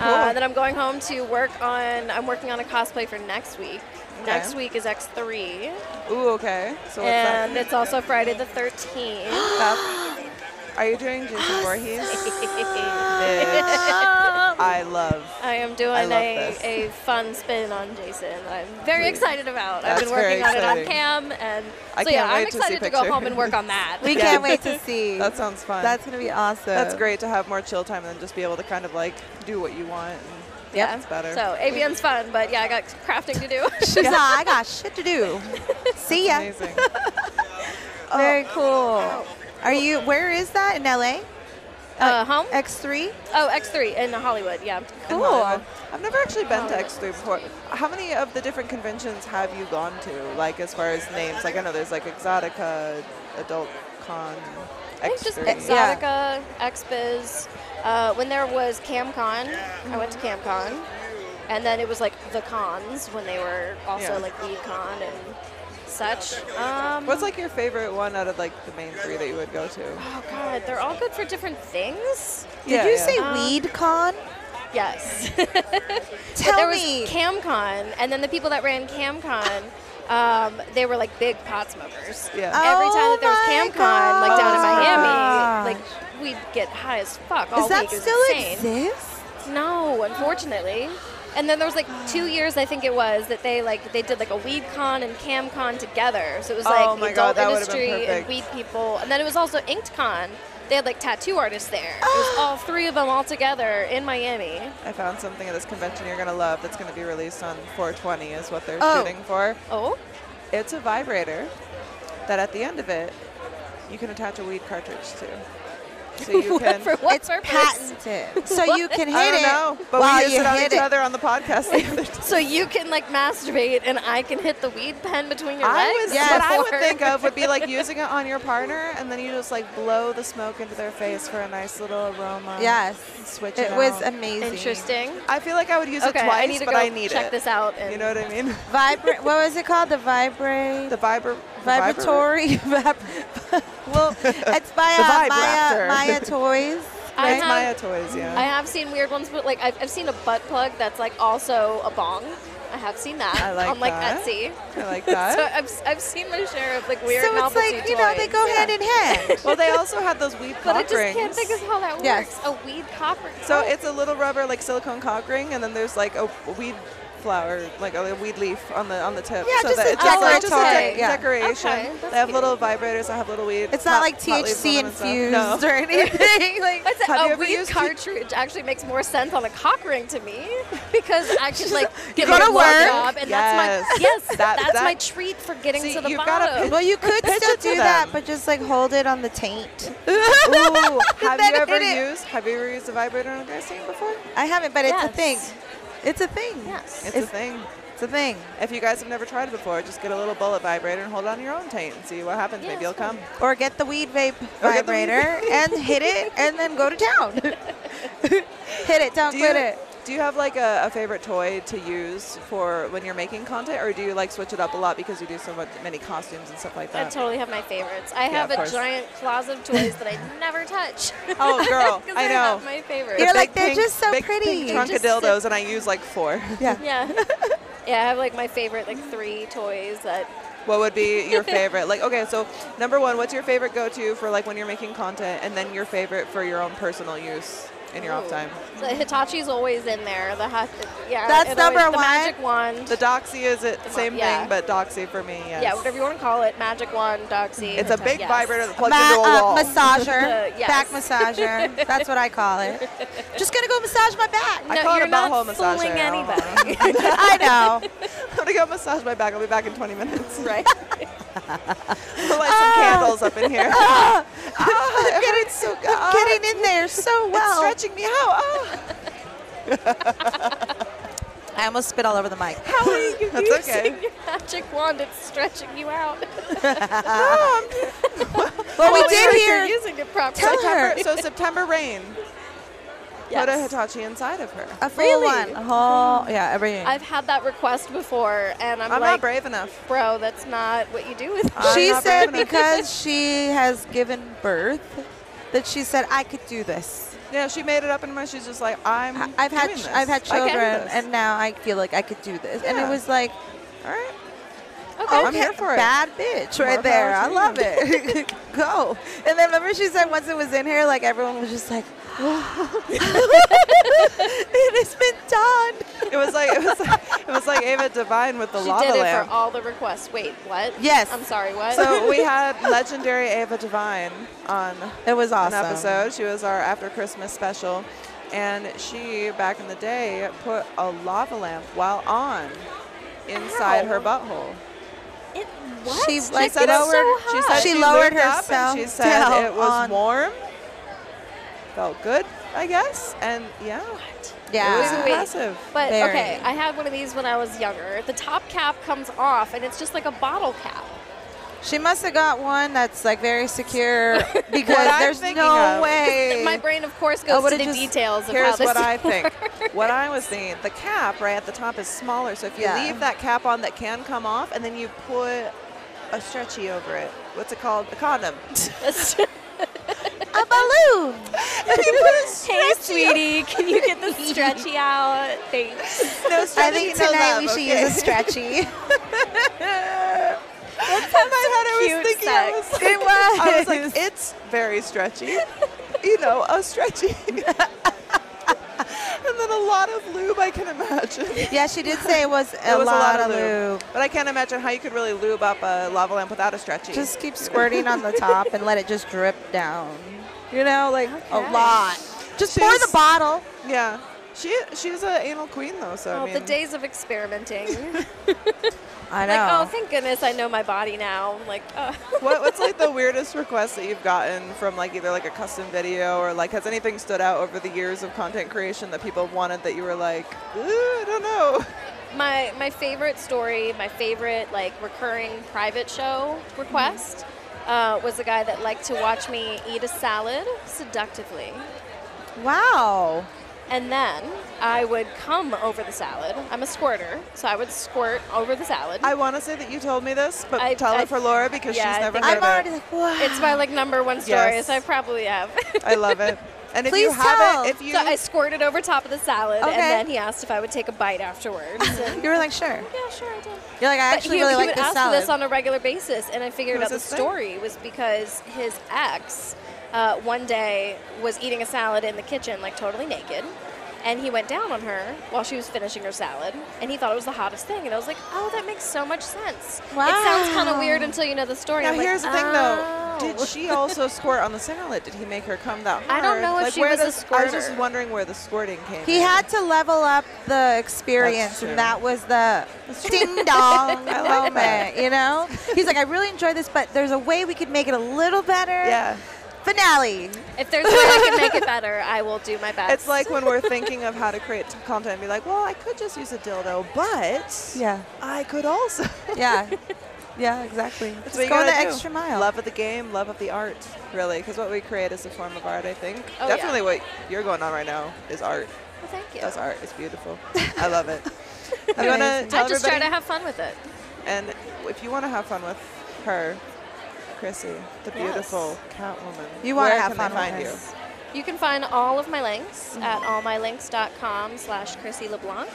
E: Uh, then I'm going home to work on. I'm working on a cosplay for next week. Next week is X3,
A: Ooh, okay. So what's that?
E: and it's also Friday the 13th.
A: Are you doing Jason Voorhees? Bitch. I love.
E: I am
A: I
E: doing
A: love
E: a,
A: this.
E: a fun spin on Jason. that I'm very excited about.
A: That's
E: I've been
A: very
E: working on it
A: exciting.
E: on cam, and
A: I
E: so yeah,
A: can't
E: I'm
A: wait to see
E: excited to, go home
A: pictures.
E: and work on that.
C: We
A: Yeah.
C: can't wait to see.
A: That sounds fun.
C: That's gonna be awesome.
A: that's great to have more chill time and just be able to kind of like do what you want. And
E: yeah,
A: it's better.
E: So ABN's fun, but yeah, I got crafting to do.
C: She's like, I got shit to do. see ya.
A: Amazing. Oh.
C: Very cool.
E: Oh.
C: Are you? Where is that in LA?
E: uh, home?
C: X3.
E: Oh, X3 in Hollywood. Yeah.
A: in
C: Cool.
A: Hollywood. I've never actually been to
E: Hollywood.
A: X3 before. How many of the different conventions have you gone to? Like as far as names, like I know there's like Exotica, Adult Con,
E: I think just
A: X3.
C: yeah.
E: Exotica, Xbiz. Uh, when there was CamCon, I went to CamCon, and then it was like the cons when they were also
A: Yeah.
E: like the con and such. Um,
A: What's like your favorite one out of like the main three that you would go to?
E: Oh God, they're all good for different things.
C: Did
A: Yeah,
C: you
A: yeah.
C: say
E: Uh,
C: Weed Con?
E: Yes.
C: Tell
E: there
C: me.
E: was CamCon, and then the people that ran CamCon, um, they were like big pot smokers.
A: Yeah.
E: Every time
C: Oh
E: that there was
C: my
E: CamCon, like down in
C: gosh.
E: Miami, like we'd get high as fuck
C: Does
E: all
C: that
E: week. It was
C: still
E: insane.
C: exist?
E: No, unfortunately. And then there was like two years, I think it was, that they like they did like a weed con and cam con together. So it was like
A: Oh my
E: the
A: God,
E: adult
A: that would've been
E: industry and
A: perfect.
E: weed people, and then it was also inked con. They had like tattoo artists there. It was all three of them all together in Miami.
A: I found something at this convention you're gonna love that's gonna be released on 420 is what they're
C: Oh.
A: shooting for.
E: Oh,
A: It's a vibrator that at the end of it you can attach a weed cartridge to. So you can.
E: for what
C: it's
E: purpose?
C: patented, so you can hit
A: I don't
C: it
A: know, but
C: while
A: we used
C: you
A: it on
C: hit
A: each
C: it.
A: other on the podcast the other day.
E: So you can like masturbate, and I can hit the weed pen between your
A: I
E: legs.
A: would,
C: Yes.
A: What I
E: Or-
A: would think of would be like using it on your partner, and then you just like blow the smoke into their face for a nice little aroma.
C: Yes,
A: switch
C: it
A: it
C: was
A: out.
C: amazing.
E: Interesting.
A: I feel like I would use
E: okay,
A: it twice,
E: I need to
A: but
E: go
A: I need
E: check
A: it.
E: this out. And
A: You know what I mean?
C: Vibra- what was it called? The vibrate.
A: The vibra.
C: vibratory. vib- well, it's by
A: The
C: uh,
A: vibraptor.
C: Maya, Maya Toys.
E: I
A: It's
E: have-
A: Maya toys, yeah.
E: I have seen weird ones, but like I've, I've seen a butt plug that's like also a bong. I have seen that
A: I like
E: on like
A: that.
E: Etsy.
A: I like
E: So
A: that.
E: I've, I've seen my share of like weird
C: so it's
E: novelty
C: like you know they
E: toys.
C: go hand in hand.
A: well, they also had those weed
E: But
A: cock
E: I just
A: rings.
E: can't think of how that works.
C: Yes.
E: A weed copper.
A: so it's a little rubber like silicone cock ring, and then there's like a weed flower, like a weed leaf on the on the tip.
C: Yeah,
A: so
C: just
A: that
C: a
A: it's just like just a
E: decorative,
A: de-
C: yeah.
A: decoration.
E: Okay, that's
A: they have
E: cute.
A: little vibrators that have little weed.
C: It's
A: pot-
C: not like
A: pot leaves
C: THC
A: on them and stuff.
C: infused
A: No.
C: or anything. like
E: What's
A: have you
E: that? Oh, A
A: ever
E: weed
A: used it?
E: cartridge actually makes more sense on a cock ring to me because I can like get
C: go
E: a
C: to
E: blow
C: work.
E: job, and that's my yes,
A: That-
E: that's
A: that-
E: my treat for getting
A: See,
E: to the
A: you've gotta
E: bottom.
C: well, you could
A: Pitch
C: still
A: it to
C: do that,
A: them.
C: but just like hold it on the taint.
A: Ooh, have
C: Then
A: you ever
C: hit it.
A: used have you ever used a vibrator on a guy's thing before?
C: I haven't, but it's a thing.
E: Yes.
C: It's a thing.
E: Yes.
A: It's, a thing.
C: It's a thing.
A: If you guys have never tried it before, just get a little bullet vibrator and hold it on your own taint and see what happens.
E: Yeah,
A: Maybe you'll
E: it's fun.
A: come.
C: Or get the weed vape
A: Or get the weed
C: vibrator and hit it and then go to town. hit it, don't
A: Do
C: quit
A: you-
C: it.
A: Do you have like a, a favorite toy to use for when you're making content, or do you like switch it up a lot because you do so much, many costumes and stuff like
E: I
A: that?
E: totally have my favorites. I have
A: of
E: a
A: course.
E: giant closet of toys that I never touch.
A: oh, girl,
E: 'Cause
A: I
E: have
A: know.
E: my favorites.
C: You're like,
A: Big
C: they're
A: pink-
C: just so
A: big pink
C: pretty.
A: trunk of
E: Just sit-
A: dildos, and I use like four.
E: yeah. yeah, I have like my favorite like three toys that
A: What would be your favorite? like, okay, so number one, what's your favorite go-to for like when you're making content, and then your favorite for your own personal use in your off
E: Ooh.
A: time?
E: The Hitachi's always in there. The hot, yeah.
C: That's
E: it always-
C: number
E: The
C: one?
E: magic wand.
A: The Doxy is it
E: mo-
A: same
E: yeah.
A: thing, but Doxy for me, yes.
E: Yeah, whatever you want to call it, magic wand, doxy.
A: It's a
E: Hitachi,
A: big
E: yes.
A: vibrator that
C: Ma-
A: plugs into a
C: uh,
A: wall.
C: massager,
E: Uh, yes.
C: back massager. That's what I call it. Just gonna go massage my back.
E: No,
A: I call it
E: you're
A: a
E: not
A: butthole massager.
E: fooling
A: I don't know.
E: anybody,
C: I know.
A: I'm gonna go massage my back. I'll be back in 20 minutes.
E: right?
A: I'm gonna light some candles up in here. ah, it hurts so good. Ah,
C: Getting in there so
A: it's
C: well.
A: stretching me out. Ah,
C: I almost spit all over the mic.
E: How are you
A: That's
E: using
A: okay.
E: your magic wand? It's stretching you out.
C: Well, we
E: Make
C: did
E: sure
C: hear.
E: you're using it properly.
C: Tell her
A: so September rain. Put a
E: Yes.
A: Hitachi inside of her.
C: a full one. A whole, yeah, everything.
E: I've had that request before, and I'm,
A: I'm
E: like,
A: not brave enough.
E: bro, that's not what you do with.
A: I'm
C: she
A: not
C: said
A: brave enough.
C: because she has given birth that she said I could do this.
A: Yeah, she made it up in her mind. She's just like, I'm.
C: Mm-hmm. I- I've had
A: doing
C: ch-
A: this.
C: I've had
A: I can do
C: children
A: this."
C: and now I feel like I could do this. And it
A: Yeah.
C: was like
A: all right.
E: Okay.
A: Oh, I'm here for it.
C: bad bitch right
A: More
C: there.
A: power
C: I
A: to
C: love
A: you.
C: it. Go. And then remember she said once it was in here, like everyone was just like, it has been done.
A: It was like it was like, it was like Ava Divine with the
E: she
A: lava
E: did it
A: lamp.
E: for all the requests. Wait, what?
C: Yes.
E: I'm sorry. What?
A: so we had legendary Ava Divine on
C: It was awesome.
A: an episode. She was our after Christmas special, and she back in the day put a lava lamp while on inside her butthole.
E: it, what?
C: She's
E: Chick,
C: like,
E: it
C: you
E: is
C: know,
E: so
C: we're-
A: She
E: hot.
A: said
C: She
A: she
C: lowered
A: looked up and She
C: herself
A: said
C: down
A: it was
C: on-
A: warm, felt good, I guess, and yeah, it was
E: Wait,
C: Yeah.
E: wait.
A: impressive.
E: But
C: Very.
E: okay, I had one of these when I was younger. The top cap comes off, and it's just like a bottle cap.
C: She must have got one that's like very secure
A: What
C: because
A: I'm
C: there's
A: thinking
C: no
A: of-
C: way.
E: My brain, of course,
C: I
E: goes to
C: would've
E: the
C: just-
E: details of how
A: Here's
E: this.
A: what I think. What I was thinking, the cap right at the top is smaller, so if you
C: Yeah.
A: leave that cap on that can come off, and then you put a stretchy over it. What's it called? A condom.
C: a balloon.
E: hey, sweetie, can you get the stretchy out? Thanks.
A: No
C: I
A: stretchy,
C: think
A: no
C: tonight
A: love,
C: we should
A: okay?
C: use a stretchy.
A: In my head, I was
E: cute
A: thinking, I was
E: sex.
A: like,
C: It was.
A: I was like, it's very stretchy. you know, a stretchy. and then a lot of lube, I can imagine. It
C: yeah, she did say it was a,
A: was
C: lot, of lube.
A: But I can't imagine how you could really lube up a lava lamp without a stretchy.
C: Just keep squirting on the top and let it just drip down. You know, like
E: Okay.
C: a lot. Just pour the
A: She's-
C: bottle.
A: yeah. She, she's an anal queen, though, so
E: Oh,
A: I mean.
E: the days of experimenting. like,
C: I know.
E: oh, thank goodness I know my body now. I'm like, oh.
A: what, what's like the weirdest request that you've gotten from like either like a custom video or like has anything stood out over the years of content creation that people wanted that you were like, "Ooh, I don't know.
E: my my favorite story, my favorite like recurring private show request uh, was a guy that liked to watch me eat a salad seductively.
C: wow.
E: And then I would come over the salad. I'm a squirter, so I would squirt over the salad.
A: I want to say that you told me this, but
E: I-
A: tell
E: I-
A: it for Laura because
E: yeah, I
A: she's never
E: think
A: heard
C: I'm
A: it.
C: already like, wow.
E: it's my like number one story,
A: Yes.
E: so I probably have.
A: I love it. And if you
C: Please tell.
A: haven't, if you
E: so I squirted over top of the salad,
C: Okay.
E: and then he asked if I would take a bite afterwards. and
C: you were like, sure.
E: yeah, sure, I did.
C: You're like, I
E: But
C: actually
E: he,
C: really
E: he
C: like
E: would
C: this
E: ask
C: salad.
E: this on a regular basis, and I figured
A: What
E: out the
A: was his name?
E: story was because his ex uh, one day was eating a salad in the kitchen, like totally naked, and he went down on her while she was finishing her salad, and he thought it was the hottest thing, and I was like, oh, that makes so much sense. It sounds kind of
C: Wow.
E: weird until you know the story.
A: now
E: I'm like,
A: here's the thing
E: "Oh."
A: though, did she also squirt on the salad? Did he make her come that hard?
E: I don't know if
A: Like,
E: she
A: where
E: was a
A: does- I was just
E: squirter.
A: wondering where the squirting came.
C: he
A: in.
C: had to level up the experience,
A: That's true.
C: and that was the ding dong
A: I love
C: moment, you know? He's like, I really enjoy this, but there's a way we could make it a little better.
A: Yeah.
C: Finale.
E: If there's a way I can make it better, I will do my best.
A: It's like when we're thinking of how to create t- content and be like, well, I could just use a dildo, but
C: Yeah.
A: I could also.
C: Yeah.
F: Yeah, exactly.
C: Just
F: what you
C: going the
F: gotta do.
C: extra mile.
F: Love of the game, love of the art, really, because what we create is a form of art. I think
E: Oh, yeah.
F: definitely what you're going on right now is art.
E: Well, thank you.
F: That's art. It's beautiful. I love it. I
C: Amazing.
F: want to tell
E: I just try
F: everybody,
E: to have fun with it.
F: and if you want to have fun with her, Chrissy, the
E: Yes.
F: beautiful Catwoman,
C: You wanna
F: where
C: have fun
F: can they
C: with
F: find you?
C: us.
E: You can find all of my links at allmylinks.com slash Chrissy LeBlanc.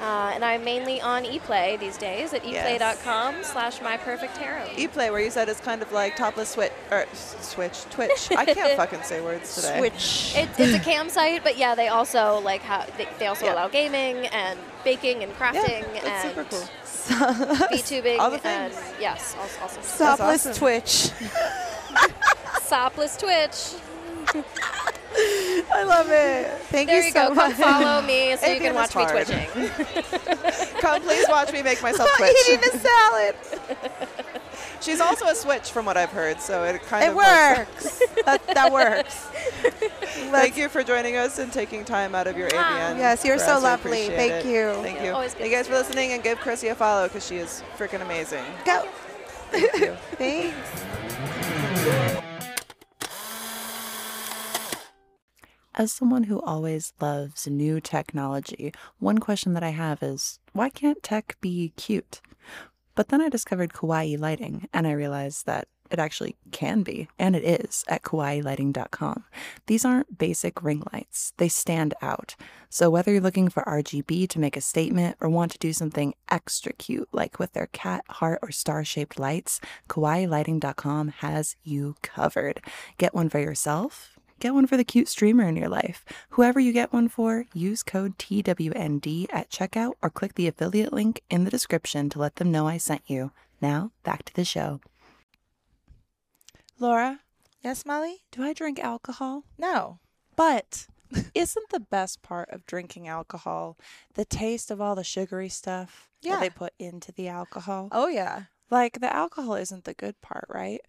E: Uh, and I'm mainly on ePlay these days at
F: Yes. E-
E: eplay.com slash myperfectharem.
F: ePlay, where you said it's kind of like topless switch or s- switch twitch. I can't fucking say words today.
C: Switch.
E: It's, it's a cam site, but yeah, they also like ha- they, they also
F: Yeah.
E: allow gaming and baking and crafting
F: that's
E: and
F: super cool.
E: VTubing
F: All the
E: and
F: things.
E: yes, also, also
C: Topless
F: awesome.
C: Twitch.
E: sopless Twitch.
C: I love it. Thank
E: There
C: you,
E: you
C: so
E: go. Come
C: much.
E: follow me so you can
F: Avian is
E: watch me
F: hard.
E: twitching.
F: Come, please watch me make myself twitch.
C: Eating the salad.
F: She's also a switch, from what I've heard. So it kind
C: It
F: of works.
C: works. that, that works.
F: Thank you for joining us and taking time out of your AVN.
C: Yes, you're
F: for
C: so
F: us. We
C: lovely.
F: appreciate
C: Thank
F: it.
C: you.
F: Thank
E: Ah. Yeah,
F: you.
E: always good
F: Thank you
E: to
F: guys for listening and give Chrissy a follow because she is freaking amazing.
C: Go.
F: Thank you.
C: Thanks.
G: As someone who always loves new technology, one question that I have is why can't tech be cute? But then I discovered Kawaii Lighting and I realized that it actually can be, and it is at kawaiilighting.com. These aren't basic ring lights, they stand out. So whether you're looking for RGB to make a statement or want to do something extra cute, like with their cat, heart, or star shaped lights, kawaiilighting.com has you covered. Get one for yourself. Get one for the cute streamer in your life. Whoever you get one for, use code TWND at checkout or click the affiliate link in the description to let them know I sent you. Now, back to the show.
F: Laura,
C: Yes, Molly?
F: do I drink alcohol?
C: No.
F: But isn't the best part of drinking alcohol the taste of all the sugary stuff
C: Yeah.
F: that they put into the alcohol?
C: Oh, yeah.
F: Like the alcohol isn't the good part, right?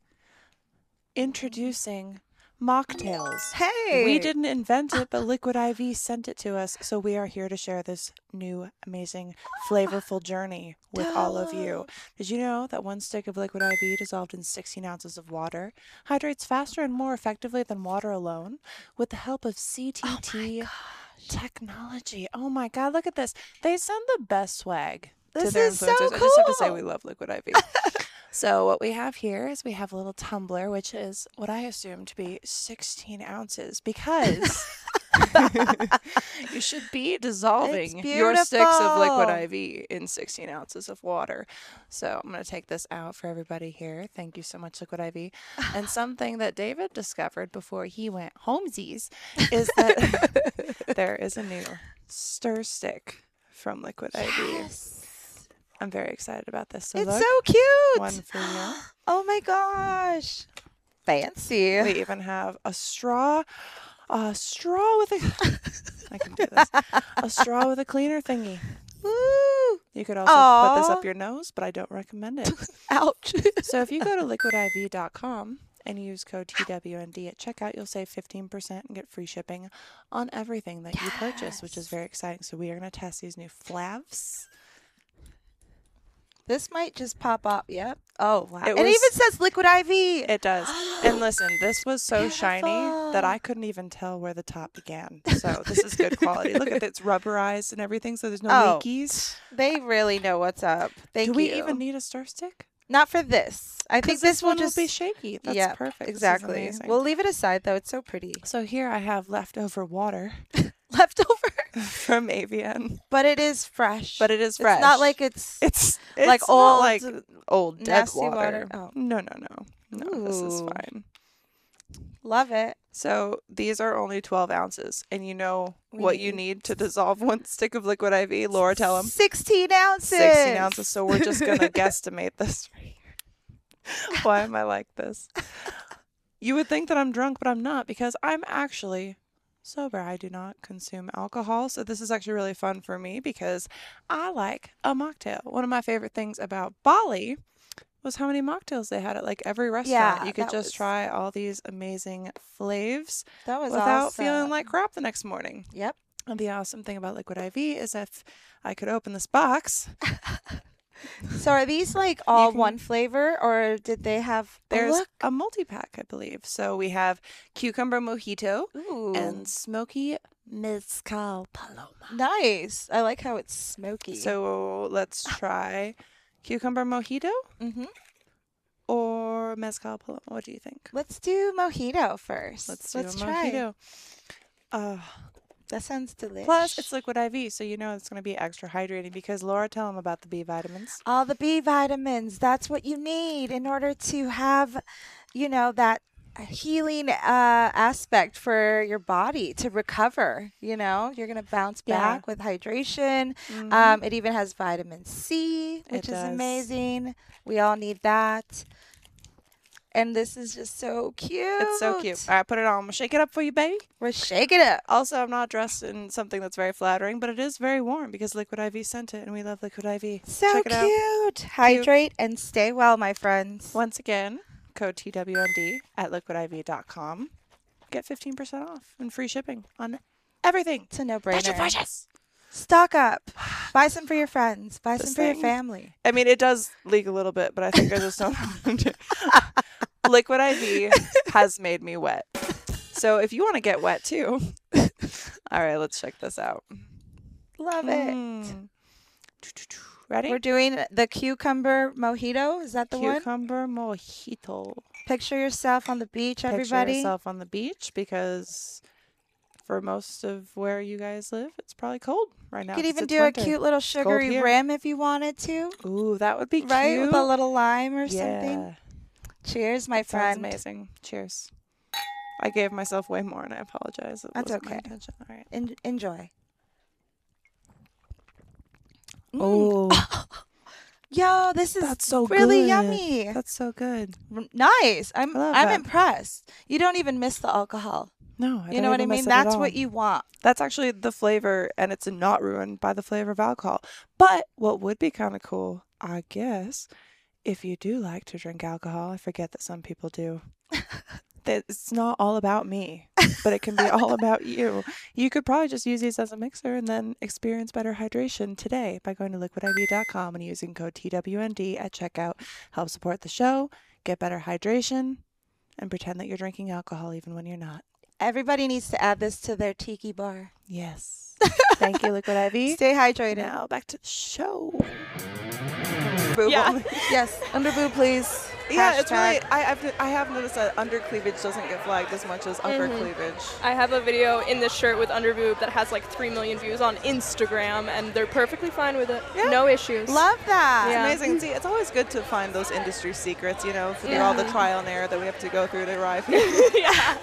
F: Introducing mocktails.
C: Hey.
F: We didn't invent it, but Liquid IV sent it to us. So we are here to share this new, amazing, flavorful journey with all of you. Did you know that one stick of Liquid IV dissolved in 16 ounces of water hydrates faster and more effectively than water alone with the help of CTT technology? Oh my God, look at this. They send the best swag. to
C: This
F: their
C: is so
F: influencers. I just have to say
C: cool.
F: we love Liquid IV. So what we have here is we have a little tumbler, which is what I assume to be 16 ounces because you should be dissolving your sticks of liquid IV in 16 ounces of water. So I'm going to take this out for everybody here. Thank you so much, Liquid IV. And something that David discovered before he went homesies is that there is a new stir stick from Liquid IV. I'm very excited about this. So
C: It's
F: look,
C: so cute.
F: one for you.
C: Oh, my gosh. Fancy.
F: We even have a straw, a straw with a. I can do this. A straw with a cleaner thingy.
C: Woo.
F: You could also put this
C: Aw.
F: up your nose, but I don't recommend it.
C: Ouch.
F: so if you go to liquidiv.com and use code TWND at checkout, you'll save 15% and get free shipping on everything that you purchase, which is very exciting. So we are going to test these new flavs.
C: this might just pop up. Yep. Oh, wow.
F: It
C: It,
F: was-
C: even says liquid IV.
F: It does. and listen, this was so shiny that I couldn't even tell where the top began. So this is good quality. Look at it, it's rubberized and everything, so there's no
C: Oh.
F: leakies.
C: they really know what's up. Thank
F: Do
C: you.
F: we even need a stir stick?
C: Not for this. I think
F: 'Cause
C: this, will
F: one
C: just
F: will be shaky. That's
C: yeah,
F: perfect. This is
C: Exactly.
F: amazing.
C: We'll leave it aside though. It's so pretty.
F: so here I have leftover water
C: Leftover.
F: from AVN,
C: but it is fresh.
F: but it is fresh.
C: It's not like it's
F: it's, it's
C: like
F: not
C: old,
F: like old dead
C: nasty water. Oh.
F: No, no, no, no. This is
C: Ooh.
F: fine.
C: love it.
F: So these are only 12 ounces, and you know what you need to dissolve one stick of liquid IV. Laura, tell them.
C: 16 ounces.
F: 16 ounces. So we're just going to guesstimate this. right here. Why am I like this? You would think that I'm drunk, but I'm not because I'm actually sober. I do not consume alcohol. So this is actually really fun for me because I like a mocktail. One of my favorite things about Bali was how many mocktails they had at like every restaurant.
C: Yeah,
F: you could
C: that
F: just
C: was-
F: try all these amazing flaves
C: That was
F: without
C: awesome.
F: feeling like crap the next morning.
C: Yep.
F: And the awesome thing about Liquid IV is if I could open this box,
C: So are these like all one flavor, or did they have?
F: There's
C: look.
F: a multi pack, I believe. So we have cucumber mojito
C: Ooh,
F: and smoky mezcal paloma.
C: nice. I like how it's smoky.
F: So let's
C: Ah.
F: try cucumber mojito
C: Mhm.
F: or mezcal paloma. What do you think?
C: let's do mojito first.
F: Let's do a mojito. Uh,
C: That sounds delicious.
F: plus, it's liquid IV, so you know it's going to be extra hydrating because Laura, tell them about the B vitamins.
C: all the B vitamins. That's what you need in order to have, you know, that healing uh, aspect for your body to recover. You know, you're gonna bounce
F: Yeah. Mm-hmm.
C: back with hydration. Um, it even has vitamin C, which is
F: does.
C: amazing. We all need that. And this is just so cute.
F: It's so cute. All right, put it on. We'll shake it up for you, baby.
C: We're shaking it.
F: Also, I'm not dressed in something that's very flattering, but it is very warm because Liquid IV sent it, and we love Liquid IV.
C: So
F: Check it
C: cute.
F: out.
C: Hydrate and stay well, my friends.
F: Once again, code TWMD at liquidiv.com. Get 15% off and free shipping on everything.
C: It's a no-brainer.
F: Yes.
C: Stock up. Buy some for your friends. Buy
F: This
C: some for your
F: thing-
C: family.
F: I mean, it does leak a little bit, but I think I just don't know what I'm doing. Liquid IV has made me wet. So if you want to get wet too, all right, let's check this out.
C: Love it.
F: Mm. Ready?
C: We're doing the cucumber mojito. Is that the one?
F: Cucumber mojito.
C: Picture yourself on the beach, everybody.
F: Picture yourself on the beach because for most of where you guys live, it's probably cold right now.
C: You could
F: 'cause
C: even
F: it's
C: do
F: winter.
C: a cute little sugary
F: here.
C: rim if you wanted to,
F: Ooh, that would be
C: right?
F: cute.
C: With a little lime or
F: yeah.
C: something. Cheers, my
F: Sounds
C: friend.
F: amazing. Cheers. I gave myself way more, and I apologize. It
C: That's
F: wasn't my
C: okay.
F: intention. All right.
C: En- enjoy. Mm.
F: Oh,
C: Yo, this is
F: That's so
C: really
F: good.
C: yummy.
F: that's so good.
C: R- nice. I'm
F: I love
C: I'm
F: that.
C: impressed. You don't even miss the alcohol.
F: No, I
C: you know what I mean? That's what you want.
F: That's actually the flavor, and it's not ruined by the flavor of alcohol. But what would be kind of cool, I guess, if you do like to drink alcohol, I forget that some people do. that it's not all about me, but it can be all about you. You could probably just use these as a mixer and then experience better hydration today by going to liquidiv.com and using code TWND at checkout. Help support the show, get better hydration, and pretend that you're drinking alcohol even when you're not.
C: Everybody needs to add this to their tiki bar.
F: Yes. Thank you, Liquid IV.
C: Stay hydrated.
F: Now back to the show.
C: Boob
F: Yeah.
C: only. yes, under boob, please.
A: Yeah, it's
C: Hashtag.
A: really. I, I've, I have noticed that under cleavage doesn't get flagged as much as
E: Mm-hmm.
A: upper cleavage.
H: I have a video in this shirt with underboob that has like 3 million views on Instagram, and they're perfectly fine with it. No issues.
C: Love that.
H: Yeah.
A: Amazing. See, it's always good to find those industry secrets, you know, through all the trial and error that we have to go through to arrive here.
H: yeah.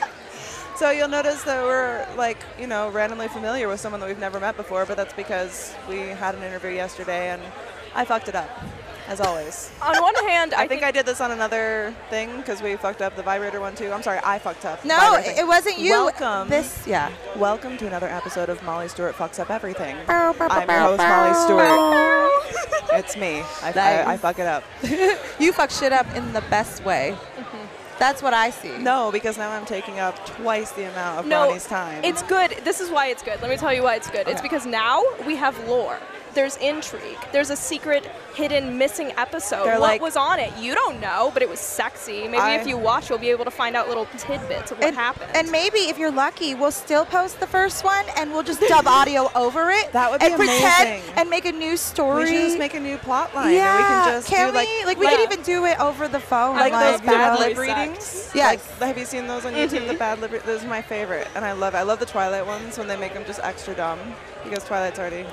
A: so you'll notice that we're like, you know, randomly familiar with someone that we've never met before, but that's because we had an interview yesterday and I fucked it up, as always.
H: on one hand,
A: I,
H: I,
A: think, I did this on another thing because we fucked up the vibrator one too. I'm sorry, I fucked up. the
C: No,
A: vibrator
C: it,
A: thing.
C: it wasn't you.
A: Welcome.
C: This, yeah.
A: Welcome to another episode of Molly Stewart fucks up everything.
C: Bow, bow,
A: I'm your
C: bow,
A: host Molly Stewart. It's me. I, I, I
C: Nice.
A: fuck it up.
C: You fuck shit up in the best way. That's what I see.
A: Mm-hmm. No, because now I'm taking up twice the amount of
H: no,
A: Ronnie's time.
H: it's good. This is why it's good. Let me tell you why it's good. It's because now we have lore. There's intrigue. There's a secret, hidden, missing episode.
A: They're
H: what
A: like-
H: was on it? You don't know, but it was sexy. Maybe
A: I-
H: if you watch, you'll be able to find out little tidbits of what
C: And,
H: happened.
C: and maybe if you're lucky, we'll still post the first one and we'll just dub audio over it.
A: That would be
C: and pretend
A: amazing.
C: and make a new story.
A: we should just make a new plot line.
C: yeah.
A: And we can just
C: Can
A: do
C: we?
A: like,
C: we
H: like-
C: could even do it over the phone.
A: like
H: like
A: those
H: you know,
A: bad
H: voice
A: lip readings.
H: acts.
C: Yes.
A: Like, have you seen those on YouTube? The bad lip. re- Those are my favorite, and I love. It. I love the Twilight ones when they make them just extra dumb because Twilight's already.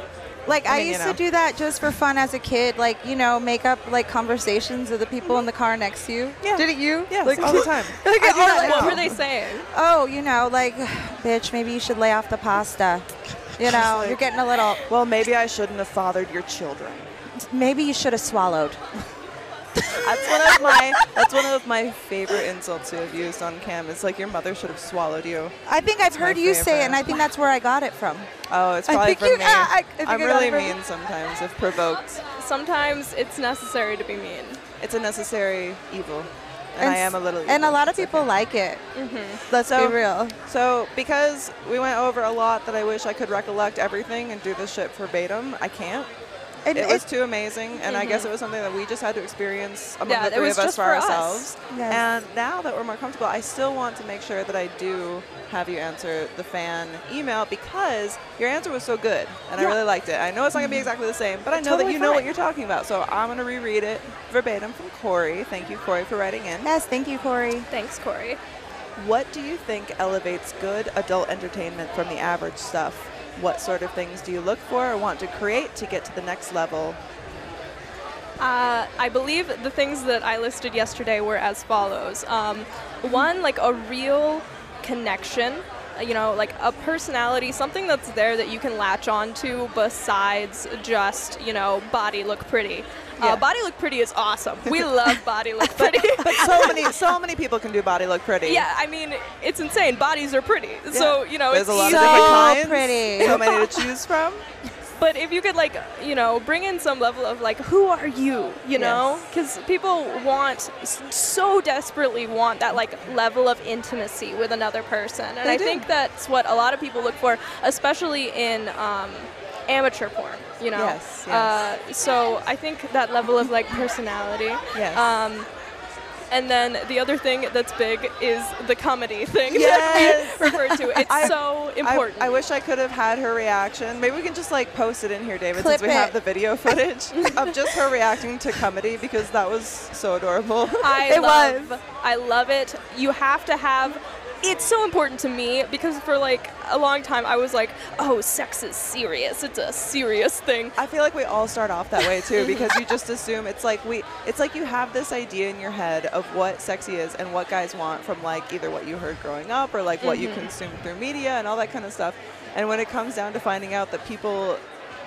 C: Like
A: I
C: I,
A: mean, you
C: used
A: know.
C: to do that just for fun as a kid. Like you know, make up like conversations of the people in the car next to you.
A: Yeah.
C: Didn't you?
A: Yes,
C: Like,
A: all the time.
C: Like,
H: I do
C: all
H: that
C: like,
H: what were they saying?
C: Oh, you know, like, bitch, maybe you should lay off the pasta. You know, you're getting a little.
A: Well, maybe I shouldn't have fathered your children.
C: Maybe you should have swallowed.
A: That's one of my. that's one of my favorite insults to have used on cam. It's like your mother should have swallowed you.
C: I think I've
A: my
C: heard you say it, and
A: favorite.
C: I think that's where I got it from.
A: Oh, it's
C: I
A: probably
C: think
A: from
C: you-
A: me.
C: yeah, I- I think I
A: am
C: got it
A: really
C: from you.
A: mean sometimes if provoked.
H: Sometimes it's necessary to be mean.
A: It's a necessary evil, and, I am a little.
C: And a
A: evil.
C: lot
A: It's
C: of
A: okay. Mm-hmm.
C: people like it.
A: Let's
C: Be real.
A: So, because we went over a lot that I wish I could recollect everything and do this shit verbatim, I can't.
C: And
A: it
C: it-
A: was too amazing, and I guess it was something that we just had to experience among
H: Mm-hmm. Yeah,
A: the
H: it
A: three
H: was
A: of us
H: just
A: for
H: for us.
A: ourselves.
C: Yes.
A: And now that we're more comfortable, I still want to make sure that I do have you answer the fan email because your answer was so good, and I really liked it. I know it's not gonna be
H: Mm-hmm.
A: exactly the same, but I know that
C: totally
A: you know what
C: fine.
A: you're talking about. So I'm gonna reread it verbatim from Corey. Thank you, Corey, for writing in.
C: Yes, thank you, Corey.
H: Thanks, Corey.
A: What do you think elevates good adult entertainment from the average stuff? What sort of things do you look for or want to create to get to the next level?
H: Uh, I believe the things that I listed yesterday were as follows. Um, one, like a real connection, uh, you know, like a personality, something that's there that you can latch on to besides just, you know, body look pretty. Uh, body look pretty is awesome. We love body look pretty.
A: But so many, so many people can do body look pretty.
H: yeah, I mean, it's insane. Bodies are pretty. So, you know,
A: There's
H: it's
A: a lot
H: easy.
A: of different
C: So
A: kinds.
C: pretty.
A: So many to choose from.
H: But if you could like, you know, bring in some level of like, who are you? You know, because people want s- so desperately want that like level of intimacy with another person, and I think that's what a lot of people look for, especially in um, amateur porn. You know,
A: Yes, yes.
H: Uh, so I think that level of like personality.
A: Yes.
H: Um, and then the other thing that's big is the comedy thing
A: Yes.
H: that we referred to. It's
A: I-
H: so
A: I-
H: important.
A: I, wish I could have had her reaction. Maybe we can just like post it in here, David,
C: Clip
A: since we
C: it.
A: have the video footage of just her reacting to comedy because that was so adorable.
H: I
C: It
H: love,
C: was.
H: I love it. You have to have. It's so important to me because for like a long time I was like, oh, sex is serious. It's a serious thing.
A: I feel like we all start off that way too because you just assume it's like we it's like you have this idea in your head of what sexy is and what guys want from like either what you heard growing up or like what you
H: Mm-hmm.
A: consumed through media and all that kind of stuff. And when it comes down to finding out that people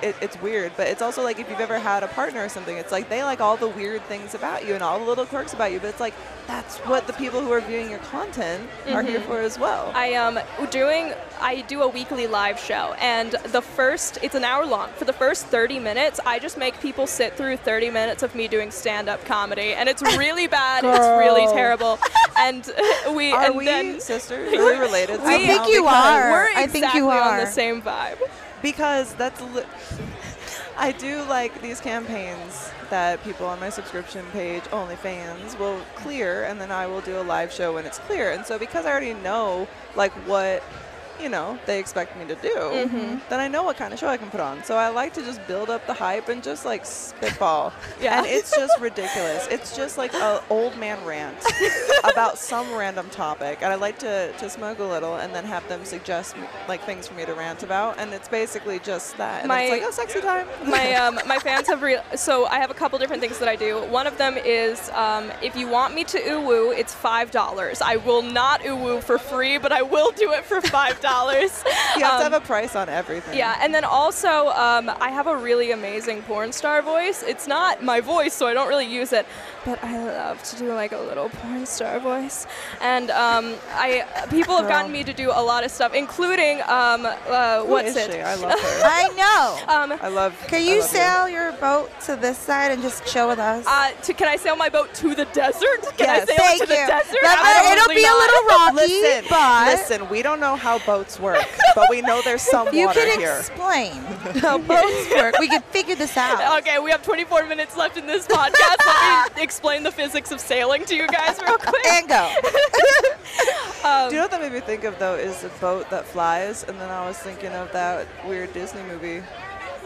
A: it, it's weird, but it's also like if you've ever had a partner or something, it's like they like all the weird things about you and all the little quirks about you, but it's like that's what the people who are viewing your content are
H: Mm-hmm.
A: here for as well.
H: I am doing I do a weekly live show and the first it's an hour long. For the first 30 minutes, I just make people sit through 30 minutes of me doing stand-up comedy and it's really bad. it's really terrible. And we
A: are
H: and
A: we
H: then
A: sisters? Are we related?
H: I
A: somehow?
C: think you
A: Because-
C: are.
H: we're
C: I
H: exactly
C: think you
H: on
C: are.
H: the same vibe.
A: because that's li- I do like these campaigns that people on my subscription page, OnlyFans, will clear, and then I will do a live show when it's clear. And so because I already know like what you know they expect me to do,
H: Mm-hmm.
A: then I know what kind of show I can put on. So I like to just build up the hype and just like spitball.
H: Yeah.
A: And it's just ridiculous. It's just like an old man rant about some random topic, and I like to, to smoke a little and then have them suggest like things for me to rant about, and it's basically just that. And then
H: My-
A: it's like, oh, sexy time.
H: my um, my fans have real. So I have a couple different things that I do. One of them is um, if you want me to uwu, it's five dollars. I will not uwu for free, but I will do it for five dollars.
A: you have to have a price on everything.
H: Um, Yeah, and then also um, I have a really amazing porn star voice. It's not my voice, so I don't really use it, but I love to do like a little porn star voice. And um, I people have gotten me to do a lot of stuff, including um, uh,
A: Who
H: what's
A: is she?
H: it?
A: I love her.
C: I know.
H: Um,
A: I love.
C: Can
A: I
C: you
A: love
C: sail your boat to this side and just chill with us?
H: Uh, to, can I sail my boat to the desert? Can I
A: Yes.
H: sail
C: Thank
H: it to
C: you.
H: the desert?
C: Let me- it'll
H: Absolutely
C: be a
H: not.
C: little rocky,
A: Listen,
C: but
A: listen. We don't know how boats work, but we know there's some
C: you
A: water
C: can
A: here.
C: explain how boats work. We can figure this
A: Oh,
C: out.
H: Okay, we have 24 minutes left in this podcast. Let me explain the physics of sailing to you guys real quick.
C: And go.
A: Do you know what that made me think of though is a boat that flies, and then I was thinking of that weird Disney movie.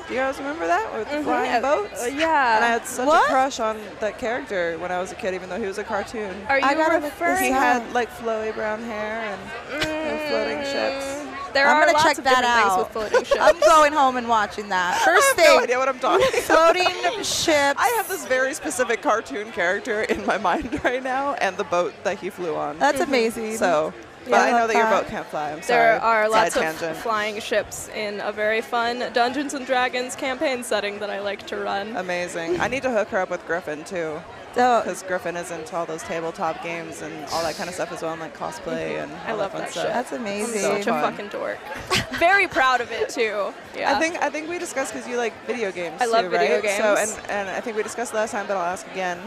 A: Do you guys remember that with the flying boats?
H: Uh, Mm-hmm. yeah.
A: And I had such
C: What?
A: a crush on that character when I was a kid, even though he was a cartoon.
H: Are you
C: I gotta
H: ref-
C: first.
A: he had like flowy brown hair and little floating ships.
H: Mm, There
C: I'm
H: are
C: gonna
H: lots
C: check
H: of
C: that
H: different
C: out.
H: things with floating ships.
C: I'm going home and watching that. First
A: I have no
C: thing,
A: idea what I'm talking.
C: floating ships.
A: I have this very specific cartoon character in my mind right now, and the boat that he flew on.
C: That's amazing.
A: so. But
C: Yeah,
A: I know that your
C: that-
A: boat can't fly. I'm sorry.
H: There are lots
A: Side
H: of
A: tangent.
H: flying ships in a very fun Dungeons and Dragons campaign setting that I like to run.
A: Amazing. I need to hook her up with Griffin too.
C: So,
A: because Griffin is into all those tabletop games and all that kind of stuff as well, and like cosplay and
H: Mm-hmm. I
A: all
H: love
A: fun
H: that
A: stuff.
H: shit.
C: that's amazing.
A: so
H: Such a
A: fun.
H: fucking dork. Very proud of it too. Yeah.
A: I think I think we discussed because you like video games.
H: I love
A: too,
H: video
A: right? So
H: games.
A: and and I think we discussed last time, but I'll ask again.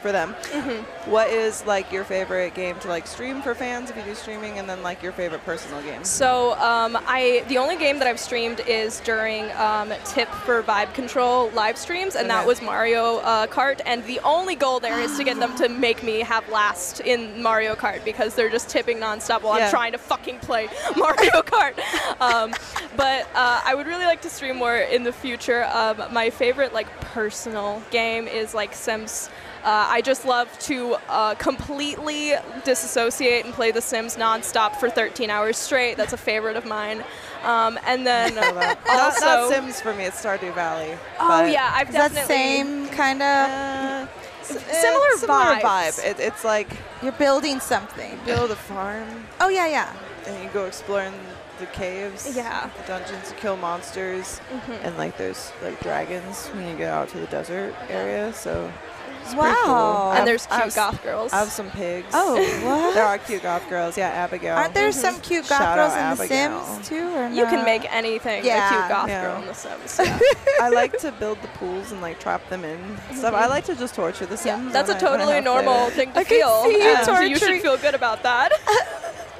A: for them.
H: Mm-hmm.
A: What is like your favorite game to like stream for fans if you do streaming, and then like your favorite personal game?
H: So um, I the only game that I've streamed is during um, Tip for Vibe Control live streams, and that
A: Okay.
H: was Mario uh, Kart. And the only goal there is to get them to make me have last in Mario Kart because they're just tipping nonstop while
A: Yeah.
H: I'm trying to fucking play Mario Kart. Um, but uh, I would really like to stream more in the future. Um, my favorite like personal game is like Sims. Uh, I just love to uh, completely disassociate and play The Sims nonstop for 13 hours straight. That's a favorite of mine. Um, and then also,
A: not, not Sims for me. It's Stardew Valley.
H: oh
A: but-
H: yeah, I've
C: Is that
H: definitely
C: same kind of?
A: Uh, s- eh,
H: similar vibes.
A: vibe. It, it's like
C: You're building something.
A: build a farm
C: Oh yeah, yeah.
A: and you go exploring the caves,
H: Yeah. Mm-hmm.
A: the dungeons to kill monsters, and like there's like dragons when you get out to the desert area. So it's pretty cool. I
C: Wow.
A: have-
H: and there's
A: I
H: cute
A: have s-
H: goth girls.
A: I have some pigs.
C: Oh, what?
A: there are cute goth girls. Yeah, Abigail.
C: Aren't there some cute goth
A: Shout
C: girls in
A: out Abigail.
C: The Sims too? Or
H: you
C: no?
H: can make anything a
C: Yeah.
H: cute goth
A: Yeah.
H: girl in The Sims. Yeah.
A: Mm-hmm. I like to build the pools and like trap them in and stuff. I like to just torture the Sims.
H: Mm-hmm. That's a
A: when I- when I
H: totally
A: have played
H: normal
A: it.
H: thing to
C: I can
H: feel.
C: see you
H: and so you should
C: torturing-
H: feel good about that.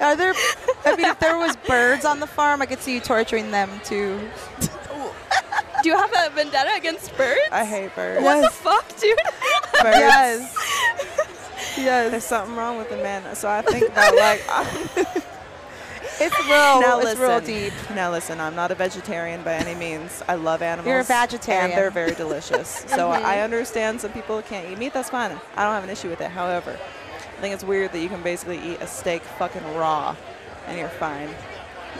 C: Are there? I mean, if there was birds on the farm, I could see you torturing them too.
H: Do you have a vendetta against birds?
A: I hate birds.
H: What the fuck, dude?
A: Birds.
C: Yes.
A: yes. There's something wrong with the man. So I think about like
C: It's real.
A: now
C: Oh, it's
A: listen.
C: real deep.
A: Now listen, I'm not a vegetarian by any means. I love animals.
C: You're a vegetarian. Mm-hmm.
A: And they're very delicious. so I I understand some people can't eat meat. That's fine. I don't have an issue with it. However, I think it's weird that you can basically eat a steak fucking raw and you're fine.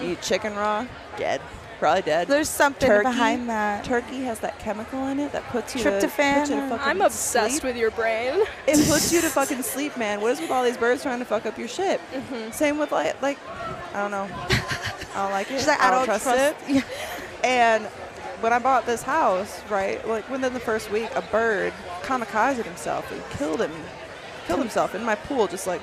A: You eat chicken raw, dead. Probably dead.
C: There's something
A: Turkey.
C: behind that.
A: Turkey has that chemical in it that puts you to,
C: Tryptophan
A: puts you to
C: or-
A: fucking
H: I'm obsessed
A: sleep.
H: with your brain.
A: It puts you to fucking sleep, man. What is with all these birds trying to fuck up your shit?
C: Mm-hmm.
A: Same with like, like, I don't know. I don't like it.
C: She's like, I don't trust-
A: it. And when I bought this house, right, like within the first week, a bird kamikazed himself and killed him, killed himself in my pool, just like,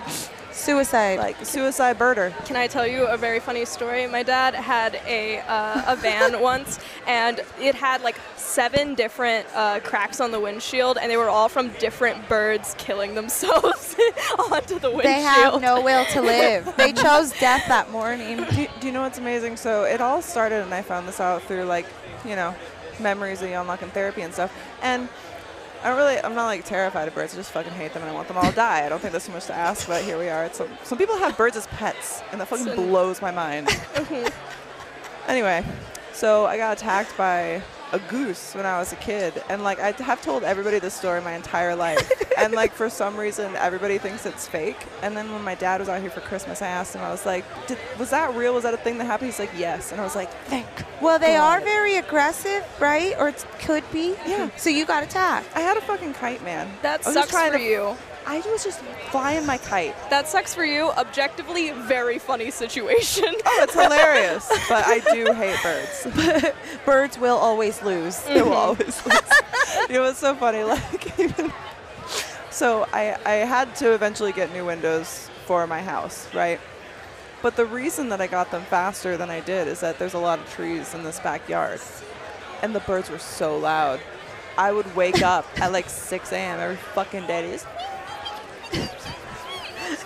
C: Suicide.
A: like suicide birder.
H: Can I tell you a very funny story? My dad had a uh, a van once, and it had like seven different uh, cracks on the windshield, and they were all from different birds killing themselves onto the windshield.
C: they have no will to live. they chose death that morning.
A: do, do you know what's amazing? So it all started, and I found this out through like, you know, memories that you unlock in therapy and stuff. And I don't really, I'm not like terrified of birds. I just fucking hate them, and I want them all to die. I don't think there's so much to ask, but here we are. It's some, some people have birds as pets, and that fucking blows my mind.
C: Mm-hmm.
A: anyway, so I got attacked by a goose when I was a kid, and like I have told everybody this story my entire life, and like for some reason everybody thinks it's fake. And then when my dad was out here for Christmas, I asked him, I was like, Did, "Was that real? Was that a thing that happened?" He's like, "Yes," and I was like, "Thank."
C: Well, they are
A: God.
C: very aggressive, right? Or it could be.
A: Yeah.
C: So you got attacked.
A: I had a fucking kite, man.
H: That
A: I was
H: sucks
A: just trying
H: for
A: to,
H: you.
A: I was just flying my kite.
H: That sucks for you. Objectively, very funny situation.
A: Oh, it's hilarious, but I do hate birds.
C: Birds will always lose.
A: It will always lose. you know what's so funny? Like, even so, I, I had to eventually get new windows for my house, right? But the reason that I got them faster than I did is that there's a lot of trees in this backyard, and the birds were so loud. I would wake up at like 6 a.m. every fucking day. to Just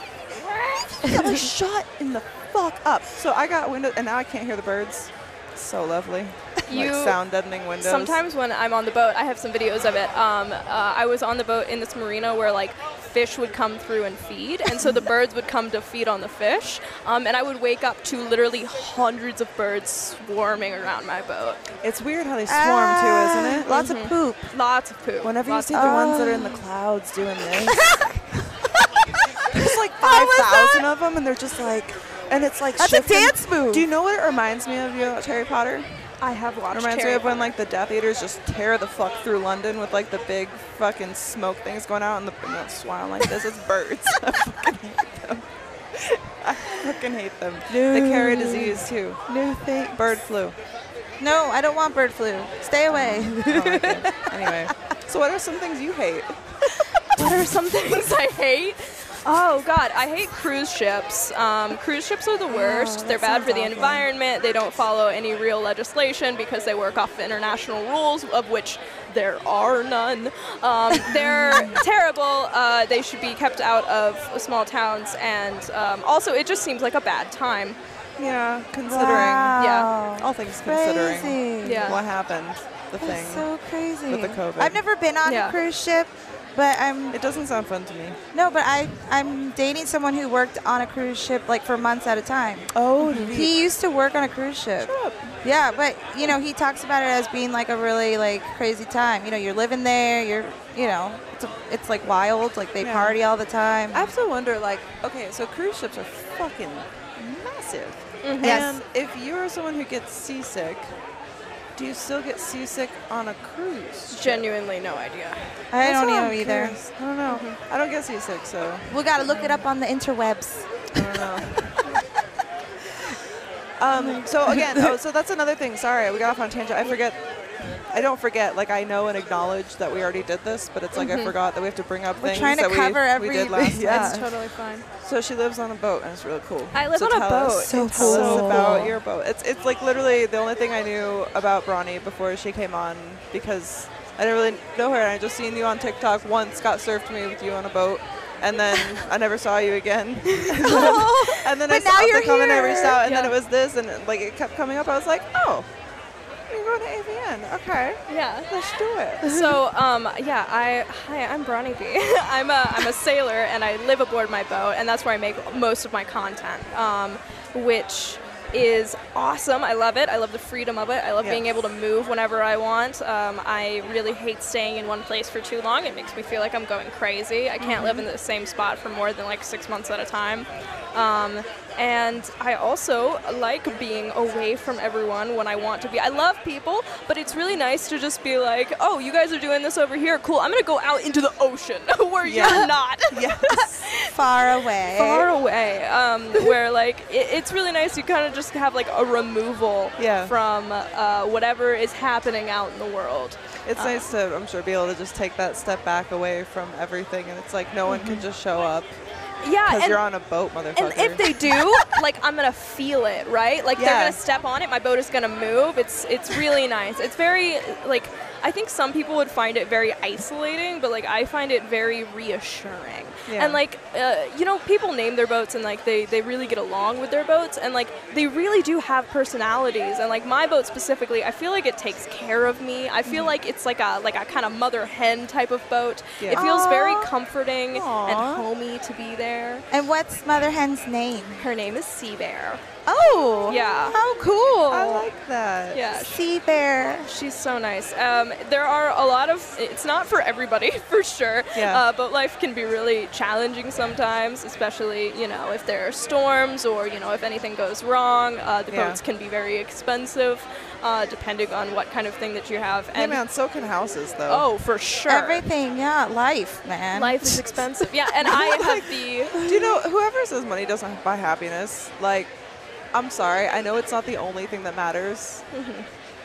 A: I'm like, shut in the fuck up. So I got windows, and now I can't hear the birds. So lovely.
H: You-
A: like sound deadening windows.
H: Sometimes when I'm on the boat, I have some videos of it. Um, uh, I was on the boat in this marina where like fish would come through and feed, and so the birds would come to feed on the fish. Um, and I would wake up to literally hundreds of birds swarming around my boat.
A: It's weird how they swarm too,
C: Ah, Ah.
A: isn't it?
C: Lots of poop.
H: Lots of poop.
A: Whenever
H: lots
A: you
H: of
A: see the ones that are in the clouds doing this, there's like five thousand of them, and they're just like, and it's like
C: That's a
A: shifting.
C: dance move.
A: Do you know what it reminds me of? You know, Harry Potter.
H: poop. I have
A: It
H: watched
A: reminds
H: Harry
A: me of when
H: Potter.
A: like the Death Eaters just tear the fuck through London with like the big fucking smoke things going out, and the and that swan like this is birds. I fucking hate them. I fucking hate them. They carry disease too.
C: No thanks.
A: Bird flu.
C: No, I don't want bird flu. Stay away.
A: I don't like it. Anyway, so what are some things you hate?
H: what are some things I hate? Oh God, I hate cruise ships. Um, cruise ships are the worst. They're bad for the environment. They don't follow any real legislation because they work off international rules, of which there are none. Um, they're terrible. Uh, they should be kept out of small towns, and um, also it just seems like a bad time.
A: Yeah, considering.
H: yeah.
C: Wow.
A: All things considering
C: Crazy.
H: Yeah.
A: what happened, the thing.
C: That's so crazy.
A: with the COVID.
C: I've never been on
H: Yeah.
C: a cruise ship, but I'm
A: it doesn't sound fun to me.
C: no, but I I'm dating someone who worked on a cruise ship like for months at a time.
A: Oh,
C: Mhm. He used to work on a cruise ship. Yeah, but you know, he talks about it as being like a really like crazy time. You know, you're living there, you're you know, it's, it's like wild, like they
A: Yeah.
C: party all the time.
A: I have to wonder, like, okay, so cruise ships are fucking massive. And
C: Mm-hmm. Yes.
A: if you're someone who gets seasick, do you still get seasick on a cruise?
H: Genuinely, no idea.
C: I
A: That's
C: don't
A: what
C: know
A: I'm
C: either.
A: curious. I don't know. Mm-hmm. I don't get seasick, so
C: We gotta look it up on the interwebs.
A: Um, so again, oh, so that's another thing. Sorry, we got off on a tangent. I forget. I don't forget. Like I know and acknowledge that we already did this, but it's like I forgot that we have to bring up
C: Mm-hmm. We're
A: things
C: trying to
A: that
C: cover
A: we,
C: every-
A: we did last
C: Yeah.
A: time.
H: totally fine.
A: So she lives on a boat, and it's really cool.
H: I live
A: So
H: on a
A: tell us-
H: boat.
A: so
H: It's
A: tell us
H: so
A: about
H: cool.
A: your boat. It's it's like literally the only thing I knew about Bronny before she came on because I didn't really know her. and I just seen you on TikTok once. Scott surfed me with you on a boat. And then I never saw you again. And then, and then I
C: but now
A: saw
C: you're
A: the comment I
C: here.
A: reached out, and then
H: Yeah.
A: it was this, and like it kept coming up. I was like, oh, you're going to AVN. Okay,
H: Yeah.
A: let's do it.
H: So, um, yeah, I hi, I'm Bronny B. I'm a I'm a sailor, and I live aboard my boat, and that's where I make most of my content, um, which is awesome. I love it. I love the freedom of it. I love being
A: Yes.
H: able to move whenever I want. Um, I really hate staying in one place for too long. It makes me feel like I'm going crazy. I can't live in the same spot for more than like six months at a time. Um, and I also like being away from everyone when I want to be. I love people, but it's really nice to just be like, oh, you guys are doing this over here. Cool. I'm going to go out into the ocean where you're not.
C: Far away.
H: Far away, um, where like it, it's really nice. You kind of just have like a removal
A: Yeah.
H: from uh, whatever is happening out in the world.
A: It's nice to, I'm sure, be able to just take that step back away from everything, and it's like no one
H: Mm-hmm.
A: can just show up
H: Yeah,
A: because
H: and
A: you're on a boat, motherfucker.
H: And if they do, like I'm gonna feel it, right? Like they're
A: Yeah.
H: gonna step on it. My boat is gonna move. It's it's really nice. It's very like I think some people would find it very isolating, but like I find it very reassuring.
A: Yeah.
H: And like uh, you know, people name their boats and like they they really get along with their boats, and like they really do have personalities. And like my boat specifically, I feel like it takes care of me. I feel like it's like a like a kind of mother hen type of boat.
A: Yeah.
H: It feels very
C: Aw.
H: comforting
C: Aw.
H: and homey to be there.
C: And what's Mother Hen's name?
H: Her name is Sea Bear.
C: Oh.
H: Yeah.
C: How cool.
A: I like that.
H: Yeah, sh-
C: Sea Bear.
H: she's so nice. Um, there are a lot of. It's not for everybody, for sure.
A: Yeah.
H: Uh, boat life can be really challenging sometimes, especially you know if there are storms or you know if anything goes wrong. Uh, the
A: Yeah.
H: boats can be very expensive, uh, depending on what kind of thing that you have.
A: Hey
H: And
A: man, so can houses though.
H: oh, for sure.
C: Everything. Yeah. Life, man.
H: Life is expensive. Yeah, and I have the.
A: Do you know whoever says money doesn't buy happiness? Like, I'm sorry, I know it's not the only thing that matters,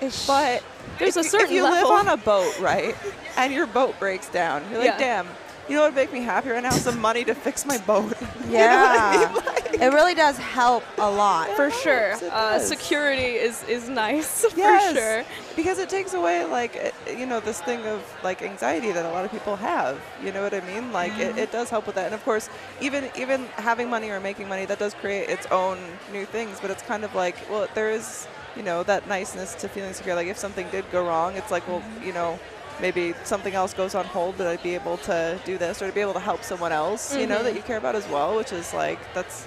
C: Ish.
A: but
H: There's
A: if,
H: a
A: you-
H: certain
A: if you
H: level.
A: live on a boat, right, and your boat breaks down, you're like,
H: Yeah.
A: damn, you know what would make me happy right now? Some money to fix my boat.
C: Yeah. it really does help a lot.
H: For sure,
A: it
H: uh,
A: does.
H: security is is nice.
A: yes,
H: For sure.
A: because it takes away like it, you know this thing of like anxiety that a lot of people have. You know what I mean? Like it, it does help with that. And of course, even even having money or making money that does create its own new things. But it's kind of like well, there is you know that niceness to feeling secure. Like if something did go wrong, it's like well, you know. Maybe something else goes on hold, but I'd be able to do this or to be able to help someone else, you know, that you care about as well, which is like, that's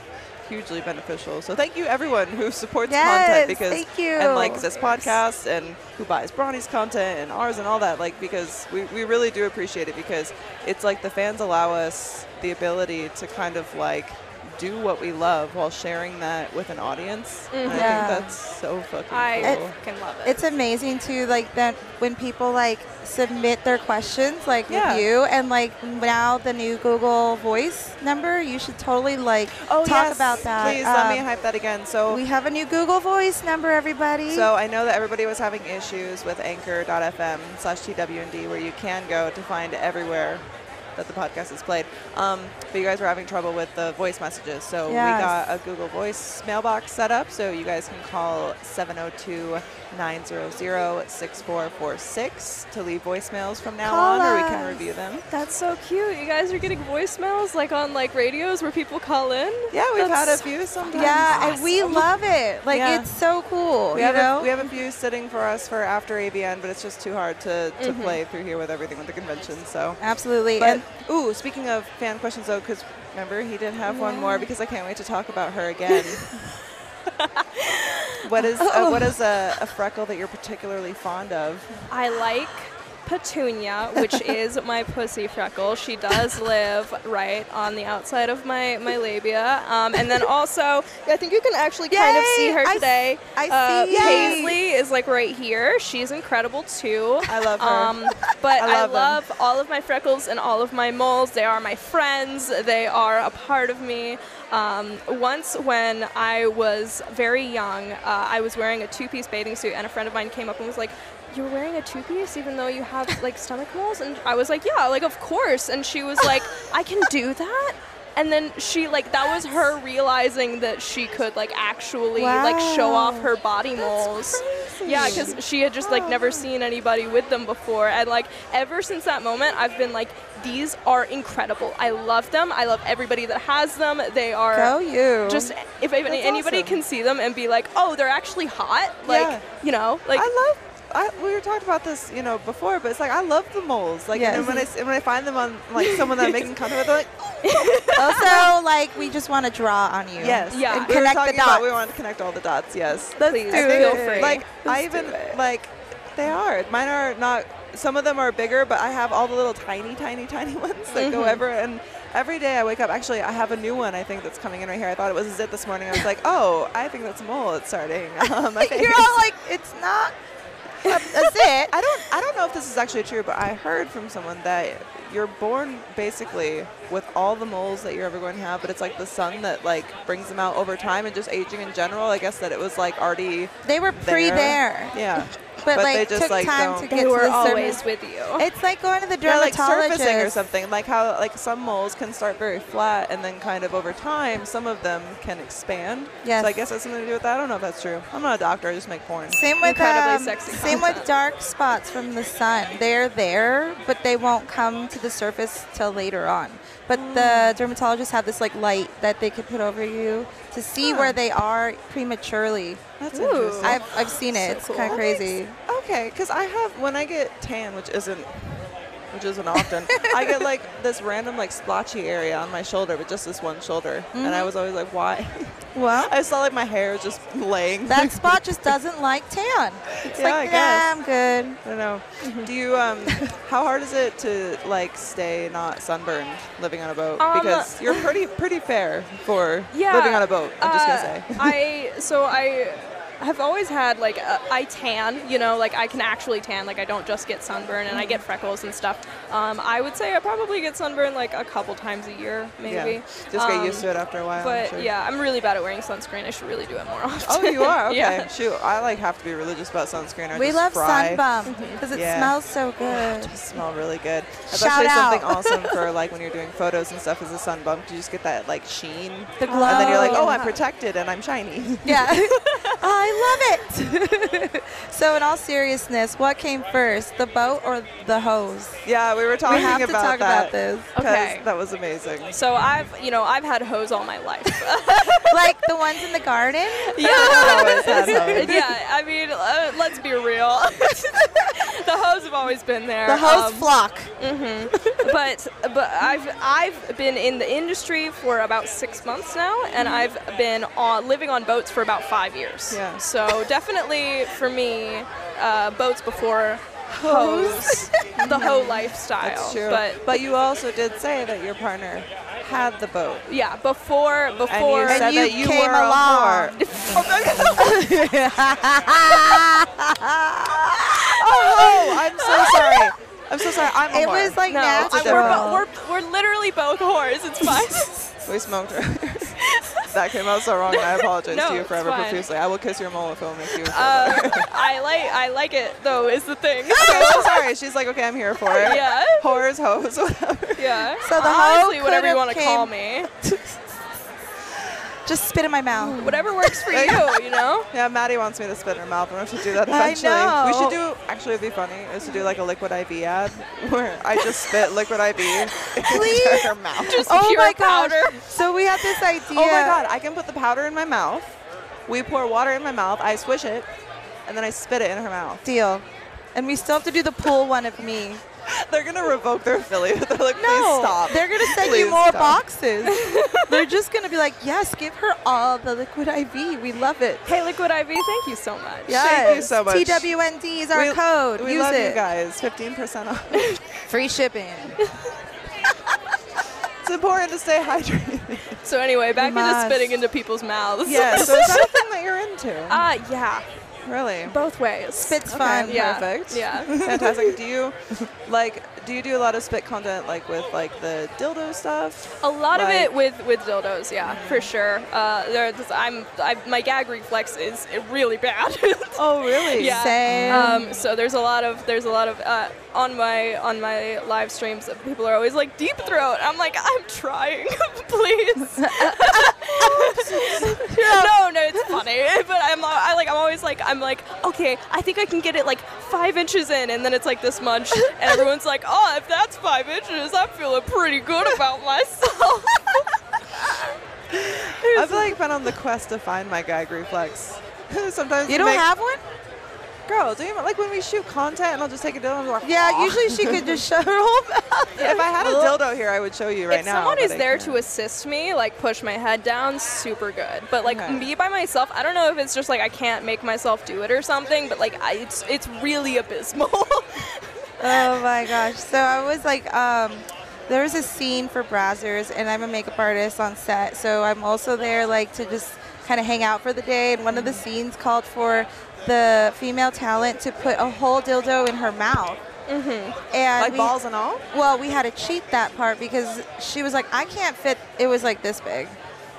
A: hugely beneficial. So thank you everyone who supports
C: Yes,
A: content because
C: thank you.
A: and likes this podcast and who buys Bronny's content and ours and all that like because we, we really do appreciate it because it's like the fans allow us the ability to kind of like do what we love while sharing that with an audience. And I
C: Yeah.
A: think that's so fucking
H: I
A: cool.
H: fucking love it.
C: It's amazing too, like that when people like submit their questions, like
A: Yeah.
C: with you, and like now the new Google Voice number. You should totally like
A: oh,
C: talk
A: yes.
C: about that.
A: Please let me
C: Um,
A: hype that again. So
C: We have a new Google Voice number, everybody.
A: So I know that everybody was having issues with anchor.fm slash TWND where you can go to find everywhere that the podcast is played. Um, but you guys were having trouble with the voice messages,
B: Yes.
A: so we got a Google Voice mailbox set up, so you guys can call 702-900-6446 to leave voicemails from now
B: Call
A: on, or we can
B: us.
A: review them.
H: That's so cute. You guys are getting voicemails like on like radios where people call in.
A: Yeah, we've had
H: That's-
A: a few sometimes.
C: Yeah, and we love it. Like
A: Yeah.
C: it's so cool.
A: We
C: you
A: have,
C: know.
A: a, we have a few sitting for us for after ABN, but it's just too hard to, to
C: Mm-hmm.
A: play through here with everything with the convention. So,
C: Absolutely.
A: but
C: and
A: ooh, speaking of fan questions though, because remember he did have one more because I can't wait to talk about her again. what is uh, what is a, a freckle that you're particularly fond of?
H: I like Petunia, which is my pussy freckle. She does live right on the outside of my my labia, um, and then also I think you can actually kind of see
C: Yay!
H: her
C: I s-
H: today.
C: I
H: uh,
C: see. Yay!
H: Paisley is like right here. She's incredible too.
A: I love her.
H: Um, but
A: I
H: I
A: love
H: love,
A: 'em.
H: all of my freckles and all of my moles. They are my friends. They are a part of me. Um, once, when I was very young, uh, I was wearing a two-piece bathing suit, and a friend of mine came up and was like, "You're wearing a two-piece, even though you have like stomach moles." And I was like, "Yeah, like of course." And she was like, "I can do that." And then she like that was her realizing that she could like actually like show off her body moles. Yeah, because she had just like never seen anybody with them before, and like ever since that moment, I've been like, these are incredible. I love them. I love everybody that has them. They are
C: go you.
H: just if any- anybody
A: awesome.
H: can see them and be like, oh, they're actually hot. Like
A: Yeah.
H: you know, like
A: I love. I, we were talking about this, you know, before, but it's like I love the moles. Like,
C: Yes.
A: and when I s- and when I find them on like someone that I'm making content with, they're like,
C: also like we just want to draw on you.
A: yes,
H: Yeah.
A: And
H: We
C: were
A: we were
C: talking
A: talking
C: about
A: about we
C: we
A: want to connect all the dots. Yes,
H: please
A: I
H: feel
A: think,
H: free.
A: Like I even like they are. Mine are not. Some of them are bigger, but I have all the little tiny, tiny, tiny ones that go ever. And every day I wake up. Actually, I have a new one. I think that's coming in right here. I thought it was a zit this morning. I was like, oh, I think that's a mole. It's starting. Um, on my face.
C: You're all like it's not. That's it.
A: I don't. I don't know if this is actually true, but I heard from someone that you're born basically with all the moles that you're ever going to have. But it's like the sun that like brings them out over time, and just aging in general. I guess that it was like already
C: They were
A: there.
C: pre there,
A: Yeah.
C: but,
A: But
C: like
A: they just,
C: took
A: like,
C: time
A: don't-
C: to get
H: they
C: to
H: were
C: the
H: always
C: surface.
H: with you.
C: It's like going to the
A: They're like
C: dermatologist.
A: surfacing or something. Like how like some moles can start very flat and then kind of over time some of them can expand.
C: Yes.
A: So I guess that's something to do with that. I don't know if that's true. I'm not a doctor. I just make porn.
C: Same with
H: Incredibly
C: um,
H: sexy
C: Same with dark spots from the sun. They're there, but they won't come to the surface till later on. But the dermatologists have this like light that they could put over you to see where they are prematurely.
A: That's
H: Ooh.
A: interesting.
C: I've, I've seen it. it's kind of crazy.
A: Okay, because I have when I get tan, which isn't, which isn't often, I get like this random like splotchy area on my shoulder, but just this one shoulder, and
C: Mm-hmm.
A: I was always like, why?
C: Well,
A: I saw like my hair just laying.
C: that spot just doesn't like tan. It's
A: Yeah, I
C: like,
A: guess.
C: nah, I'm good.
A: I don't know. Do you um? how hard is it to like stay not sunburned living on a boat?
H: Um,
A: because you're pretty pretty fair for
H: yeah,
A: living on a boat. I'm just gonna
H: uh,
A: say.
H: I so I have always had like a, I tan, you know, like I can actually tan. Like I don't just get sunburn and I
A: Mm-hmm.
H: get freckles and stuff. Um, I would say I probably get sunburn like a couple times a year, maybe.
A: Yeah, just get used to it after a while. I'm
H: But
A: sure.
H: yeah, I'm really bad at wearing sunscreen. I should really do it more often.
A: Oh, you are okay.
H: yeah.
A: Shoot, I like have to be religious about sunscreen. I
C: we
A: just
C: love
A: fry.
C: sunbum because it
A: Yeah.
C: smells so good.
A: Just smell really good. That's
C: Shout
A: actually something
C: out.
A: awesome for like when you're doing photos and stuff is a sun bump. You just get that like sheen.
C: The glow.
A: And then you're like, oh, I'm protected and I'm shiny.
C: Yeah. I love it. so, in all seriousness, what came first, the boat or the hose?
A: yeah, we were talking
C: we have
A: about
C: to talk
A: that.
C: about this.
A: 'cause
H: Okay.
A: That was amazing.
H: So I've, you know, I've had hose all my life.
C: like the ones in the garden?
A: That was awesome.
H: yeah, I mean, uh, let's be real. the hose have always been there.
C: The hose
H: Um,
C: flock.
H: but but I've I've been in the industry for about six months now, and I've been on, living on boats for about five years.
A: Yeah.
H: So definitely for me, uh, boats before hose, the hoe lifestyle.
A: That's true.
H: But
A: but you also did say that your partner had the boat.
H: yeah, before
A: And you
H: before
A: said
C: you
A: that you
C: came
A: were
C: along.
A: a whore. Oh, I'm so sorry. I'm so sorry. I'm a
C: It
A: whore.
C: was like
H: no, I-
C: natural.
H: we're, bo- we're we're literally both whores. It's fine.
A: we smoked her. That came out so wrong. and I apologize
H: No,
A: to you
H: it's
A: forever
H: fine.
A: profusely. I will kiss your mole film if you.
H: Uh, I like I like it though is the thing.
A: okay, I'm sorry. She's like, okay, I'm here for it.
H: yeah,
A: Whores, hoes, whatever.
H: yeah.
C: So the
H: honestly,
C: hoe
H: whatever you
C: could've
H: want to call
C: came-
H: me,
C: Just spit in my mouth.
H: whatever works for you, you know.
A: Yeah, Maddie wants me to spit in her mouth. We're going to have to do that
C: I
A: eventually. We should
C: know.
A: do, actually, it'd be funny, is to do like a liquid IV ad where I just spit liquid IV into her mouth.
H: Just
C: oh
H: pure
C: my gosh.
H: powder.
C: So we had this idea.
A: Oh my God, I can put the powder in my mouth. We pour water in my mouth. I swish it, and then I spit it in her mouth.
C: Deal. And we still have to do the pool one of me.
A: They're going to revoke their affiliate. They're like, please
C: No,
A: stop.
C: They're gonna send
A: Please
C: you more
A: stop.
C: boxes. they're just gonna be like, yes, give her all the liquid IV. We love it.
H: Hey, Liquid IV, thank you so much.
A: Yeah. Thank you so much.
C: TWND is our
A: We-
C: code.
A: We
C: Use
A: love
C: it.
A: you guys. 15% off.
C: Free shipping.
A: it's important to stay hydrated.
H: So anyway, back into
C: Must.
H: spitting into people's mouths.
A: Yeah, so is that a thing that you're into?
H: Ah, yeah.
A: really?
H: Both ways.
C: Spit's fun.
H: Yeah.
A: Perfect.
H: Yeah.
A: Fantastic. Do you like do you do a lot of spit content like with like the dildo stuff?
H: A lot of it
A: Like-
H: with with dildos, yeah, for sure. Uh, there's, I'm, I, my gag reflex is really bad.
A: Oh really?
H: yeah.
C: Same.
A: Uh,
H: Um, so there's a lot of there's a lot of uh, on my on my live streams. that People are always like deep throat. I'm like I'm trying, please. no, no, it's funny. But I'm al- I like I'm always like I'm like okay, I think I can get it like five inches in, and then it's like this much, and everyone's like, oh, if that's five inches, I'm feeling pretty good about myself.
A: I've like been on the quest to find my gag reflex. Sometimes
C: You don't
A: make-
C: have one?
A: girls. Do you like when we shoot content and I'll just take a dildo and walk.
C: Yeah, usually she could just show her whole mouth.
A: If I had a dildo here, I would show you right
H: if
A: now.
H: someone
A: but
H: is
A: I
H: there
A: can't.
H: to assist me, like push my head down, super good. But like
A: Okay.
H: me by myself, I don't know if it's just like I can't make myself do it or something. But like I, it's it's really abysmal.
C: Oh my gosh. So I was like, um, there was a scene for Brazzers, and I'm a makeup artist on set. So I'm also there, like, to just kind of hang out for the day. And one of the scenes called for the female talent to put a whole dildo in her mouth. Mm-hmm. And
A: like
C: we-
A: balls and all.
C: Well, we had to cheat that part because she was like, I can't fit. It was like this big.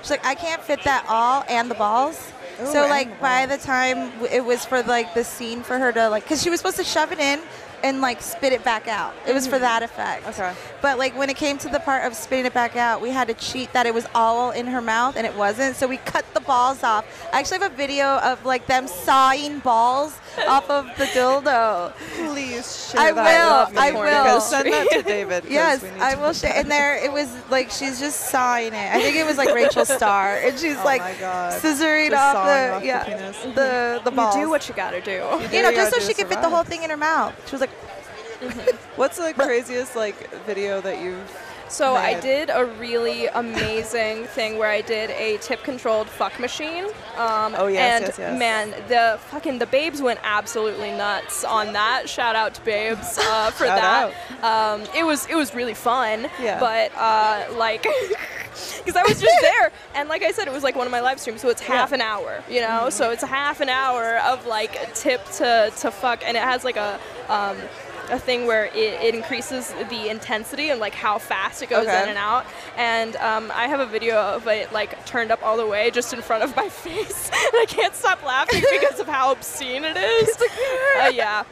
C: She's like, I can't fit that all and the balls. so
A: and
C: like
A: the
C: by the time w- it was for like the scene for her to like, because she was supposed to shove it in and like spit it back out. It was for that effect.
A: Mm. Okay.
C: But like when it came to the part of spitting it back out, we had to cheat that it was all in her mouth and it wasn't. So we cut the balls off. I actually have a video of like them sawing balls off of the dildo.
A: Please share
C: I
A: that.
C: will,
A: Love me
C: I
A: more,
C: will.
A: Because send that to David. 'cause
C: Yes,
A: we need
C: I
A: to-
C: will share. And there, it was like she's just sawing it. I think it was like Rachel Starr, and she's
A: Oh
C: like
A: my God.
C: scissoring
A: Just
C: off
A: sawing
C: the
A: off the
C: yeah
A: penis.
C: the the balls.
H: You do what you gotta do.
A: do
C: you know,
A: what you
C: just so
A: gotta
C: she
A: do to
C: could fit the whole
A: survive.
C: thing in her mouth. She was like,
A: What's the craziest like video that you've?
H: So I
A: Mad.
H: did a really amazing thing where I did a tip-controlled fuck machine. Um,
A: Oh, yes,
H: and
A: yes, yes.
H: man, the fucking the babes went absolutely nuts on that. Shout out to babes uh, for
A: Shout
H: that. Um, it was it was really fun.
A: Yeah.
H: But uh, like. Because I was just there, and like I said, it was like one of my live streams, so it's half an hour, you know.
A: Mm-hmm.
H: So it's a half an hour of like tip to to fuck, and it has like a um, a thing where it, it increases the intensity and like how fast it goes
A: Okay.
H: in and out. And um, I have a video of it like turned up all the way just in front of my face, and I can't stop laughing because of how obscene it is. uh, yeah.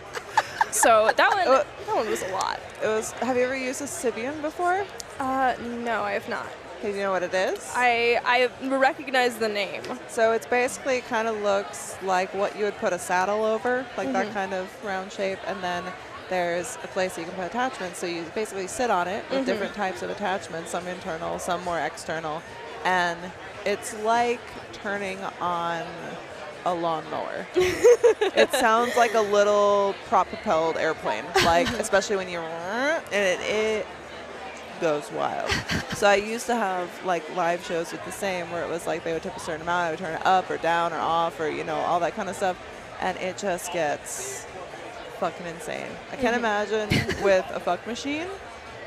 H: So that one,
A: Uh,
H: that one was a lot.
A: It was. Have you ever used a Sibian before?
H: Uh, no, I have not.
A: Hey, do you know what it is?
H: I I recognize the name.
A: So it's basically kind of looks like what you would put a saddle over, like that kind of round shape, and then there's a place that you can put attachments. So you basically sit on it with different types of attachments, some internal, some more external, and it's like turning on a lawnmower. it sounds like a little prop-propelled airplane, like especially when you and it, it goes wild. so I used to have like live shows with the same where it was like they would tip a certain amount, I would turn it up or down or off or you know all that kind of stuff, and it just gets fucking insane. I can't
C: Mm-hmm.
A: imagine with a fuck machine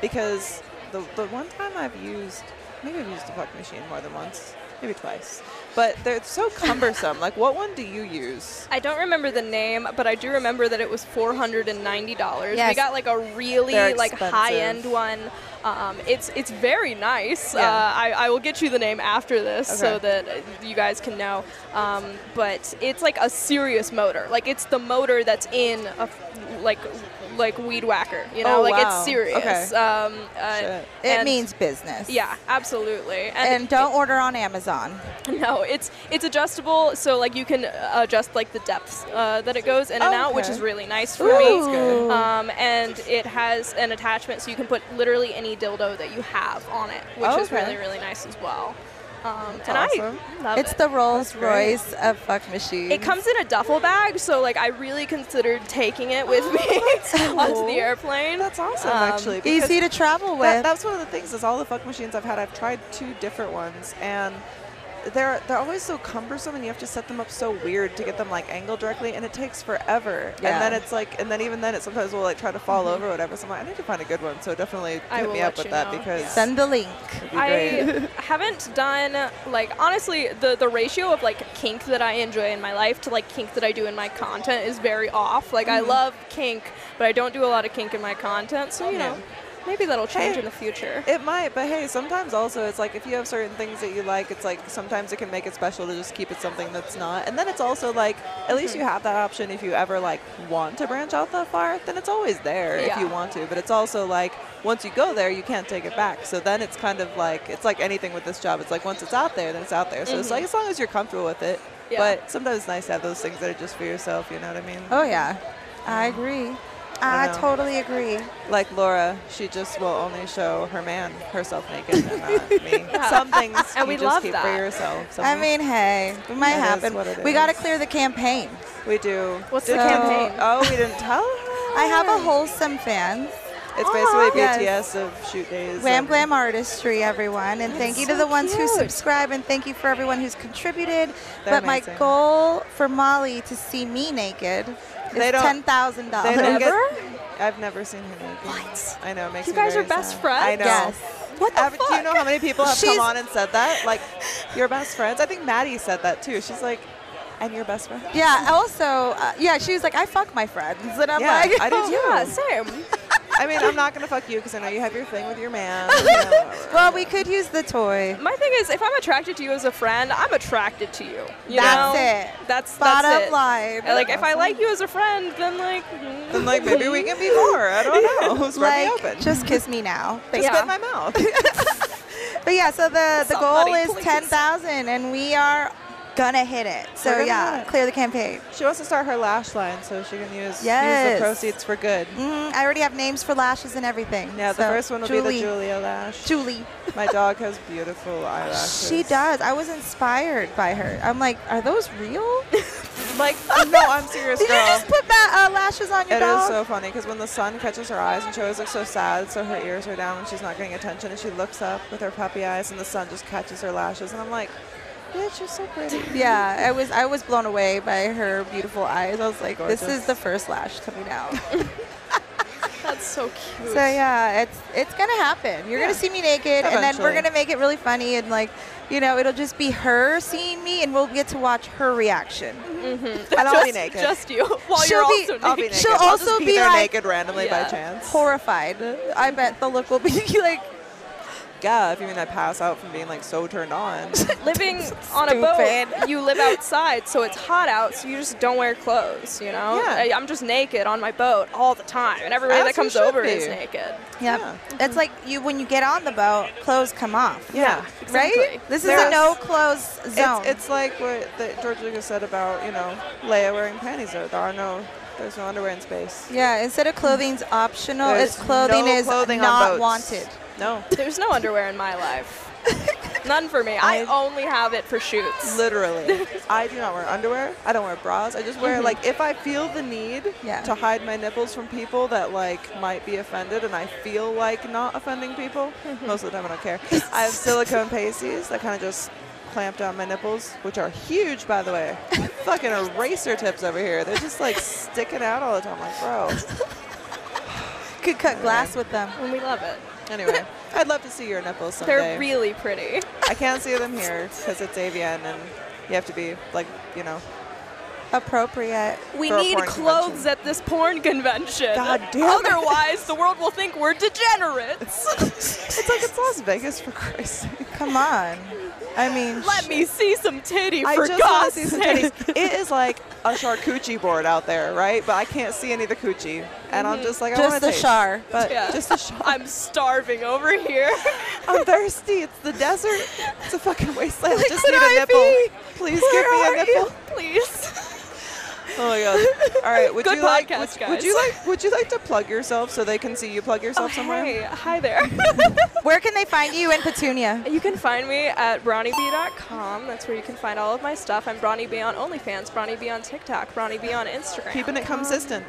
A: because the the one time I've used maybe I've used a fuck machine more than once, maybe twice, but they're so cumbersome. like what one do you use?
H: I don't remember the name, but I do remember that it was four hundred and ninety dollars. We
C: Yes.
H: got like a really
A: They're
H: like high end
A: expensive.
H: one. Um, it's it's very nice.
A: Yeah.
H: Uh, I, I will get you the name after this so
A: Okay.
H: that uh, you guys can know. Um, but it's like a serious motor. Like it's the motor that's in a f- like like weed whacker. You know,
A: Oh,
H: like
A: wow.
H: it's serious.
A: Okay.
H: Um, uh,
A: Shit.
C: It
H: and-
C: means business.
H: yeah, absolutely.
C: And don't order on Amazon.
H: No, it's it's adjustable, so like you can uh, adjust like the depths uh, that it goes in and out, which
A: Okay.
H: is really nice for me. Um, and it has an attachment, so you can put literally any dildo that you have on it, which is
A: Okay.
H: really really nice as well. Um, and
A: awesome.
H: I love
C: It's
H: it.
C: the Rolls Royce of fuck machines.
H: it comes in a duffel bag, so like I really considered taking it with me onto the airplane.
A: That's awesome,
H: Um,
A: actually. because
C: Easy to travel
A: that,
C: with.
A: that's one of the things is all the fuck machines I've had. I've tried two different ones, and they're they're always so cumbersome, and you have to set them up so weird to get them like angled directly, and it takes forever.
C: Yeah.
A: And then it's like, and then even then, it sometimes will like try to fall over or whatever. So I'm like, I need to find a good one. So definitely
H: Mm-hmm. I
A: hit
H: will
A: me
H: let
A: up with
H: you
A: that
H: know.
A: because
C: Send the link.
H: I haven't done like honestly the the ratio of like kink that I enjoy in my life to like kink that I do in my content is very off. Like I
C: Mm-hmm.
H: love kink, but I don't do a lot of kink in my content. So you know, maybe that'll change
A: Hey.
H: in the future.
A: It might, but hey, sometimes also it's like if you have certain things that you like, it's like sometimes it can make it special to just keep it something that's not. And then it's also like at least
H: Mm-hmm.
A: you have that option if you ever like want to branch out that far, then it's always there if you
H: Yeah.
A: want to. But it's also like once you go there, you can't take it back. So then it's kind of like it's like anything with this job. It's like once it's out there, then it's out there. So it's like as long as you're comfortable with it.
H: Mm-hmm. Yeah.
A: But sometimes it's nice to have those things that are just for yourself. You know what I mean?
C: Oh, yeah. I agree. I,
A: know.
C: totally agree.
A: Like Laura, she just will only show her man herself naked and not me. Some things
H: And
A: you
H: we
A: just
H: love
A: keep
H: that.
A: for yourself. Some
C: I mean, hey, it might
A: It is
C: happen.
A: what it
C: we got to
A: is.
C: clear the campaign.
A: we do.
H: What's the
A: Did we-
H: campaign?
A: Oh, we didn't tell her.
C: I have a wholesome fans.
A: It's
H: Oh,
A: basically
C: Yes.
A: BTS of shoot days.
C: Wham
A: and-
C: Glam Artistry, everyone. And thank you to the ones who subscribe and thank you for everyone who's contributed.
A: They're
C: but my
A: amazing.
C: goal for Molly to see me naked is
A: They don't-
C: $10,000.
A: They don't get, I've never seen her naked. What? I know. It makes
H: You
A: me
H: guys
A: very
H: are best
A: sad.
H: friends?
A: I know.
C: Yes.
A: What the Do you know how many people have
C: She's-
A: come on and said that? Like, your best friends. I think Maddie said that too. She's like, and your best friend.
C: Yeah, also, uh, yeah, she was like, I fuck my friends. And I'm
A: yeah,
C: like,
A: I do too.
H: Yeah, same.
A: I mean, I'm not gonna fuck you because I know you have your thing with your man. you know, whatever.
C: well, we could use the toy.
H: My thing is, if I'm attracted to you as a friend, I'm attracted to you. you
C: That's
H: know?
C: it.
H: That's
C: Bottom
H: that's it.
C: line.
H: Like if I like you as a friend, then like.
A: And like maybe we can be more. I don't know. It's
C: Like,
A: me open. Just
C: just kiss me now.
A: spit
H: Yeah.
A: in my mouth.
C: But yeah, so the, the goal
H: Somebody
C: is
H: please.
C: 10,000 and we are gonna hit it.
A: We're
C: So
A: gonna
C: yeah,
A: hit it.
C: clear the campaign.
A: she wants to start her lash line so she can use, use
C: Yes.
A: the proceeds for good.
C: Mm, I already have names for lashes and everything.
A: Yeah, the
C: So,
A: first one will be
C: Julie.
A: the Julia lash.
C: Julie.
A: My dog has beautiful eyelashes.
C: She does. I was inspired by her. I'm like, are those real? Did
A: Like, no, I'm serious,
C: you
A: girl.
C: just put that uh, lashes on your
A: It
C: dog?
A: is so funny because when the sun catches her eyes and she always looks so sad, so her ears are down and she's not getting attention, and she looks up with her puppy eyes and the sun just catches her lashes, and I'm like, bitch, you're so pretty.
C: yeah, I was I was blown away by her beautiful eyes. I was like, this
A: Gorgeous.
C: is the first lash coming out. so
H: That's so cute.
C: yeah, it's it's gonna happen. You're gonna see me naked, and then we're
A: Eventually.
C: gonna make it really funny and like, you know, it'll just be her seeing me, and we'll get to watch her reaction.
A: And I'll be
H: Just-
A: naked.
H: Just you. While
C: She'll
H: you're
C: be-
H: also naked.
A: I'll be naked.
C: She'll
A: I'll
C: also
A: just be,
C: be
A: there
C: like-
A: naked randomly
H: Yeah.
A: by chance.
C: Horrified. I bet the look will be like,
A: Yeah, if you mean I pass out from being like so turned on.
H: living on a boat, you live outside, so it's hot out, so you just don't wear clothes, you know?
A: Yeah.
H: I, am just naked on my boat all the time, and everybody
A: As
H: that
A: you
H: comes
A: should
H: over
A: be.
H: is naked.
C: yep.
A: Yeah.
C: It's like you when you get on the boat, clothes come off.
A: yeah.
H: Exactly.
C: Right? This is a
A: There's-
C: no clothes zone.
A: It's, it's like what the, George Lucas said about, you know, Leia wearing panties. There, there are no, there's no underwear in space.
C: yeah, instead of clothing's optional, it's
A: There's
C: clothing
A: no
C: is
A: clothing on
C: not
A: boats.
C: wanted.
A: No,
H: There's no underwear in my life. None for me. I, only have it for shoots.
A: literally. I do not wear underwear. I don't wear bras. I just wear, like, if I feel the need
C: Yeah.
A: to hide my nipples from people that, like, might be offended and I feel like not offending people, most of the time I don't care. I have silicone pasties that kind of just clamp down my nipples, which are huge, by the way. Fucking eraser tips over here. They're just, like, sticking out all the time. Like, bro.
C: Could cut glass with them.
H: And we love it.
A: Anyway, I'd love to see your nipples someday.
H: They're really pretty.
A: I can't see them here because it's AVN and you have to be like, you know,
C: appropriate.
H: We
A: For a
H: need
A: porn
H: clothes
A: convention.
H: at this porn convention.
A: God damn it.
H: Otherwise, the world will think we're degenerates.
A: It's like it's Las Vegas for Christ's sake.
C: Come on.
A: I mean,
H: Let me see some titty
A: I
H: for
A: just wanna
H: God's
A: see some
H: sake.
A: titties. It is like a charcuterie board out there, right? But I can't see any of the coochie, and I'm just like, I want
C: Just
A: to
C: the char.
A: but
H: Mm-hmm. Yeah.
A: just a char.
H: I'm starving over here.
A: I'm thirsty. It's the desert. It's a fucking wasteland. I just
H: could
A: need a
H: I
A: nipple. Please
H: Where
A: give
H: are
A: me a
H: you?
A: nipple.
H: Please.
A: Oh my god! All right, would
H: Good
A: you like?
H: podcast,
A: would,
H: guys.
A: would you like? Would you like to plug yourself so they can see you plug yourself somewhere?
H: Oh, Hey, hi there.
C: Where can they find you in Petunia?
H: You can find me at bronnyb.com. That's where you can find all of my stuff. I'm Bronny B on OnlyFans, Bronny B on TikTok, Bronny B on Instagram.
A: Keeping it consistent.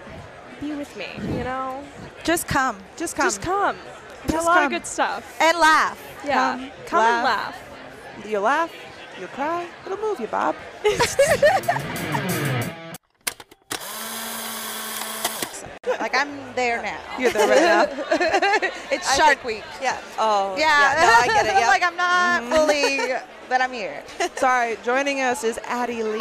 H: be with me, you know?
C: Just come
A: Just come.
H: Just come. There's
A: Just
H: a lot
A: come.
H: of good stuff.
C: and laugh.
H: Yeah.
A: Come,
H: Come, and laugh.
A: You laugh. You cry. It'll move you, Bob.
C: Like I'm there now.
A: You're there right now.
C: It's Shark Week. Yeah.
A: Oh.
C: Yeah.
A: no, I get it.
C: I'm
A: Yeah.
C: like I'm not fully, but I'm here.
A: Sorry, joining us is Addie Lee.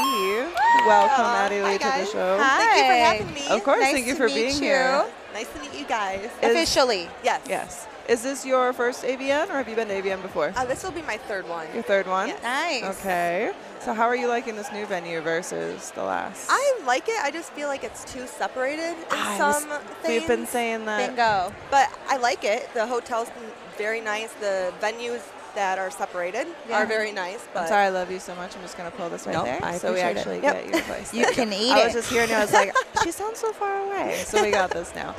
A: Welcome, Addie Lee, to the
I: Oh, guys.
A: show.
C: Hi.
I: Thank you for having me.
A: Of course,
C: Nice
A: thank you
C: to
A: for
C: meet
A: being
C: you.
A: here.
I: Nice to meet you guys.
A: Is-
C: Officially.
I: Yes.
A: Yes. Is this your first AVN, or have you been to AVN before?
I: Uh, this will be my third one.
A: Your third one.
I: yes.
C: Nice.
A: Okay. So, how are you liking this new venue versus the last?
I: I like it. I just feel like it's too separated in
A: I was-
I: some things.
A: We've been saying that.
C: Bingo.
I: but I like it. The hotel's been very nice. The venues that are separated are very nice. But
A: I'm sorry, I love you so much. I'm just gonna pull this right
I: Nope,
A: there,
I: I
A: so we
I: appreciate it.
A: actually
I: Yep.
A: get your place.
C: You can eat
A: I
C: it.
A: was just here and I was like, she sounds so far away. So we got this now.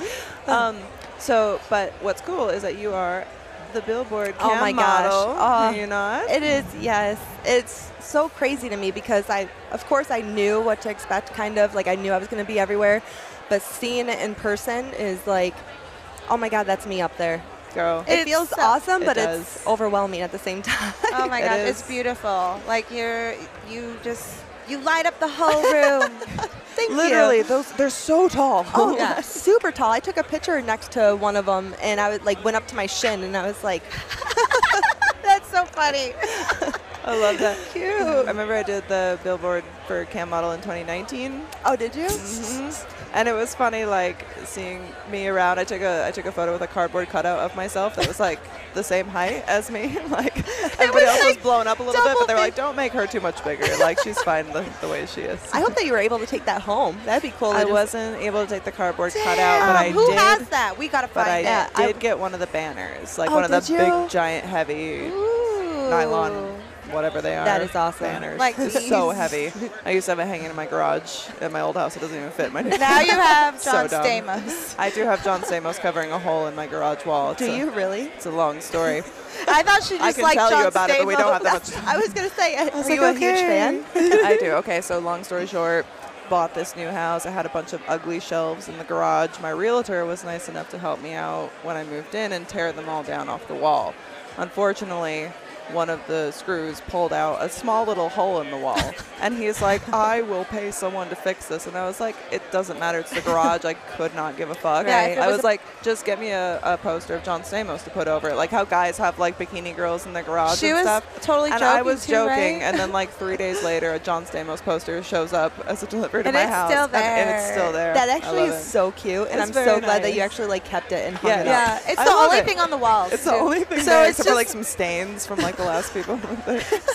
A: Um, so, but what's cool is that you are the Billboard
I: Oh
A: cam
I: my gosh.
A: model.
I: Oh.
A: Are you not?
I: It is, yes. It's so crazy to me because I, of course, I knew what to expect, kind of. Like, I knew I was going to be everywhere. But seeing it in person is like, oh my God, that's me up there.
A: Girl,
I: It
C: It's
I: feels
C: so-
I: awesome,
A: It
I: but
A: does.
I: it's overwhelming at the same time.
C: Oh my
A: It
C: gosh,
A: is.
C: it's beautiful. Like you're, you just, you light up the whole room. Thank
A: literally,
C: you.
A: those they're so tall.
I: Oh, super tall. I took a picture next to one of them, and I would, like went up to my shin, and I was like,
C: That's so funny.
A: I love that. Cute. I remember I did the Billboard for cam model in 2019.
I: "Oh, did you?" Mm-hmm.
A: And it was funny, like seeing me around. I took a I took a photo with a cardboard cutout of myself that was like the same height as me. like everybody else was blown up a little bit, but they were like, "Don't make her too much bigger. Like she's fine the, the way she is."
I: I hope that you were able to take that home. That'd be cool.
A: I
I: Just-
A: wasn't able to take the cardboard cutout, but I
C: Who
A: did.
C: has that? We gotta
A: but
C: find
A: I
C: out.
I: I-
A: did get one of the banners, like
I: Oh,
A: one of the
I: did you?
A: big, giant, heavy nylon, whatever they are.
I: That is awesome.
A: Banners,
C: Like
A: so
C: these.
A: heavy. I used to have it hanging in my garage at my old house. It doesn't even fit in my. New
C: Now you have
A: So
C: John
A: dumb.
C: Stamos.
A: I do have John Stamos covering a hole in my garage wall. It's
I: Do
A: a-
I: you really?
A: It's a long story.
C: I thought she just
A: I can
C: liked
A: tell
C: John
A: you about it, but we don't
C: Stamos.
A: have that much time.
I: I was gonna say, are
A: was
I: you
A: like,
I: a huge fan?
A: I do. Okay, so long story short, bought this new house. I had a bunch of ugly shelves in the garage. My realtor was nice enough to help me out when I moved in and tear them all down off the wall. Unfortunately, one of the screws pulled out a small little hole in the wall. and he's like, I will pay someone to fix this. And I was like, it doesn't matter. It's the garage. I could not give a fuck.
C: Yeah, if it
A: I
C: was
A: was
C: a-
A: like, just get me a, a poster of John Stamos to put over it. Like how guys have like bikini girls in the garage
C: She
A: and
C: was
A: stuff.
C: totally
A: and I
C: joking
A: was
C: too,
A: joking.
C: right?
A: And then like three days later, a John Stamos poster shows up as a delivery to
C: And
A: my
C: it's
A: house,
C: still
A: and- And, it's
C: there.
A: still there.
I: That
A: I
I: actually
A: love
I: is
A: it.
I: so cute, and
A: It's
I: I'm
A: very
I: so glad that you
A: nice.
I: actually like kept it and hung
A: Yeah.
I: it up.
C: Yeah, it's
A: I
C: the
A: love
C: only
A: it.
C: thing on the walls.
A: It's the
C: too.
A: only thing.
C: So
A: there,
C: it's
A: except for like
C: just-
A: some stains from like the last people.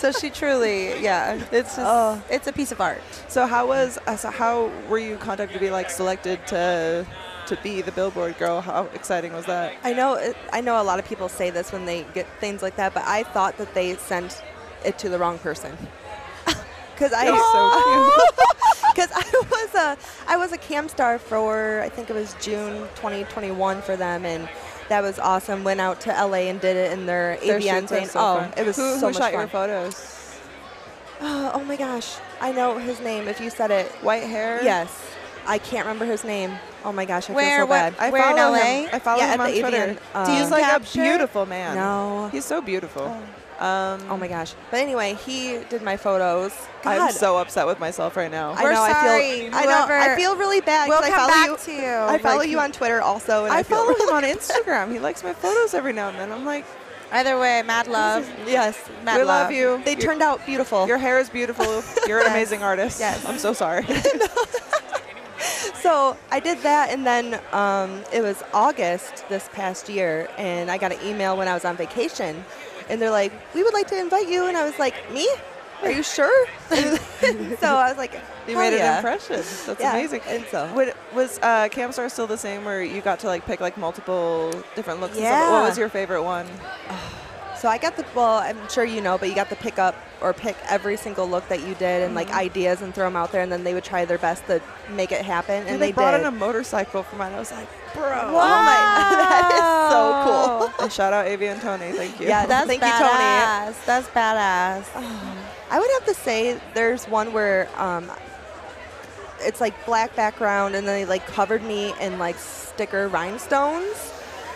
C: So she truly, yeah, it's just,
A: Oh.
C: it's a piece of art.
A: so how was uh, so how were you contacted to be like selected to to be the Billboard girl? How exciting was that?
I: I know, it- I know. A lot of people say this when they get things like that, but I thought that they sent it to the wrong person. Because I,
A: That's so cute.
I: because I was a, I was a cam star for I think it was June 2021 for them, and that was awesome. Went out to LA and did it in their,
A: Their
I: AVN
A: shoots are
I: thing.
A: so
I: oh,
A: fun.
I: it was
A: who,
I: so
A: who
I: much
A: shot
I: fun.
A: your photos?
I: Oh, oh my gosh, I know his name. If you said it,
A: White hair.
I: yes, I can't remember his name. Oh my gosh, I
C: Where-
I: feel so
C: what-
I: bad.
A: I
C: Where in
A: follow him.
C: LA?
A: I follow
I: Yeah,
A: him
I: at
A: on
I: the
A: Twitter.
I: AVN, uh,
A: He's
I: Do you
A: like
C: capture
A: a
C: it?
A: beautiful man.
I: no.
A: He's so beautiful. Um,
I: Oh my gosh. But anyway, he did my photos.
A: I'm
I: God,
A: so upset with myself right now.
I: I
C: We're
I: know, I
C: sorry,
I: feel, I know.
C: whoever-
I: I feel really bad.
C: We'll
I: 'cause
C: come
I: I follow
C: back
I: you,
C: to you.
I: I follow
C: Like,
I: you on Twitter also, and I,
A: I
I: feel
A: follow him on Instagram. He likes my photos every now and then. I'm like,
C: Either way, mad love.
I: Yes.
C: Mad
A: we love you.
I: They
A: Your-
I: turned out beautiful.
A: Your hair is beautiful. You're an amazing artist.
I: Yes.
A: I'm so sorry.
I: So I did that, and then um, it was August this past year, and I got an email when I was on vacation, and they're like, "We would like to invite you," and I was like, "Me? Are you sure?" so I was like,
A: You
I: "Hell
A: made
I: yeah."
A: an impression. That's
I: Yeah,
A: amazing.
I: and so-
A: Would- was uh, Camstar still the same, where you got to like pick like multiple different looks? And stuff?
I: Yeah.
A: What was your favorite one?
I: So I got the well, I'm sure you know, but you got to pick up or pick every single look that you did and like ideas and throw them out there, and then they would try their best to make it happen, and
A: they, brought
I: did.
A: in a motorcycle for mine. I was like,
I: oh my, that is so cool.
A: and shout out Avi and Tony. Thank you.
I: Oh. Yeah,
C: That's
I: thank you, Tony.
C: badass. That's badass.
I: I would have to say there's one where um, it's like black background, and then they like covered me in like sticker rhinestones,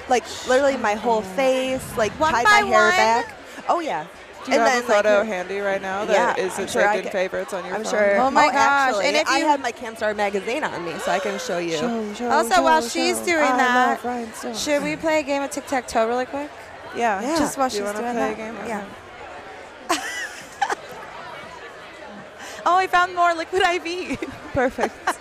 I: like literally my whole face, like
C: One
I: tied
C: by
I: my hair
C: one?
I: back. Oh yeah,
A: Do you have a
I: like,
A: photo handy right now that
I: Yeah,
A: is
I: I'm
A: it
I: sure I
A: saved in
I: can-
A: favorites on your
I: I'm
A: phone?
I: sure.
C: Oh my gosh,
I: actually,
C: and if
I: I
C: you-
I: have my Camstar magazine on me, so I can show you.
C: Also, while she's doing
A: I love
C: that,
A: rhinestones.
C: Should we play a game of tic tac toe really quick?
A: yeah.
I: Yeah.
C: Just while
A: Do you
C: she's
A: wanna
C: doing
A: play
C: that.
A: a game?
C: Yeah.
A: Okay.
C: Oh, I found more liquid IV.
A: Perfect.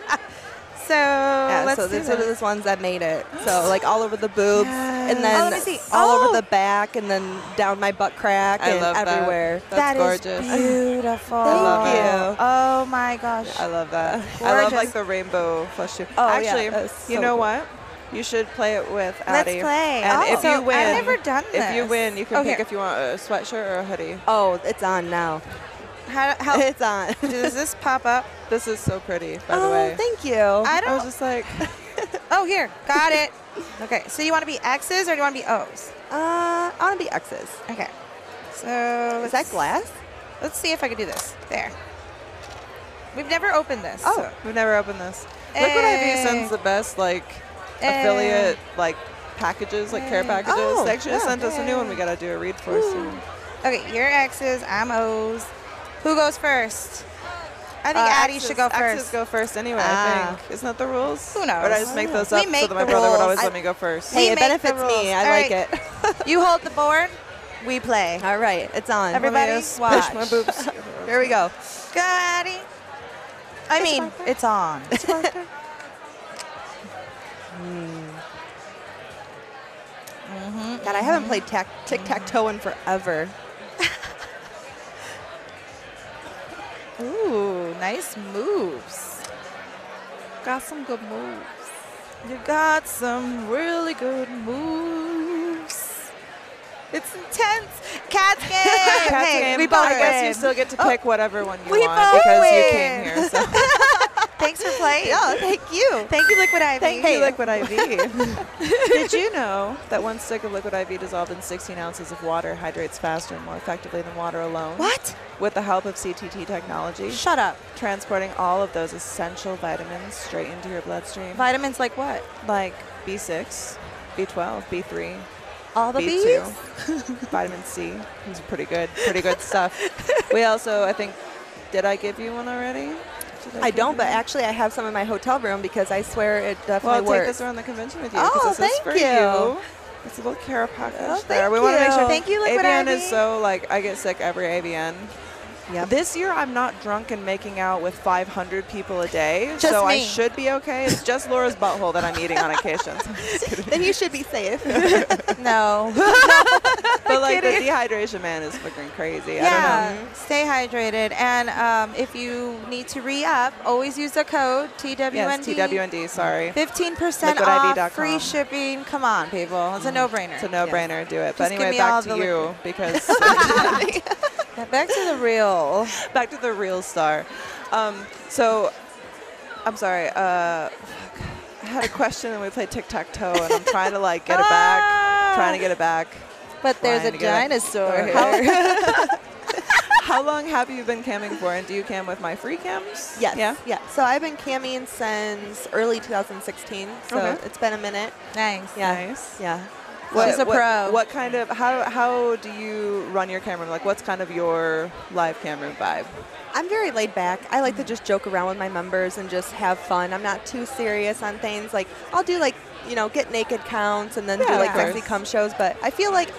C: So
I: Yeah,
C: let's
I: so
C: do
I: these are
C: that.
I: the ones that made it. So like all over the boobs, and then
C: Oh, let me see.
I: all
C: Oh.
I: over the back, and then down my butt crack,
A: I
I: and
A: love that.
I: everywhere.
A: That's
C: That is
A: gorgeous.
C: beautiful.
I: I love it.
C: Oh my gosh.
A: I love that. I love
C: Gorgeous.
A: like the rainbow flesh too.
I: Oh, yeah,
A: Actually,
I: that's
A: you
I: so
A: know
I: cool.
A: what? You should play it with
C: Let's
A: Addie.
C: play.
A: And
C: Oh.
A: if
C: So
A: you
C: I've
A: win,
C: never done
A: If you
C: this.
A: win, you can
C: Oh,
A: pick
C: here.
A: if you want a sweatshirt or a hoodie.
I: Oh, it's on now.
C: How, how
I: It's on.
C: does this pop up?
A: This is so pretty, by the
I: oh,
A: way.
I: thank you.
C: I
A: I was
C: don't.
A: just like,
C: Oh, here. Got it. Okay. So you want to be X's or do you want to be O's?
I: Uh, I want to be X's.
C: Okay. So
I: Is that glass?
C: Let's see if I can do this. There. We've never opened this.
A: oh,
C: so-
A: we've never opened this. Liquid
C: Hey.
A: IV sends the best like
C: Hey.
A: affiliate
C: Eh.
A: like packages, like care
C: Hey.
A: packages.
I: Oh,
A: they actually
I: yeah.
A: sent us a new one. We gotta do a read for soon.
C: Okay, you're X's. I'm O's. Who goes first? I think
A: Uh,
C: Addie
A: exes-
C: should go
A: exes
C: first.
A: go first anyway,
I: Ah.
A: I think. Isn't that the rules?
C: Who
A: Or did I
C: knows?
A: just make those
C: We
A: up
C: make
A: so that
C: the
A: my brother
C: rules.
A: would always
C: I-
A: let me go first?
C: We
I: Hey, it
C: make the
I: benefits
C: rules.
I: me. I
C: All
I: like
C: right.
I: it.
C: you hold the board. We play.
I: All right, it's on.
C: Everybody watch.
A: my boobs.
I: Here we go.
C: Go, Addie. I mean, it's on.
I: God, I haven't played tac- tic tac toe in forever.
C: Ooh, nice moves.
A: Got some good moves.
C: You got some really good moves. It's intense. Cat's game.
A: Cat's
C: hey,
A: game.
C: we both
A: I guess you
C: win.
A: still get to pick whatever one you
C: Oh, We
A: want
C: both
A: because you
C: win.
A: came here. So
C: Thanks for playing.
I: Oh, thank you.
C: Thank you, Liquid Ivy.
A: thank you, Liquid IV. Did you know that one stick of Liquid IV dissolved in 16 ounces of water hydrates faster and more effectively than water alone?
C: What?
A: With the help of CTT technology,
C: Shut up.
A: transporting all of those essential vitamins straight into your bloodstream.
C: Vitamins like what?
A: like B6, B12, B3,
C: All the
A: B2,
C: bees?
A: vitamin C. It's pretty good, pretty good stuff. We also, I think, did I give you one already? Did
I: I
A: give
I: don't,
A: you
I: but
A: one?
I: actually, I have some in my hotel room because I swear it
A: well,
I: definitely
A: I'll take
I: works.
A: this around the convention with you because
I: Oh,
A: this is
I: thank
A: for
I: you.
A: It's a little care package
I: Oh,
A: there.
I: thank
A: We want to make
I: you.
A: sure.
C: Thank you, Liquid
A: AVN is
C: Ivy.
A: so like I get sick every AVN.
I: Yep.
A: This year I'm not drunk and making out with 500 people a day,
C: Just
A: so I
C: me.
A: should be okay. It's just Laura's butthole that I'm eating on occasion. So I'm just kidding.
I: then you should be safe.
C: No.
A: but like the dehydration man is fucking crazy. I
C: yeah. Stay hydrated. And um, if you need to re up, always use the code TWND.
A: don't know. Yes, TWND. Sorry,
C: 15%
A: LiquidIV.com.
C: off, free shipping. Come on, people.
I: Mm-hmm.
C: It's a no brainer.
A: it's a no-brainer. Do it.
C: Just
A: But
C: give
A: anyway,
C: me all
A: back to
C: the
A: you because
C: Back to the real.
A: back to the real star. Um, so I'm sorry. Uh, fuck. I had a question and we played tic tac toe and I'm trying to like get it
C: Ah!
A: back, trying to get it back.
C: But there's a
A: Trying to get it.
C: dinosaur
A: How-
C: here.
A: How long have you been camming for? And do you cam with my free cams?
I: Yes.
A: Yeah.
I: Yeah. So I've been camming since early 2016. So
A: Okay.
I: it's been a minute.
C: nice.
I: Yeah.
A: Nice.
I: Yeah.
C: She's a pro.
A: What kind of how how do you run your camera? Like, what's kind of your live camera vibe?
I: I'm very laid back. I like to just joke around with my members and just have fun. I'm not too serious on things. Like I'll do like you know get naked counts and then
A: Yeah,
I: do like
A: of
I: sexy
A: course.
I: cum shows. But I feel like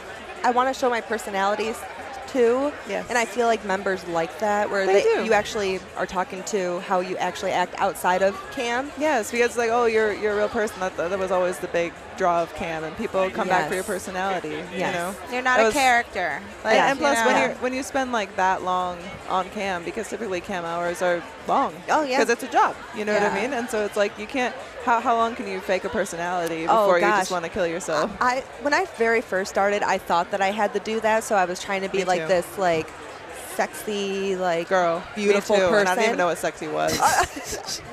I: I want to show my personalities too.
A: Yes.
I: And I feel like members like that, where
A: They
I: they,
A: do.
I: you actually are talking to how you actually act outside of cam.
A: Yes, because like, oh, you're you're a real person. That that was always the big draw of Cam, and people come back for your
I: Yes.
A: personality. You
I: Yes.
A: know.
C: You're not
A: That
C: a
A: was-
C: character.
A: And,
C: Like,
A: and
C: you
A: plus,
C: know?
A: when you when you spend like that long on cam, because typically cam hours are long.
C: Oh, yeah.
A: Because it's a job. You know what I
I: Yeah.
A: mean? And so it's like you can't. How, how long can you fake a personality
I: Oh,
A: before you just
I: gosh.
A: want to kill yourself?
I: I when I very first started, I thought that I had to do that, so I was trying to be
A: Me
I: like
A: too.
I: this like sexy like
A: Girl,
I: beautiful
A: me too, And I didn't
I: person.
A: even know what sexy was.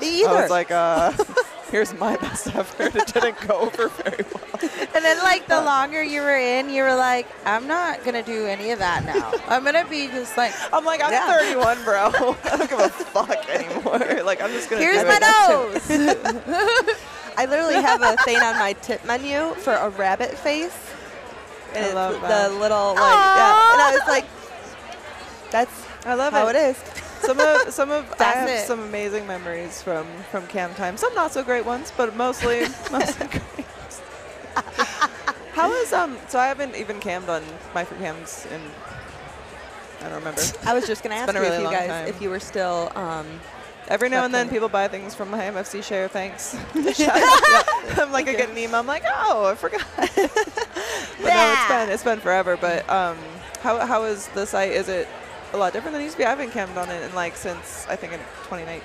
I: Me either.
A: I was like, uh, here's my best effort. It didn't go over very well.
C: and then, like, the longer you were in, you were like, I'm not going to do any of that now. I'm going to be just like,
A: I'm like, I'm
I: Yeah.
A: 31, bro. I don't give a fuck anymore. Like, I'm just gonna.
C: here's
A: do
C: my
A: it.
C: nose.
I: I literally have a thing on my tip menu for a rabbit face. And it's
A: love
I: the
A: that.
I: little like yeah. and I was like that's
A: I love
I: how
A: it.
I: it is.
A: some of some of I
C: That's
A: have
C: it.
A: some amazing memories from from camp time. Some not so great ones, but mostly mostly great. How is um? So I haven't even cammed on my for cams in I don't remember.
I: I was just gonna ask
A: been a
I: you
A: really
I: if you
A: long
I: guys
A: time.
I: if you were still um
A: Every now and then,
I: Okay.
A: people buy things from my MFC share. Thanks. Shout out. I'm like, I get an email. I'm like, oh, I forgot. but no, it's been it's been forever. But um, how how is the site? Is it a lot different than it used to be? I haven't camped on it in like since I think in 2019.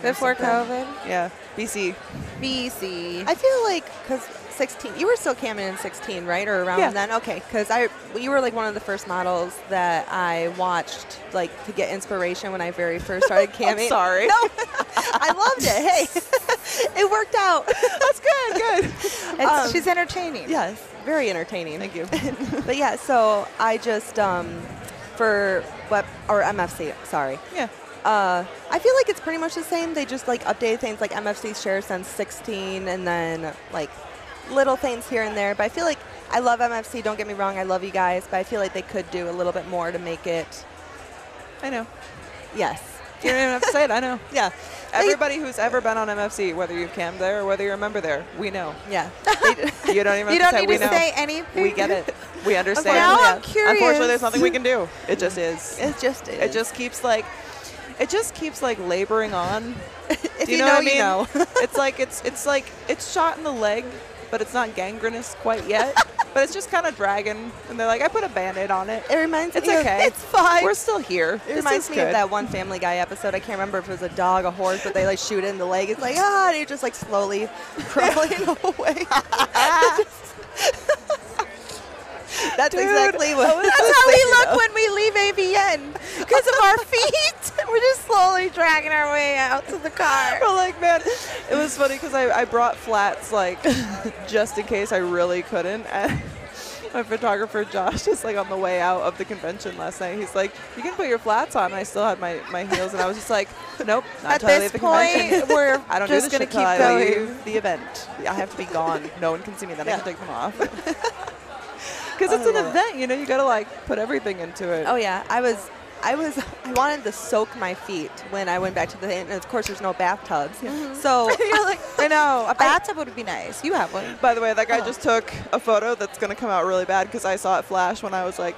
A: or
C: Before
A: something.
C: COVID.
A: Yeah, BC.
C: BC.
I: I feel like because 16, you were still camming in 16, right, or around
A: Yeah.
I: then? Okay, because I, you were like one of the first models that I watched, like to get inspiration when I very first started camming.
A: sorry.
I: No, I loved it. Hey, it worked out. That's good. Good.
C: It's- she's entertaining.
I: Yes, very entertaining. Thank you. but yeah, so I just um, for web or MFC, sorry.
A: Yeah.
I: Uh, I feel like it's pretty much the same. They just like update things like MFC share since 16 and then like little things here and there. But I feel like I love MFC, don't get me wrong, I love you guys, but I feel like they could do a little bit more to make it,
A: I know.
I: yes.
A: You don't even have to say it. I know.
I: Yeah.
A: Everybody who's ever been on MFC, whether you've cammed there or whether you're a member there, we know.
I: Yeah.
A: You don't even have
C: You
A: to
C: don't
A: say we
C: need to
A: know.
C: say anything.
A: we get it. We understand.
C: now I'm
A: Unfortunately,
C: curious.
A: there's nothing we can do. It just is.
I: It's just, it,
A: It just keeps like, it just keeps like laboring on.
I: if
A: Do you know, what I mean? it's like it's it's like it's shot in the leg, but it's not gangrenous quite yet. but it's just kind of dragging, and they're like, I put a band-aid on it.
I: It reminds
A: It's
I: me of-
A: okay.
I: it's fine.
A: We're still here.
I: It reminds me of that one Family Guy episode. I can't remember if it was a dog, a horse, but they like shoot it in the leg. It's like ah, and you're just like slowly crawling away. That's exactly what.
C: That's how we look when we leave ABN because of our feet. We're just slowly dragging our way out to the car.
A: But like, man, it was funny because I, I brought flats like just in case I really couldn't. And my photographer Josh is like on the way out of the convention last night. He's like, "You can put your flats on." And I still had my, my heels, and I was just like, "Nope, not
C: At
A: till I
C: this
A: leave the convention.
C: point, we're
A: I don't
C: just
A: do
C: gonna
A: this shit
C: keep
A: till I
C: going.
A: leave the event. I have to be gone. No one can see me. Then I can take them off." Because it's an event, you know. You gotta like put everything into it.
I: Oh yeah, I was, I was, I wanted to soak my feet when I went back to the. And of course, there's no bathtubs, so
C: Mm-hmm. You're like, I know a bathtub would be nice. You have one.
A: By the way, that guy just took a photo that's gonna come out really bad because I saw it flash when I was like,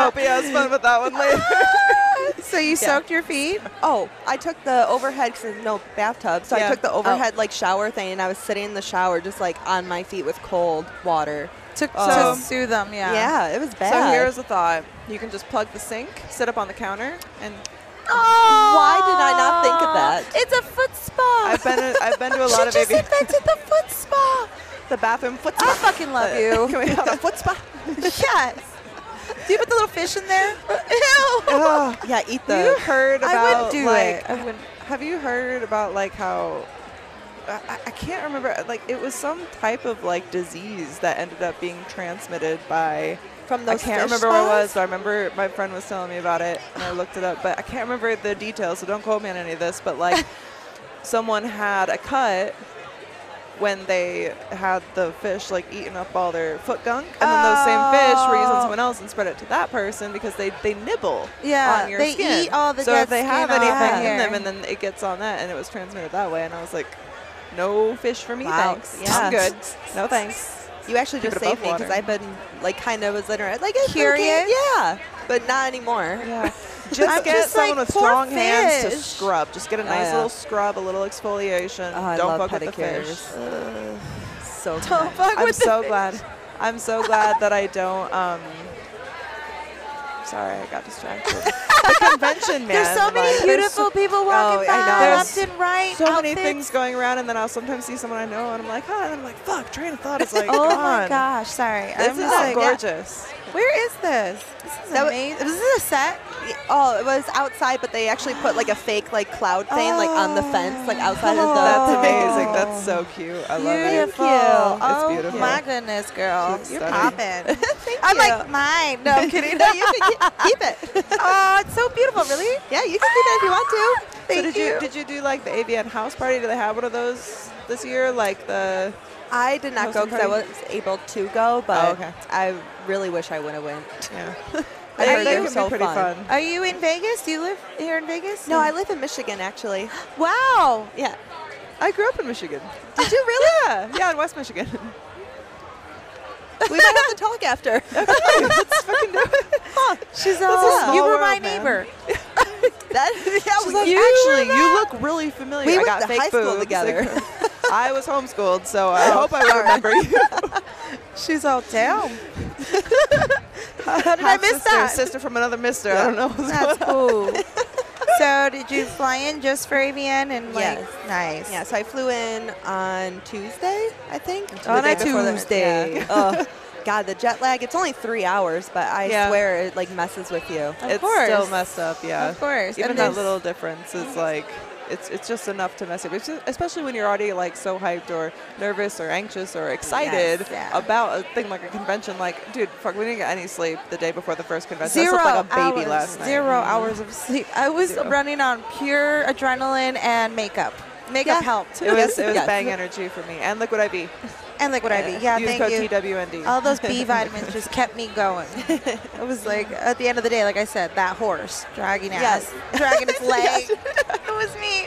A: "Hope he has fun with that one later."
C: So you soaked your feet.
I: Oh, I took the overhead because no bathtub, so
A: Yeah. Oh.
I: I took the overhead like shower thing, and I was sitting in the shower just like on my feet with cold water.
C: To,
I: Oh.
C: to soothe them, yeah.
I: Yeah, it was bad.
A: So here's a thought: you can just plug the sink, sit up on the counter, and
I: Why did I not think of that?
C: It's a foot spa.
A: I've been I've been to a lot of
C: just
A: AV,
C: invented the foot spa.
A: the bathroom foot
C: I
A: spa. Uh,
C: fucking love you.
A: Can we have a foot spa?
C: yes. Do you put the little fish in there? Ew.
A: Ugh.
I: yeah, eat
A: Have you
I: the.
A: heard about
C: I wouldn't do
A: like
C: it. I wouldn't.
A: Have you heard about like how I, I- I can't remember like it was some type of like disease that ended up being transmitted by
I: From
A: I
I: those
A: can't
I: fish
A: remember what it was,
I: spas?
A: but I remember my friend was telling me about it and I looked it up, but I can't remember the details, so don't quote me on any of this, but like someone had a cut when they had the fish like eating up all their foot gunk and then those same fish were using
C: Oh.
A: someone else and spread it to that person because they, they nibble
C: Yeah,
A: on your
C: they
A: skin.
C: eat all the
A: so
C: dead
A: if they have
C: skin off
A: anything in
C: here.
A: them and then it gets on that and it was transmitted that way and I was like no fish for me
I: Wow.
A: thanks
I: Yeah.
A: I'm good no thanks
I: You actually
A: Keep
I: just
A: it above
I: saved me because
A: water.
I: I've been like kind of was literate, like it's okay,
C: Curious?
I: yeah, but not anymore.
A: Yeah.
C: I'm
A: Just get
C: just like,
A: someone with
C: "Poor
A: strong hands to
C: fish." Oh,
A: scrub. Just get a nice
I: yeah.
A: little scrub, a little exfoliation.
I: Oh, I
A: Don't
I: love
A: fuck with the
I: pedicures.
A: fish.
I: So
A: Don't fuck I'm so glad. I'm so glad that I don't. Um, sorry, I got distracted. the convention, man.
C: There's so many
A: like-
C: beautiful people
I: Oh,
C: walking
A: I
C: by
A: know.
C: left
A: There's
C: and right.
A: so many
C: outfits.
A: things going around, and then I'll sometimes see someone I know, and I'm like, huh, and I'm like, fuck, train of thought is like,
C: Oh my
A: gone.
C: gosh, sorry.
A: This
C: I'm
A: is
C: just like,
A: gorgeous.
C: Where is this? This is
I: That wa-
C: amazing. Was this a set?
I: Oh, it was outside, but they actually put like a fake like cloud thing like on the fence, like outside of the.
A: That's amazing. That's so cute. I love it.
C: Oh. Beautiful.
A: It's
C: Oh
A: beautiful.
C: my goodness, girl.
A: She's
C: You're
A: stunning.
C: popping. I'm like, mine. No, I'm kidding. No, you can keep it. oh, it's so beautiful, really?
I: Yeah, you can do that if you want to.
A: So
C: Thank
A: did
C: you.
A: you did you do like the AVN house party? Do they have one of those this year? Like the
I: I did not go
A: Hosting
I: because I
A: party?
I: wasn't able to go, but
A: Oh, okay.
I: I really wish I would have went.
A: yeah.
I: I heard
A: they
I: they're
A: can
I: so
A: be pretty
I: fun.
A: fun.
C: Are you in Vegas? Do you live here in Vegas?
I: No, I live in Michigan actually.
C: Wow.
I: Yeah.
A: I grew up in Michigan.
I: Did you really?
A: Yeah, yeah, in West Michigan.
I: we might have to talk after.
C: She's
A: a
C: all,
A: small
C: you were my
A: world, man.
C: neighbor.
I: That, yeah,
A: She's
I: we-
A: like, actually, you look really familiar.
I: We
A: I
I: went
A: got
I: to
A: fake
I: high school
A: boobs."
I: together.
A: Like, I was homeschooled, so I hope I remember you.
C: She's all down. How did I
A: Half
C: miss
A: sister,
C: that?
A: Sister from another mister. I don't know. What's
C: That's
A: going on.
C: cool. so did you fly in just for AVN and like
I: Yes.
C: nice?
I: yeah, so I flew in on Tuesday, I think.
C: On
I: The day
C: a
I: before the-
C: Tuesday.
I: yeah. Ugh. God, the jet lag. It's only three hours, but I
A: Yeah.
I: swear it like messes with you.
C: Of
A: it's
C: course.
A: still messed up. Yeah,
C: Of course.
A: Even
C: And
A: that
C: there's-
A: little difference is like. It's, it's just enough to mess up, It's just- especially when you're already like so hyped or nervous or anxious or excited
C: yeah.
A: about a thing like a convention. Like, dude, fuck, we didn't get any sleep the day before the first convention. I slept like a baby
C: hours,
A: last night.
C: Zero hours of sleep. I was
A: Zero.
C: running on pure adrenaline and makeup. Makeup helped.
A: It was it was
I: Yes.
A: bang energy for me and liquid IV.
C: and liquid IV. Yeah,
A: Use
C: thank
A: code
C: you.
A: TWND.
C: All those B vitamins just kept me going. It was like at the end of the day, like I said, that horse dragging ass, dragging its leg. it was me.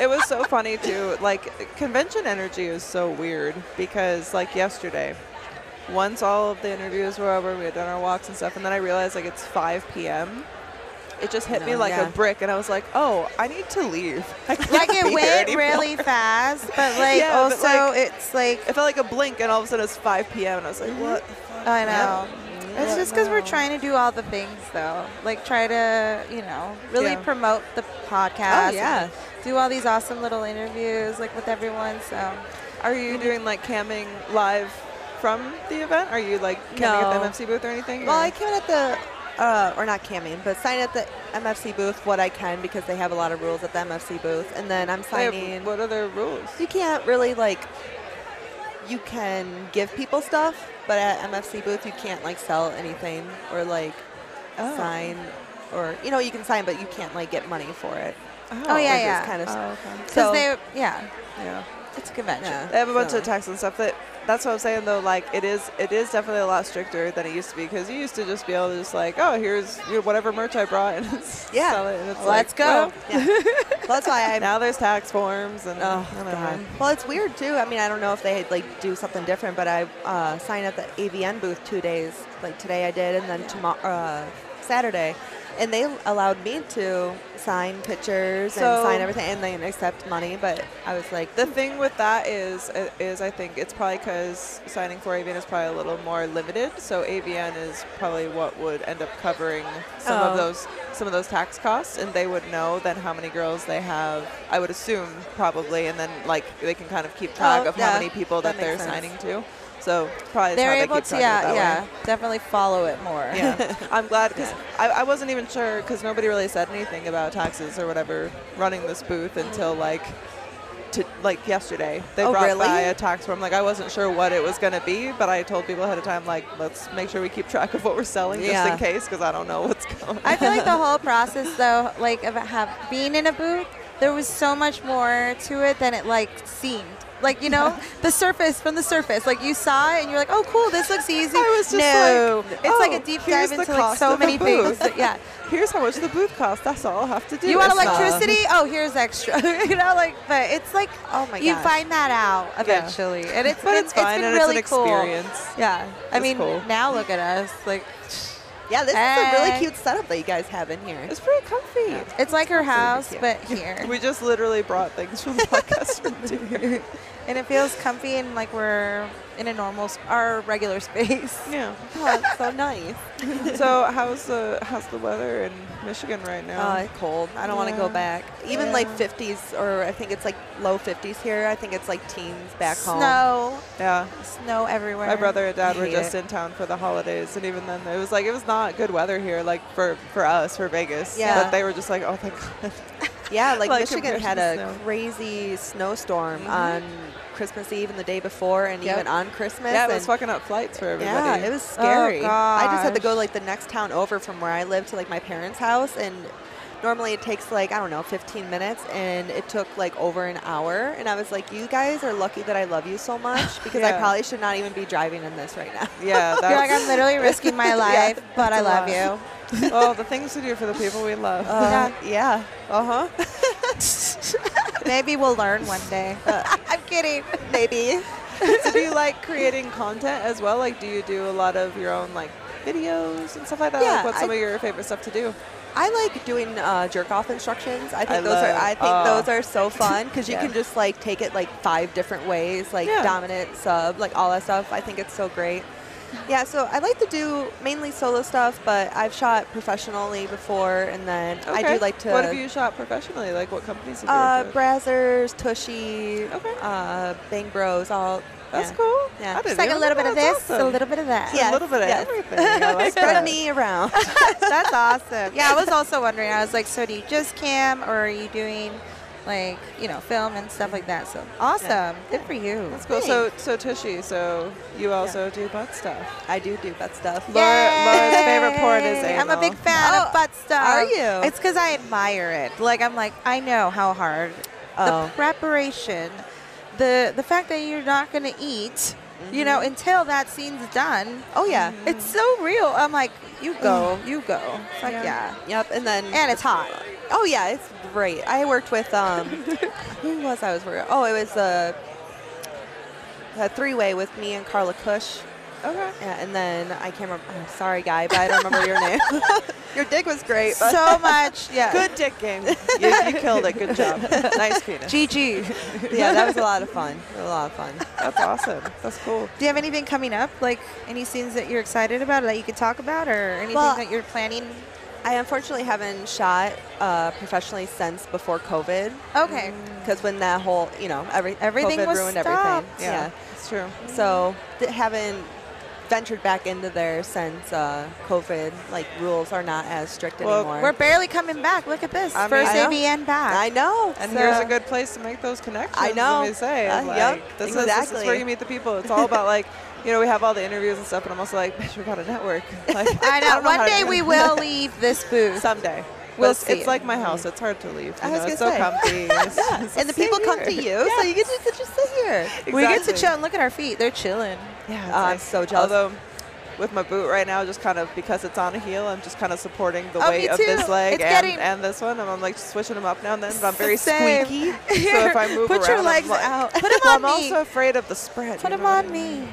A: it was so funny too. Like convention energy is so weird because like yesterday, once all of the interviews were over, we had done our walks and stuff, and then I realized like it's 5 p.m. It just hit me
I: No,
A: like
I: yeah.
A: a brick, and I was like, "Oh, I need to leave." I can't
C: Like
A: be
C: it
A: here
C: went
A: anymore.
C: really fast, but like
A: Yeah, but,
C: also
A: like-
C: it's like
A: It felt like a blink, and all of a sudden it's 5 p.m. and I was like,
I: Mm-hmm.
A: "What?" the fuck?"
C: I know. It's
A: Yeah.
C: just because we're trying to do all the things, though. Like try to, you know, really
A: Yeah.
C: promote the podcast. and
I: Oh, yeah.
C: Do all these awesome little interviews, like with everyone. So
A: Are you
I: Mm-hmm.
A: doing like camming live from the event? Are you like camming at
I: No.
A: the MFC booth or anything?
I: Well,
A: or-
I: I came in at the, uh, or not camming, but sign at the MFC booth what I can because they have a lot of rules at the MFC booth. And then I'm
A: They have-
I: signing.
A: What are their rules?
I: You can't really like, you can give people stuff, but at MFC booth you can't like sell anything or like
A: Oh.
I: sign. Or you know you can sign, but you can't like get money for it.
C: Oh, yeah,
I: Like, it's
C: yeah.
I: Kind of.
A: Oh, okay.
C: because
I: So-
C: they, yeah,
A: Yeah.
C: it's a convention.
I: Yeah.
A: They have a bunch
I: So-
A: of texts and stuff. That that's what I'm saying though. Like it is, it is definitely a lot stricter than it used to be because you used to just be able to just like, oh, here's your whatever merch I brought and
I: Yeah.
A: sell it. And it's
C: Let's
A: like,
C: go.
I: Well, that's why
A: well,
I: I'm.
A: now there's tax forms and
I: Oh,
A: I don't know.
I: God. Well, it's weird too. I mean, I don't know if they like do something different, but I uh, signed at the AVN booth two days. Like today, I did, and then tomorrow, uh, Saturday, and they allowed me to sign pictures
A: So-
I: and sign everything, and then accept money. But I was like,
A: The thing with that is, is I think it's probably because signing for AVN is probably a little more limited. So AVN is probably what would end up covering some
I: Oh.
A: of those some of those tax costs, and they would know then how many girls they have. I would assume probably, and then like they can kind of keep track
I: Oh,
A: of
I: yeah.
A: how many people
I: That
A: that, they're
I: makes sense.
A: signing to. So probably that's
C: They're
A: how they
C: able
A: keep
C: to,
A: track of
C: yeah,
A: it that
C: yeah,
A: way.
C: definitely follow it more.
A: Yeah, I'm glad because I, I wasn't even sure because nobody really said anything about taxes or whatever running this booth until like to like yesterday. They
I: Oh,
A: brought
I: really?
A: by a tax form. Like I wasn't sure what it was going to be, but I told people ahead of time like let's make sure we keep track of what we're selling
I: Yeah.
A: just in case because I don't know what's going. on.
C: I feel like the whole process, though, like of have being in a booth, there was so much more to it than it like seemed. Like you know, the surface from the surface. Like you saw it and you're like, oh cool, this looks easy.
A: I was just
C: no,
A: like,
C: it's like
A: oh,
C: a deep
A: here's
C: dive
A: the
C: into
A: cost
C: like so
A: of a
C: many things.
A: booth.
C: yeah.
A: Here's how much the booth costs. That's all I'll have to do.
C: You want
A: It's not-
C: electricity? Oh, here's extra. you know, like, but it's like,
A: Oh my
C: you
A: gosh.
C: find that out eventually, and it's
A: But
C: been,
A: it's fine
C: been
A: and
C: really
A: it's an
C: cool.
A: experience.
C: Yeah, I
A: It's
C: mean,
A: cool.
C: now look at us. Like,
I: Yeah, this is a
C: Hey.
I: really cute setup that you guys have in here.
A: It's pretty comfy.
C: it's like her house,
I: yeah.
C: but here,
A: We just literally brought things from the podcast room to here.
C: and it feels comfy and like we're in a normal, sp- our regular space.
A: Yeah.
I: Oh, it's so nice.
A: So how's the how's the weather in Michigan right now?
I: Oh, it's cold. I don't want to go back. Even like 50s, or I think it's like low 50s here. I think it's like teens back home.
C: Snow,
A: yeah.
C: snow everywhere.
A: My brother and dad
I: I
A: were
I: hate
A: just in town for the holidays, and even then, it was like it was not good weather here, like for for us for Vegas.
I: Yeah.
A: But they were just like, oh thank God.
I: Yeah, like,
A: Like
I: Michigan
A: compared to
I: had
A: the
I: a
A: snow.
I: crazy snowstorm on Christmas Eve and the day before, and even on Christmas.
A: Yeah, it was
I: and-
A: fucking up flights for everybody.
I: Yeah, it was scary. I just had to go
C: gosh.
I: like the next town over from where I live to like my parents' house, and normally it takes like I don't know 15 minutes, and it took like over an hour. And I was like, "You guys are lucky that I love you so much because I
A: Yeah.
I: probably should not even be driving in this right now."
A: Yeah,
C: You're like,
A: that's
C: I'm literally risking my life, but I
I: a
C: love
I: lot.
C: you.
A: oh the things we do for the people we love.
I: Uh, yeah.
A: Uh huh.
C: Maybe we'll learn one day. I'm kidding. Maybe.
A: so do you like creating content as well? Like, do you do a lot of your own like videos and stuff like that?
I: Yeah,
A: like, what's some
I: I-
A: of your favorite stuff to do?
I: I like doing uh, jerk off instructions. I think
A: I
I: those are
A: love-
I: I think
A: oh.
I: those are so fun because you
A: Yeah.
I: can just like take it like five different ways, like
A: Yeah.
I: dominant, sub, like all that stuff. I think it's so great. Yeah, so I like to do mainly solo stuff, but I've shot professionally before, and then I
A: Okay.
I: do like to.
A: What have you shot professionally? Like, what companies have you
I: Uh,
A: worked with?
I: Brazzers, Tushy,
A: Okay.
I: uh, Bang Bros, all.
A: That's
I: yeah.
A: cool.
I: Yeah.
A: I didn't
C: It's like a
A: even
C: little
A: know
C: bit of
A: that's
C: this, a
A: awesome.
C: little bit of that.
A: a little bit of
I: yes.
A: everything. I like
I: Spread
A: that.
I: me around.
C: That's awesome. Yeah, I was also wondering. I was like, so do you just cam, or are you doing like you know film and stuff like that? So awesome. Good for you.
A: That's cool. So, so Tushy. So you also do butt stuff.
I: I do do butt stuff.
A: Laura- Laura's favorite porn is
C: Yay. I'm a big
A: anal.
C: fan of butt stuff.
I: Oh, are you?
C: It's because I admire it. Like I'm like I know how hard
I: Oh.
C: the preparation, the the fact that you're not gonna eat, you
I: Mm-hmm.
C: know, until that scene's done.
I: Oh yeah.
C: It's so real. I'm like, you go, you go. It's like yeah.
I: Mm. Yep. And then
C: And it's hot.
I: Oh yeah, it's great. I worked with um, who was I was working? Oh, it was a, a three way with me and Carla Cush.
A: Okay.
I: Yeah, and then I can't remember. Oh, sorry, guy, but I don't remember your name. your dick was great. But
C: So much, yeah.
A: Good dick game. you, you killed it. Good job. nice penis.
C: GG.
I: yeah, that was a lot of fun. A lot of fun.
A: That's awesome. That's cool.
C: Do you have anything coming up? Like any scenes that you're excited about that you could talk about or anything
I: Well,
C: that you're planning?
I: I unfortunately haven't shot uh, professionally since before COVID.
C: Okay.
A: Mm.
I: Because when that whole, you know, every,
C: Mm. Everything
I: COVID
C: was
I: ruined
C: stopped.
I: everything.
A: Yeah,
I: Yeah.
A: it's true.
I: So th- haven't ventured back into there since uh, COVID. Like rules are not as strict
A: Well,
I: anymore.
C: We're barely coming back. Look at this.
A: I
C: First
I: mean-
C: ABN back.
I: I know.
A: And
I: so-
A: here's a good place to make those connections.
I: I know.
A: Let me say.
I: Uh,
A: like,
I: yep,
A: This is this is
I: exactly.
A: where you meet the people. It's all about like, you know, we have all the interviews and stuff, and I'm also like, bitch, we got a network. Like,
C: I know.
A: don't how
C: One
A: to
C: day
A: do
C: we
A: it.
C: will leave this booth.
A: Someday.
C: We'll
A: But it's,
C: see.
A: it's like my house. It's hard to leave. You
I: I was
A: know, it's so
I: gonna
A: comfy. It's just-
I: and the people come to you, so you get to just- just sit here.
C: We get to
A: Exactly.
C: chill and look at our feet. They're chilling.
A: Yeah, it's
I: Oh, I'm
A: nice.
I: so jealous.
A: Although, with my boot right now, just kind of because it's on a heel, I'm just kind of supporting the
C: Oh, me
A: weight of this
C: too.
A: leg
C: It's
A: and,
C: getting-
A: and this one, and I'm like switching them up now and then. But I'm very
C: Same.
A: squeaky, so if I move
C: Put
A: around,
C: your
A: I'm
C: legs
A: like-
C: out. Put
A: Well,
C: them on
A: I'm
C: me.
A: also afraid of the spread.
C: Put
A: you
C: them
A: know what I
C: on
A: mean?
C: me.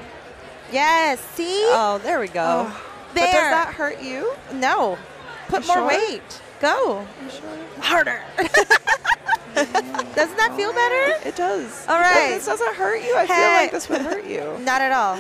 C: Yes. See?
I: Oh, there we go.
A: But
C: there.
A: does that hurt you?
C: no. Put
A: You
C: more
A: sure?
C: weight. Go. Harder. Doesn't that feel better?
A: It does.
C: All
A: It does.
C: right.
A: This doesn't hurt you. I feel
C: Hey.
A: like this would hurt you.
C: Not at all.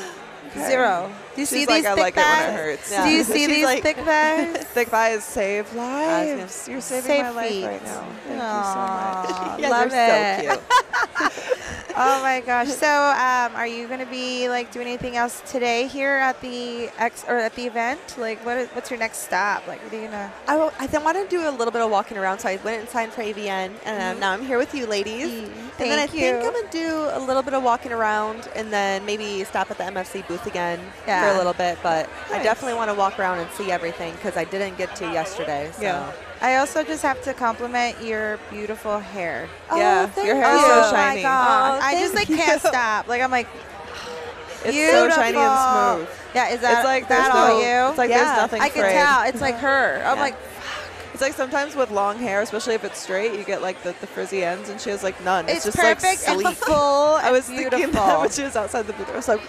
C: Zero. Do you
A: She's
C: see
A: like,
C: these
A: "I
C: thick
A: like it when it
C: bags?
A: hurts."
C: Do you
A: Yeah.
C: see
A: She's
C: these
A: like-
C: thick bags?
A: Thick thighs save
I: gonna
A: lives. You're saving my
C: Save
A: life
C: feet.
A: right now. Thank you so much.
C: Aw,
I: You guys
C: love
I: are
C: it.
I: so cute.
C: Oh my gosh! So, um, are you going to be like doing anything else today here at the ex or at the event? Like, what is, what's your next stop? Like, what are you gonna?
I: I, w- I then wanted to do a little bit of walking around, so I went and signed for AVN, and um, now I'm here with you ladies. and then I
C: Mm-hmm. Mm, Thank
I: think
C: you.
I: I'm gonna do a little bit of walking around, and then maybe stop at the MFC booth again for
C: Yeah.
I: a little bit. But I definitely want to walk around and see everything because I didn't get to yesterday. So.
A: Yeah.
C: I also just have to compliment your beautiful hair.
A: yeah,
I: thank
A: your hair is so
C: oh
A: shiny.
C: my god!
I: Oh,
C: I just like
I: thank
C: can't
I: you.
C: stop. Like I'm like,
A: It's
C: beautiful.
A: so shiny and smooth.
C: Yeah, is that
A: it's like
C: that
A: there's no,
C: all you?
A: It's like
I: Yeah.
A: there's nothing.
C: I can
A: frayed.
C: tell. It's like her. I'm
A: Yeah.
C: like,
A: It's like sometimes with long hair, especially if it's straight, you get like the, the frizzy ends, and she has like none.
C: it's,
A: It's, just
C: perfect
A: like
C: and
A: sleek.
C: full.
A: I was
C: beautiful.
A: thinking that when she was outside the booth. I was like,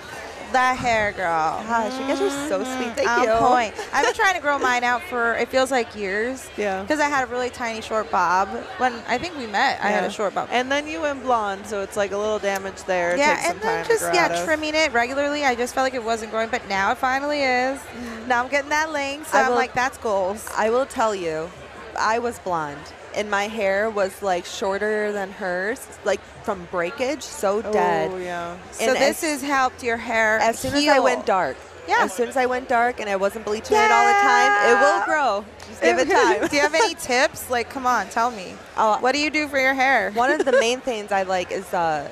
C: that hair, girl.
I: Gosh, you guys are
A: Ah,
I: so sweet. Thank
C: on
I: you.
C: point. I've been trying to grow mine out for it feels like years.
A: Yeah.
C: Because I had a really tiny short bob when I think we met. I had
A: Yeah.
C: a short bob.
A: and then you went blonde, so it's like a little damage there. It
C: yeah,
A: takes some
C: and then
A: time to
C: just
A: grow out
C: yeah,
A: of.
C: trimming it regularly. I just felt like it wasn't growing, but now it finally is. Now I'm getting that length, so
I: I
C: I'm
I: will-
C: like, that's goals.
I: I will tell you, I was blonde and my hair was like shorter than hers, like from breakage, so
A: Oh
I: dead.
A: yeah.
C: So
I: And
C: this has
I: as-
C: helped your hair.
I: As soon as I
C: heal.
I: went dark.
C: Yeah.
I: As soon as I went dark and I wasn't bleaching it all the time, it will
C: Yeah.
I: grow. Just give it time.
C: do you have any tips? Like, come on, tell me.
I: Oh,
C: What do you do for your hair?
I: one of the main things I like is uh,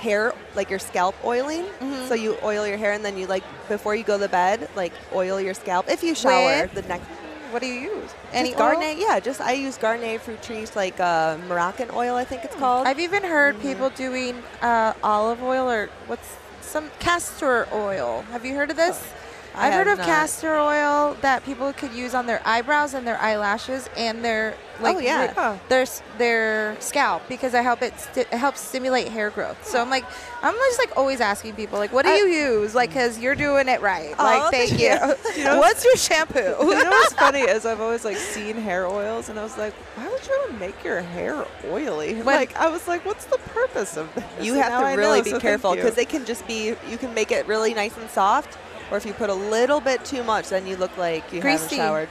I: hair, like your scalp oiling.
C: Mm-hmm.
I: So you oil your hair and then you like before you go to bed, like oil your scalp. If you shower
C: With
I: the next
C: What do you use? Any
I: just
C: oil?
I: Garnet, yeah, just I use Garnet fruit trees like uh, Moroccan oil, I
C: Hmm.
I: think it's called.
C: I've even heard people doing uh, olive oil or what's some castor oil. Have you heard of this?
I: Oh, I
C: I've heard
I: have
C: of
I: not.
C: castor oil that people could use on their eyebrows and their eyelashes and their like
I: Oh, yeah.
C: their- their s- their scalp because I help it, sti- it helps stimulate hair growth. So I'm like I'm just like always asking people like what do
I: I-
C: you use like because you're doing it right.
I: Oh,
C: like thank,
I: thank
C: you.
A: you know-
C: what's your shampoo?
A: you know what's funny is I've always like seen hair oils, and I was like, why would you wanna make your hair oily? like I was like, what's the purpose of this?
I: you
A: And
I: have
A: now
I: to
A: I
I: really
A: know,
I: be
A: so thank
I: careful
A: you.
I: because they can just be you can make it really nice and soft or if you put a little bit too much then you look like you
C: Greasy.
I: haven't showered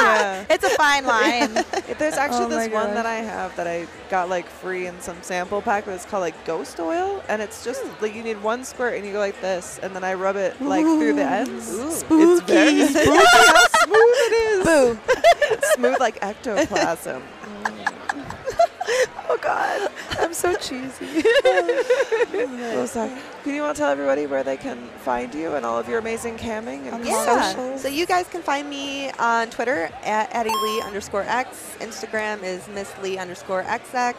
A: Yeah.
C: it's a fine line.
A: There's actually
C: Oh
A: this
C: my
A: one that I have that I got like free in some sample pack, but it's called like Ghost Oil, and it's just
C: Hmm.
A: like you need one squirt and you go like this, and then I rub it like through the ends. It's very spooky how smooth it is. Boom. smooth like ectoplasm.
C: oh God, I'm so cheesy.
A: so sorry. Can you want to tell everybody where they can find you and all of your amazing camming and
I: yeah
A: socials?
I: so you guys can find me on twitter at addie lee underscore x instagram is miss lee underscore xx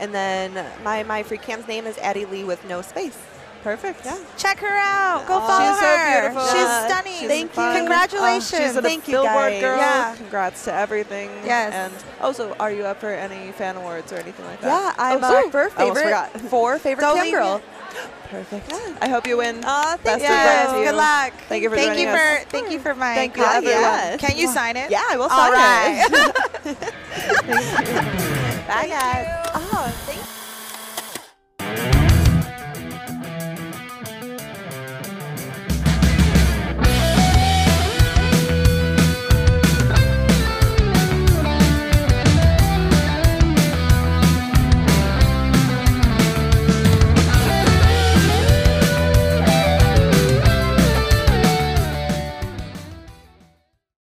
I: and then my my free cam's name is addie lee with no space perfect yeah
C: Check her out. Go
I: Aw.
C: follow
A: She's so
C: her.
A: beautiful.
C: She's
I: Yeah.
C: stunning.
I: She's Thank fun. you.
C: Congratulations.
A: Oh, She's a
I: Thank you,
A: billboard
I: guys.
A: girl.
C: Yeah.
A: Congrats to everything.
C: Yes.
A: And also, are you up for any fan awards or anything like
I: yeah
A: that?
I: i'm
A: Oh,
I: uh, for
A: I almost
I: favorite
A: forgot.
I: for favorite
C: Don't
I: cam
C: leave me-
I: girl
A: Perfect. I hope you win.
C: Uh,
I: Aw,
A: Best
I: thank you.
A: of luck
C: yes.
A: to Ah, you.
C: Good luck.
A: Thank you for
C: thank you
A: joining us.
C: for thank you for my
A: Thank you,
C: copy.
A: everyone.
C: Can you sign it?
I: yeah i will
C: All
I: sign it
C: right.
I: bye guys oh thank you